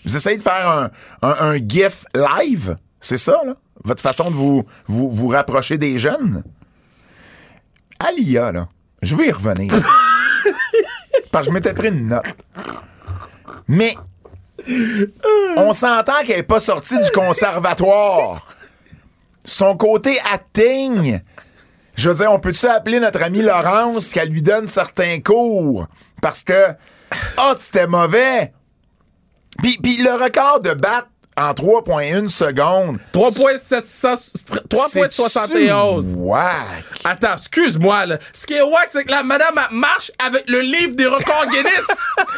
[SPEAKER 2] Vous essayez de faire un, un, un GIF live. C'est ça, là. Votre façon de vous, vous, vous rapprocher des jeunes. Alia, là. Je vais y revenir. Parce que je m'étais pris une note. Mais on s'entend qu'elle n'est pas sortie du conservatoire. Son côté atteigne. Je veux dire, on peut-tu appeler notre amie Laurence qu'elle lui donne certains cours? Parce que, ah, c'était mauvais! Puis, puis le record de battre en 3,1 secondes.
[SPEAKER 5] 3.700 3.71.
[SPEAKER 2] c'est-tu whack?
[SPEAKER 5] Attends, excuse-moi, là. Ce qui est wack, c'est que la madame elle marche avec le livre des records Guinness.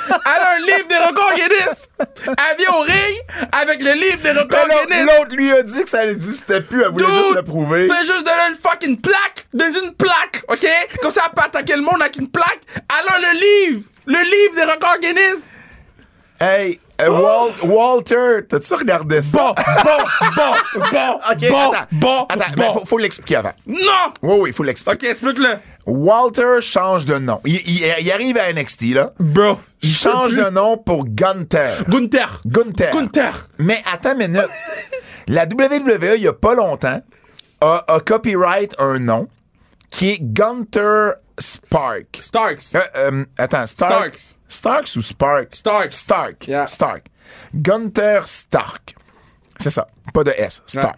[SPEAKER 5] Elle a un livre des records Guinness. Elle vient au ring avec le livre des records
[SPEAKER 2] Ben, l'autre-
[SPEAKER 5] Guinness.
[SPEAKER 2] L'autre lui a dit que ça n'existait plus, elle voulait juste
[SPEAKER 5] Dude,
[SPEAKER 2] le prouver.
[SPEAKER 5] Fais juste donner une fucking plaque. Donne une plaque, OK? Comme ça, elle peut attaquer le monde avec une plaque. Alors, le livre. Le livre des records Guinness.
[SPEAKER 2] Hey, euh, Wal- Walter, t'as-tu regardé ça?
[SPEAKER 5] Oh!
[SPEAKER 2] Ah,
[SPEAKER 5] Bon, bon, bon, bon,
[SPEAKER 2] Ok,
[SPEAKER 5] bon,
[SPEAKER 2] attends,
[SPEAKER 5] bon,
[SPEAKER 2] attends,
[SPEAKER 5] bon.
[SPEAKER 2] ben, faut, faut l'expliquer avant.
[SPEAKER 5] Non!
[SPEAKER 2] Oui, oui, il faut l'expliquer.
[SPEAKER 5] OK, explique-le.
[SPEAKER 2] Walter change de nom. Il, il- il arrive à NXT, là.
[SPEAKER 5] Bro,
[SPEAKER 2] Il change de nom pour Gunther.
[SPEAKER 5] Gunther.
[SPEAKER 2] Gunther.
[SPEAKER 5] Gunther.
[SPEAKER 2] Mais attends une minute. La WWE, il n'y a pas longtemps, a, a copyright un nom qui est Gunther Spark.
[SPEAKER 5] Starks.
[SPEAKER 2] Euh, euh, attends, Stark.
[SPEAKER 5] Starks.
[SPEAKER 2] Starks ou Spark?
[SPEAKER 5] Starks.
[SPEAKER 2] Stark.
[SPEAKER 5] Yeah.
[SPEAKER 2] Stark. Gunther Stark. C'est ça. Pas de S. Stark.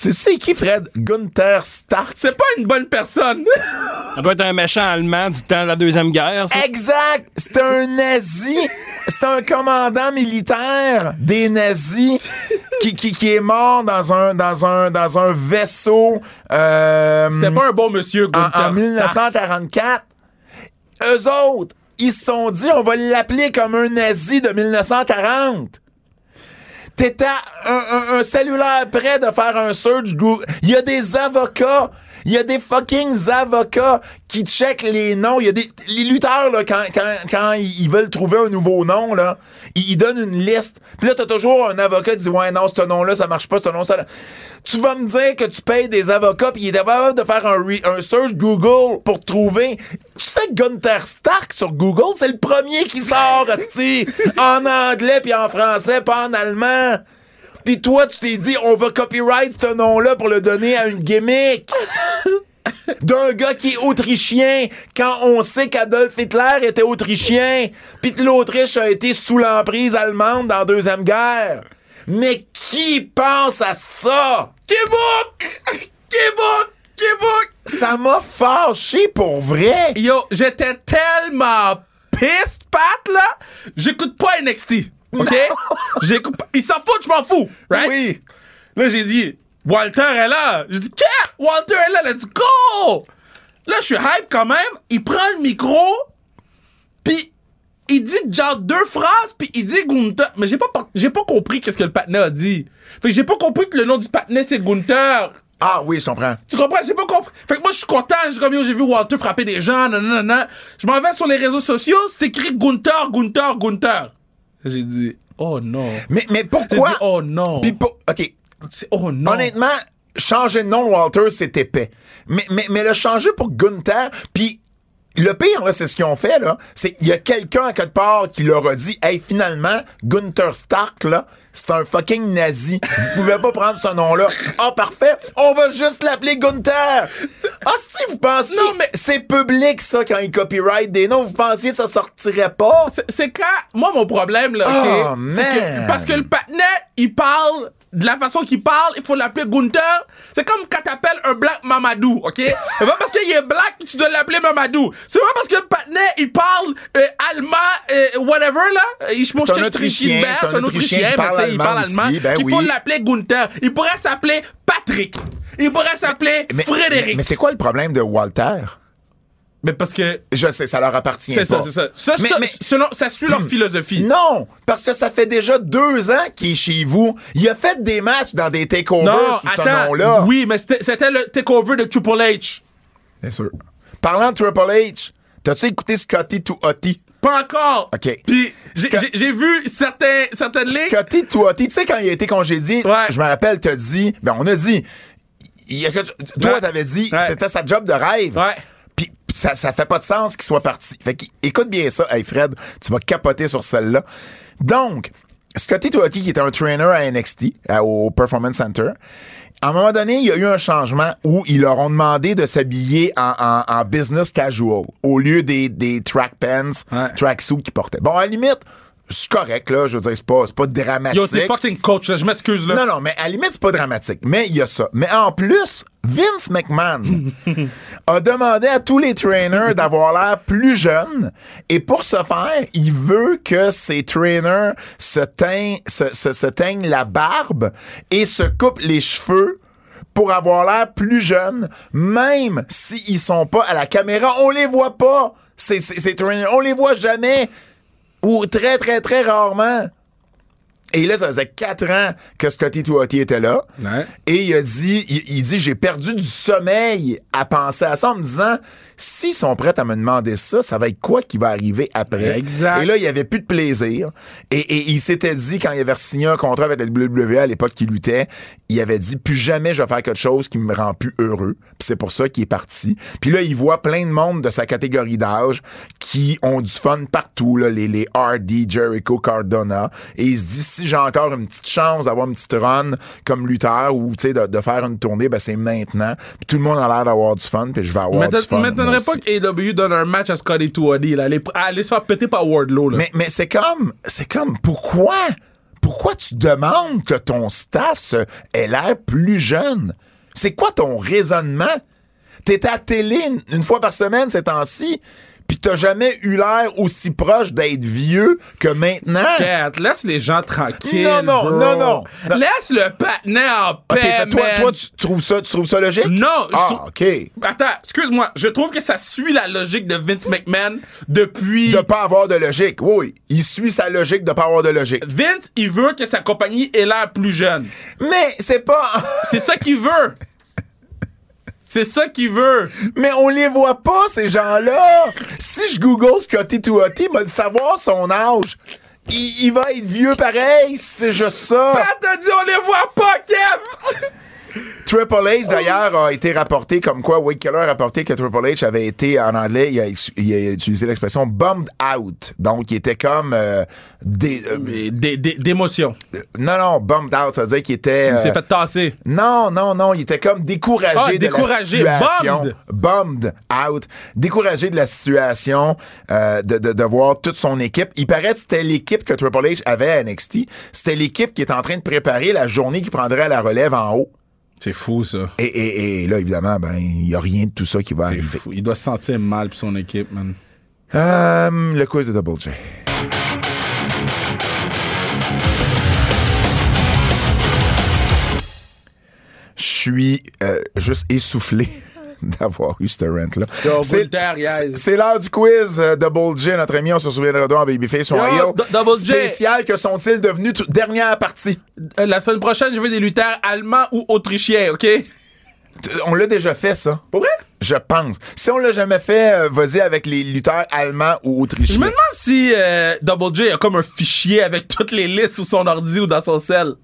[SPEAKER 2] Tu sais qui, Fred? Gunther Stark.
[SPEAKER 5] C'est pas une bonne personne.
[SPEAKER 4] Ça doit être un méchant allemand du temps de la Deuxième Guerre,
[SPEAKER 2] Eh
[SPEAKER 4] ça.
[SPEAKER 2] Exact! C'est un nazi! C'est un commandant militaire des nazis qui, qui, qui est mort dans un, dans un, dans un vaisseau euh,
[SPEAKER 5] C'était pas un bon monsieur,
[SPEAKER 2] en,
[SPEAKER 5] Gunther.
[SPEAKER 2] en 1944. Eux autres, ils se sont dit on va l'appeler comme un nazi de 1940. T'étais à un, un- un cellulaire près de faire un search Google. Il y a des avocats. Il y a des fucking avocats qui checkent les noms. Il y a des. Les lutteurs, là, quand, quand, quand ils ils veulent trouver un nouveau nom, là, ils, ils donnent une liste. Puis là, t'as toujours un avocat qui dit Ouais, non, ce nom-là, ça marche pas, ce nom, ça. Tu vas me dire que tu payes des avocats, puis il est capable de faire un, re- un search Google pour trouver. Tu fais Gunther Stark sur Google, c'est le premier qui sort, hostie, en anglais, puis en français, pas en allemand. Puis toi, tu t'es dit, on va copyright ce nom-là pour le donner à une gimmick. D'un gars qui est autrichien, quand on sait qu'Adolf Hitler était autrichien, puis que l'Autriche a été sous l'emprise allemande dans la Deuxième Guerre. Mais qui pense à ça?
[SPEAKER 5] Québec! Québec! Québec!
[SPEAKER 2] Ça m'a fâché pour vrai.
[SPEAKER 5] Yo, j'étais tellement pissed, Pat, là. J'écoute pas NXT. OK? J'écoute pas. Il s'en fout, je m'en fous. Right?
[SPEAKER 2] Oui.
[SPEAKER 5] Là, j'ai dit, Walter est là. J'ai dit, quoi? Walter est là, let's go! Là, je suis hype quand même. Il prend le micro, puis il dit genre deux phrases, puis il dit Gunther. Mais j'ai pas, par- j'ai pas compris qu'est-ce que le patinet a dit. Fait que j'ai pas compris que le nom du patinet, c'est Gunther.
[SPEAKER 2] Ah oui, je comprends.
[SPEAKER 5] Tu comprends? J'ai pas compris. Fait que moi, je suis content. Je suis comme, yo, j'ai vu Walter frapper des gens, nanana. Je m'en vais sur les réseaux sociaux, c'est écrit Gunther, Gunther, Gunther. J'ai dit, oh non.
[SPEAKER 2] Mais, mais
[SPEAKER 5] J'ai
[SPEAKER 2] pourquoi?
[SPEAKER 5] dit, oh non.
[SPEAKER 2] Puis pour- OK.
[SPEAKER 5] C'est- oh non.
[SPEAKER 2] Honnêtement, changer de nom, Walter, c'est épais. Mais, mais, mais le changer pour Gunther, puis le pire, là, c'est ce qu'ils ont fait, là. C'est qu'il y a quelqu'un à quelque part qui leur a dit Hey, finalement, Gunther Stark, là, c'est un fucking nazi. Vous pouvez pas prendre ce nom-là. Ah, parfait, on va juste l'appeler Gunther. Ah, si vous pensiez.
[SPEAKER 5] Non, mais-
[SPEAKER 2] C'est public, ça, quand ils copyright des noms. Vous pensiez que ça sortirait pas?
[SPEAKER 5] Oh, C'est- C'est quand. Moi, mon problème, là,
[SPEAKER 2] Oh,
[SPEAKER 5] OK, c'est que-
[SPEAKER 2] man.
[SPEAKER 5] parce que le patinet, il parle de la façon qu'il parle, il faut l'appeler Gunther. C'est comme quand t'appelles un black Mamadou, OK? c'est pas parce qu'il est black que tu dois l'appeler Mamadou. C'est pas parce que le patinet, il parle euh, allemand, euh, whatever, là. Il, je pense
[SPEAKER 2] C'est
[SPEAKER 5] que
[SPEAKER 2] un
[SPEAKER 5] je-
[SPEAKER 2] Autrichien,
[SPEAKER 5] je- je-
[SPEAKER 2] c'est un Autrichien qui
[SPEAKER 5] mais
[SPEAKER 2] parle
[SPEAKER 5] tu sais, il parle
[SPEAKER 2] allemand
[SPEAKER 5] allemand.
[SPEAKER 2] aussi, ben
[SPEAKER 5] il faut
[SPEAKER 2] oui.
[SPEAKER 5] l'appeler Gunther. Il pourrait s'appeler Patrick. Il pourrait s'appeler
[SPEAKER 2] Mais-
[SPEAKER 5] Frédéric.
[SPEAKER 2] Mais, mais c'est quoi le problème de Walter?
[SPEAKER 5] mais parce que
[SPEAKER 2] Je sais, ça leur appartient
[SPEAKER 5] c'est
[SPEAKER 2] pas.
[SPEAKER 5] ça, c'est ça. Ça,
[SPEAKER 2] Mais-
[SPEAKER 5] ça,
[SPEAKER 2] mais- Hmm.
[SPEAKER 5] selon- ça suit leur philosophie.
[SPEAKER 2] Non, parce que ça fait déjà deux ans qu'il est chez vous. Il a fait des matchs dans des takeovers
[SPEAKER 5] Non,
[SPEAKER 2] sous ce
[SPEAKER 5] attends.
[SPEAKER 2] nom-là.
[SPEAKER 5] Oui, mais c'était c'était le takeover de Triple H.
[SPEAKER 2] Bien sûr. Parlant de Triple H, t'as-tu écouté Scotty to Hotty?
[SPEAKER 5] Pas encore.
[SPEAKER 2] OK.
[SPEAKER 5] Puis j'ai-
[SPEAKER 2] Sc-
[SPEAKER 5] j'ai j'ai vu certains, certaines ligues.
[SPEAKER 2] Scotty to Hotty, tu sais, quand il a été congédié,
[SPEAKER 5] Ouais.
[SPEAKER 2] je me rappelle, t'as dit, ben on a dit, il y a quelque- toi
[SPEAKER 5] Ouais.
[SPEAKER 2] t'avais dit,
[SPEAKER 5] Ouais.
[SPEAKER 2] c'était sa job de rêve.
[SPEAKER 5] Ouais.
[SPEAKER 2] Puis ça, ça fait pas de sens qu'il soit parti. Fait que, écoute bien ça, hey Fred, tu vas capoter sur celle-là. Donc, Scotty Towaki, qui était un trainer à NXT, à- au Performance Center, à un moment donné, il y a eu un changement où ils leur ont demandé de s'habiller en, en- en business casual au lieu des, des track pants, track suits qu'ils portaient. Bon, à la limite, c'est correct, là. Je veux dire, c'est pas, c'est pas dramatique.
[SPEAKER 5] Yo, t'es fucking coach, là. Je m'excuse, là.
[SPEAKER 2] Non, non, mais à la limite, c'est pas dramatique. Mais il y a ça. Mais en plus, Vince McMahon a demandé à tous les trainers d'avoir l'air plus jeunes. Et pour ce faire, il veut que ces trainers se teignent, se, se- se teignent la barbe et se coupent les cheveux pour avoir l'air plus jeunes, même s'ils sont pas à la caméra. On les voit pas, ces, ces, ces trainers. On les voit jamais ou très, très, très rarement. Et là, ça faisait quatre ans que Scotty Tuati était là.
[SPEAKER 5] Ouais.
[SPEAKER 2] Et il a dit, il, il dit, j'ai perdu du sommeil à penser à ça en me disant, s'ils sont prêts à me demander ça, ça va être quoi qui va arriver après?
[SPEAKER 5] Exact.
[SPEAKER 2] Et là, il n'y avait plus de plaisir. Et, et il s'était dit, quand il avait signé un contrat avec la WWE à l'époque qu'il luttait, il avait dit, plus jamais je vais faire quelque chose qui me rend plus heureux. Puis c'est pour ça qu'il est parti. Puis là, il voit plein de monde de sa catégorie d'âge qui ont du fun partout, là, les, les Hardy, Jericho, Cardona. Et il se dit, si j'ai encore une petite chance d'avoir une petite run comme lutteur ou, tu sais, de, de faire une tournée, ben c'est maintenant. Puis tout le monde a l'air d'avoir du fun, puis je vais avoir
[SPEAKER 5] M'éton-
[SPEAKER 2] du fun. moi
[SPEAKER 5] M'étonnerait
[SPEAKER 2] aussi.
[SPEAKER 5] pas que AW donne un match à Scotty Tuadi, là. Allez, allez se faire péter par Wardlow, là.
[SPEAKER 2] Mais, mais c'est comme, c'est comme, pourquoi, pourquoi tu demandes que ton staff se, ait l'air plus jeune? C'est quoi ton raisonnement? T'es à la télé une, une fois par semaine ces temps-ci, pis t'as jamais eu l'air aussi proche d'être vieux que maintenant.
[SPEAKER 5] Cat, laisse les gens tranquilles.
[SPEAKER 2] Non, non,
[SPEAKER 5] bro.
[SPEAKER 2] non, non. Non.
[SPEAKER 5] Laisse le patinet en paix.
[SPEAKER 2] Ok, fait, toi,
[SPEAKER 5] man.
[SPEAKER 2] toi, tu trouves ça, tu trouves ça logique?
[SPEAKER 5] Non, je
[SPEAKER 2] ah,
[SPEAKER 5] trou-
[SPEAKER 2] ok. De
[SPEAKER 5] Attends, excuse-moi. Je trouve que ça suit la logique de Vince McMahon depuis.
[SPEAKER 2] pas avoir de logique. Oui, oui. il suit sa logique de pas avoir de logique.
[SPEAKER 5] Vince, il veut que sa compagnie ait l'air plus jeune.
[SPEAKER 2] Mais c'est pas.
[SPEAKER 5] C'est ça qu'il veut. C'est ça qu'il veut.
[SPEAKER 2] Mais on les voit pas, ces gens-là! Si je google Scotty Tuati, il va le savoir son âge. Il, il va être vieux pareil, c'est juste ça.
[SPEAKER 5] Pat t'a dit, on les voit pas, Kev!
[SPEAKER 2] Triple H, d'ailleurs, a été rapporté comme quoi Wade Keller a rapporté que Triple H avait été, en anglais, il a, ex- il a utilisé l'expression bombed out. Donc, il était comme. euh, dé- euh,
[SPEAKER 5] Mais d- d- D'émotion.
[SPEAKER 2] non, non, bombed out, ça veut dire qu'il était.
[SPEAKER 5] Il s'est
[SPEAKER 2] euh,
[SPEAKER 5] fait tasser.
[SPEAKER 2] Non, non, non, il était comme découragé,
[SPEAKER 5] Ah, découragé,
[SPEAKER 2] de la situation.
[SPEAKER 5] bummed.
[SPEAKER 2] Bummed out. Découragé de la situation, euh, de, de, de voir toute son équipe. Il paraît que c'était l'équipe que Triple H avait à NXT. C'était l'équipe qui est en train de préparer la journée qui prendrait la relève en haut.
[SPEAKER 5] C'est fou, ça.
[SPEAKER 2] Et, et, et là, évidemment, ben, il n'y a rien de tout ça qui va
[SPEAKER 5] C'est
[SPEAKER 2] arriver.
[SPEAKER 5] fou. Il doit se sentir mal pour son équipe, man.
[SPEAKER 2] Euh, le quiz de Double J. Je suis euh, juste essoufflé d'avoir eu ce rent-là.
[SPEAKER 5] Yo,
[SPEAKER 2] C'est-
[SPEAKER 5] good day, guys.
[SPEAKER 2] C'est l'heure du quiz euh, Double J, notre ami, on se souviendra d'un Babyface ou en
[SPEAKER 5] Yo,
[SPEAKER 2] Heel.
[SPEAKER 5] D- Double J.
[SPEAKER 2] Spécial, que sont-ils devenus? tout- Dernière partie.
[SPEAKER 5] Euh, La semaine prochaine, je veux des lutteurs allemands ou autrichiens, OK?
[SPEAKER 2] T- On l'a déjà fait, ça.
[SPEAKER 5] Pour vrai?
[SPEAKER 2] Je pense. Si on l'a jamais fait, euh, vas-y avec les lutteurs allemands ou
[SPEAKER 5] Je me
[SPEAKER 2] autrichiens.
[SPEAKER 5] demande si euh, Double J a comme un fichier avec toutes les listes sur son ordi ou dans son sel.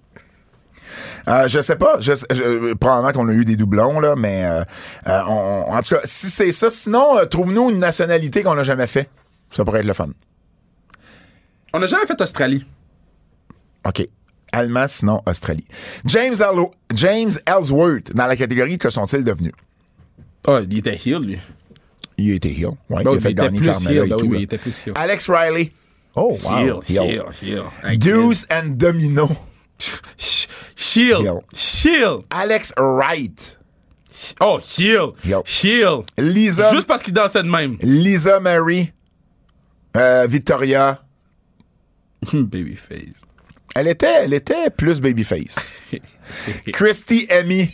[SPEAKER 2] Euh, je sais pas. Je, sais- je- probablement qu'on a eu des doublons, là, mais euh, euh, on- en tout cas, si c'est ça, sinon, euh, trouve-nous une nationalité qu'on n'a jamais fait. Ça pourrait être le fun.
[SPEAKER 5] On n'a jamais fait Australie.
[SPEAKER 2] OK. Allemand, sinon Australie. James, Ello- James Ellsworth, dans la catégorie Que sont-ils devenus?
[SPEAKER 5] Ah, il était heel, lui.
[SPEAKER 2] Il a été heel. Ouais,
[SPEAKER 5] Ben
[SPEAKER 2] il
[SPEAKER 5] oui,
[SPEAKER 2] a fait
[SPEAKER 5] il était
[SPEAKER 2] gagner
[SPEAKER 5] plus
[SPEAKER 2] Carmella
[SPEAKER 5] heel,
[SPEAKER 2] et
[SPEAKER 5] ben
[SPEAKER 2] tout.
[SPEAKER 5] oui,
[SPEAKER 2] là.
[SPEAKER 5] il était plus heel.
[SPEAKER 2] Alex Riley. Oh, wow.
[SPEAKER 5] heel,
[SPEAKER 2] heel.
[SPEAKER 5] heel.
[SPEAKER 2] Deuce and Domino.
[SPEAKER 5] Heel. Heel.
[SPEAKER 2] Alex Wright.
[SPEAKER 5] Oh, heel.
[SPEAKER 2] Heel.
[SPEAKER 5] Heel.
[SPEAKER 2] Lisa.
[SPEAKER 5] Juste parce qu'il dansait de même.
[SPEAKER 2] Lisa Mary. euh, Victoria.
[SPEAKER 5] Babyface.
[SPEAKER 2] Elle était, elle était plus babyface. Christy Emmy.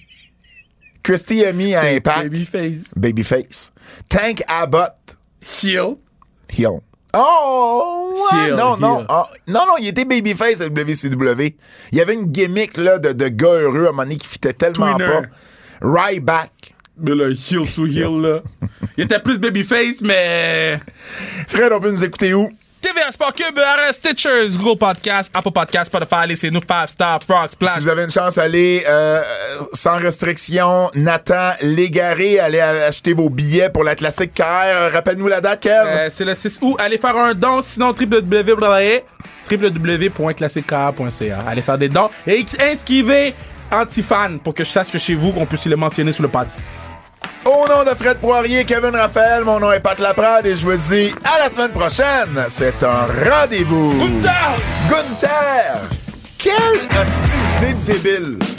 [SPEAKER 2] Christy Emmy à Impact.
[SPEAKER 5] Babyface.
[SPEAKER 2] Babyface. Tank Abbott.
[SPEAKER 5] Heel.
[SPEAKER 2] Hill. Oh! ouais,
[SPEAKER 5] Heel,
[SPEAKER 2] non, non.
[SPEAKER 5] heel.
[SPEAKER 2] ah, non, non, il était babyface à WCW. Il y avait une gimmick là, de, de gars heureux à un moment donné qui fitait tellement
[SPEAKER 5] Tweener.
[SPEAKER 2] pas. Ryback.
[SPEAKER 5] Mais le heel sous heel, là. Il était plus babyface, mais.
[SPEAKER 2] Fred, on peut nous écouter où?
[SPEAKER 5] TVA Sport Cube, RS, Stitchers, Google Podcast, Apple Podcast, Spotify, laissez-nous 5 Star, Frogs,
[SPEAKER 2] Si
[SPEAKER 5] Splash.
[SPEAKER 2] vous avez une chance, allez euh, sans restriction. Nathan Légaré, allez euh, acheter vos billets pour la classique KR. Euh, Rappelle-nous la date, Kev.
[SPEAKER 5] Euh, c'est le 6 août. Allez faire un don, sinon www. www.classica.ca. Allez faire des dons et inscrivez Antifan pour que je sache que chez vous, qu'on puisse le mentionner sur le pad.
[SPEAKER 2] Au nom de Fred Poirier, Kevin Raphaël, mon nom est Pat Laprade et je vous dis à la semaine prochaine. C'est un rendez-vous.
[SPEAKER 5] Good job!
[SPEAKER 2] Gunther! Quelle hostilité de débile!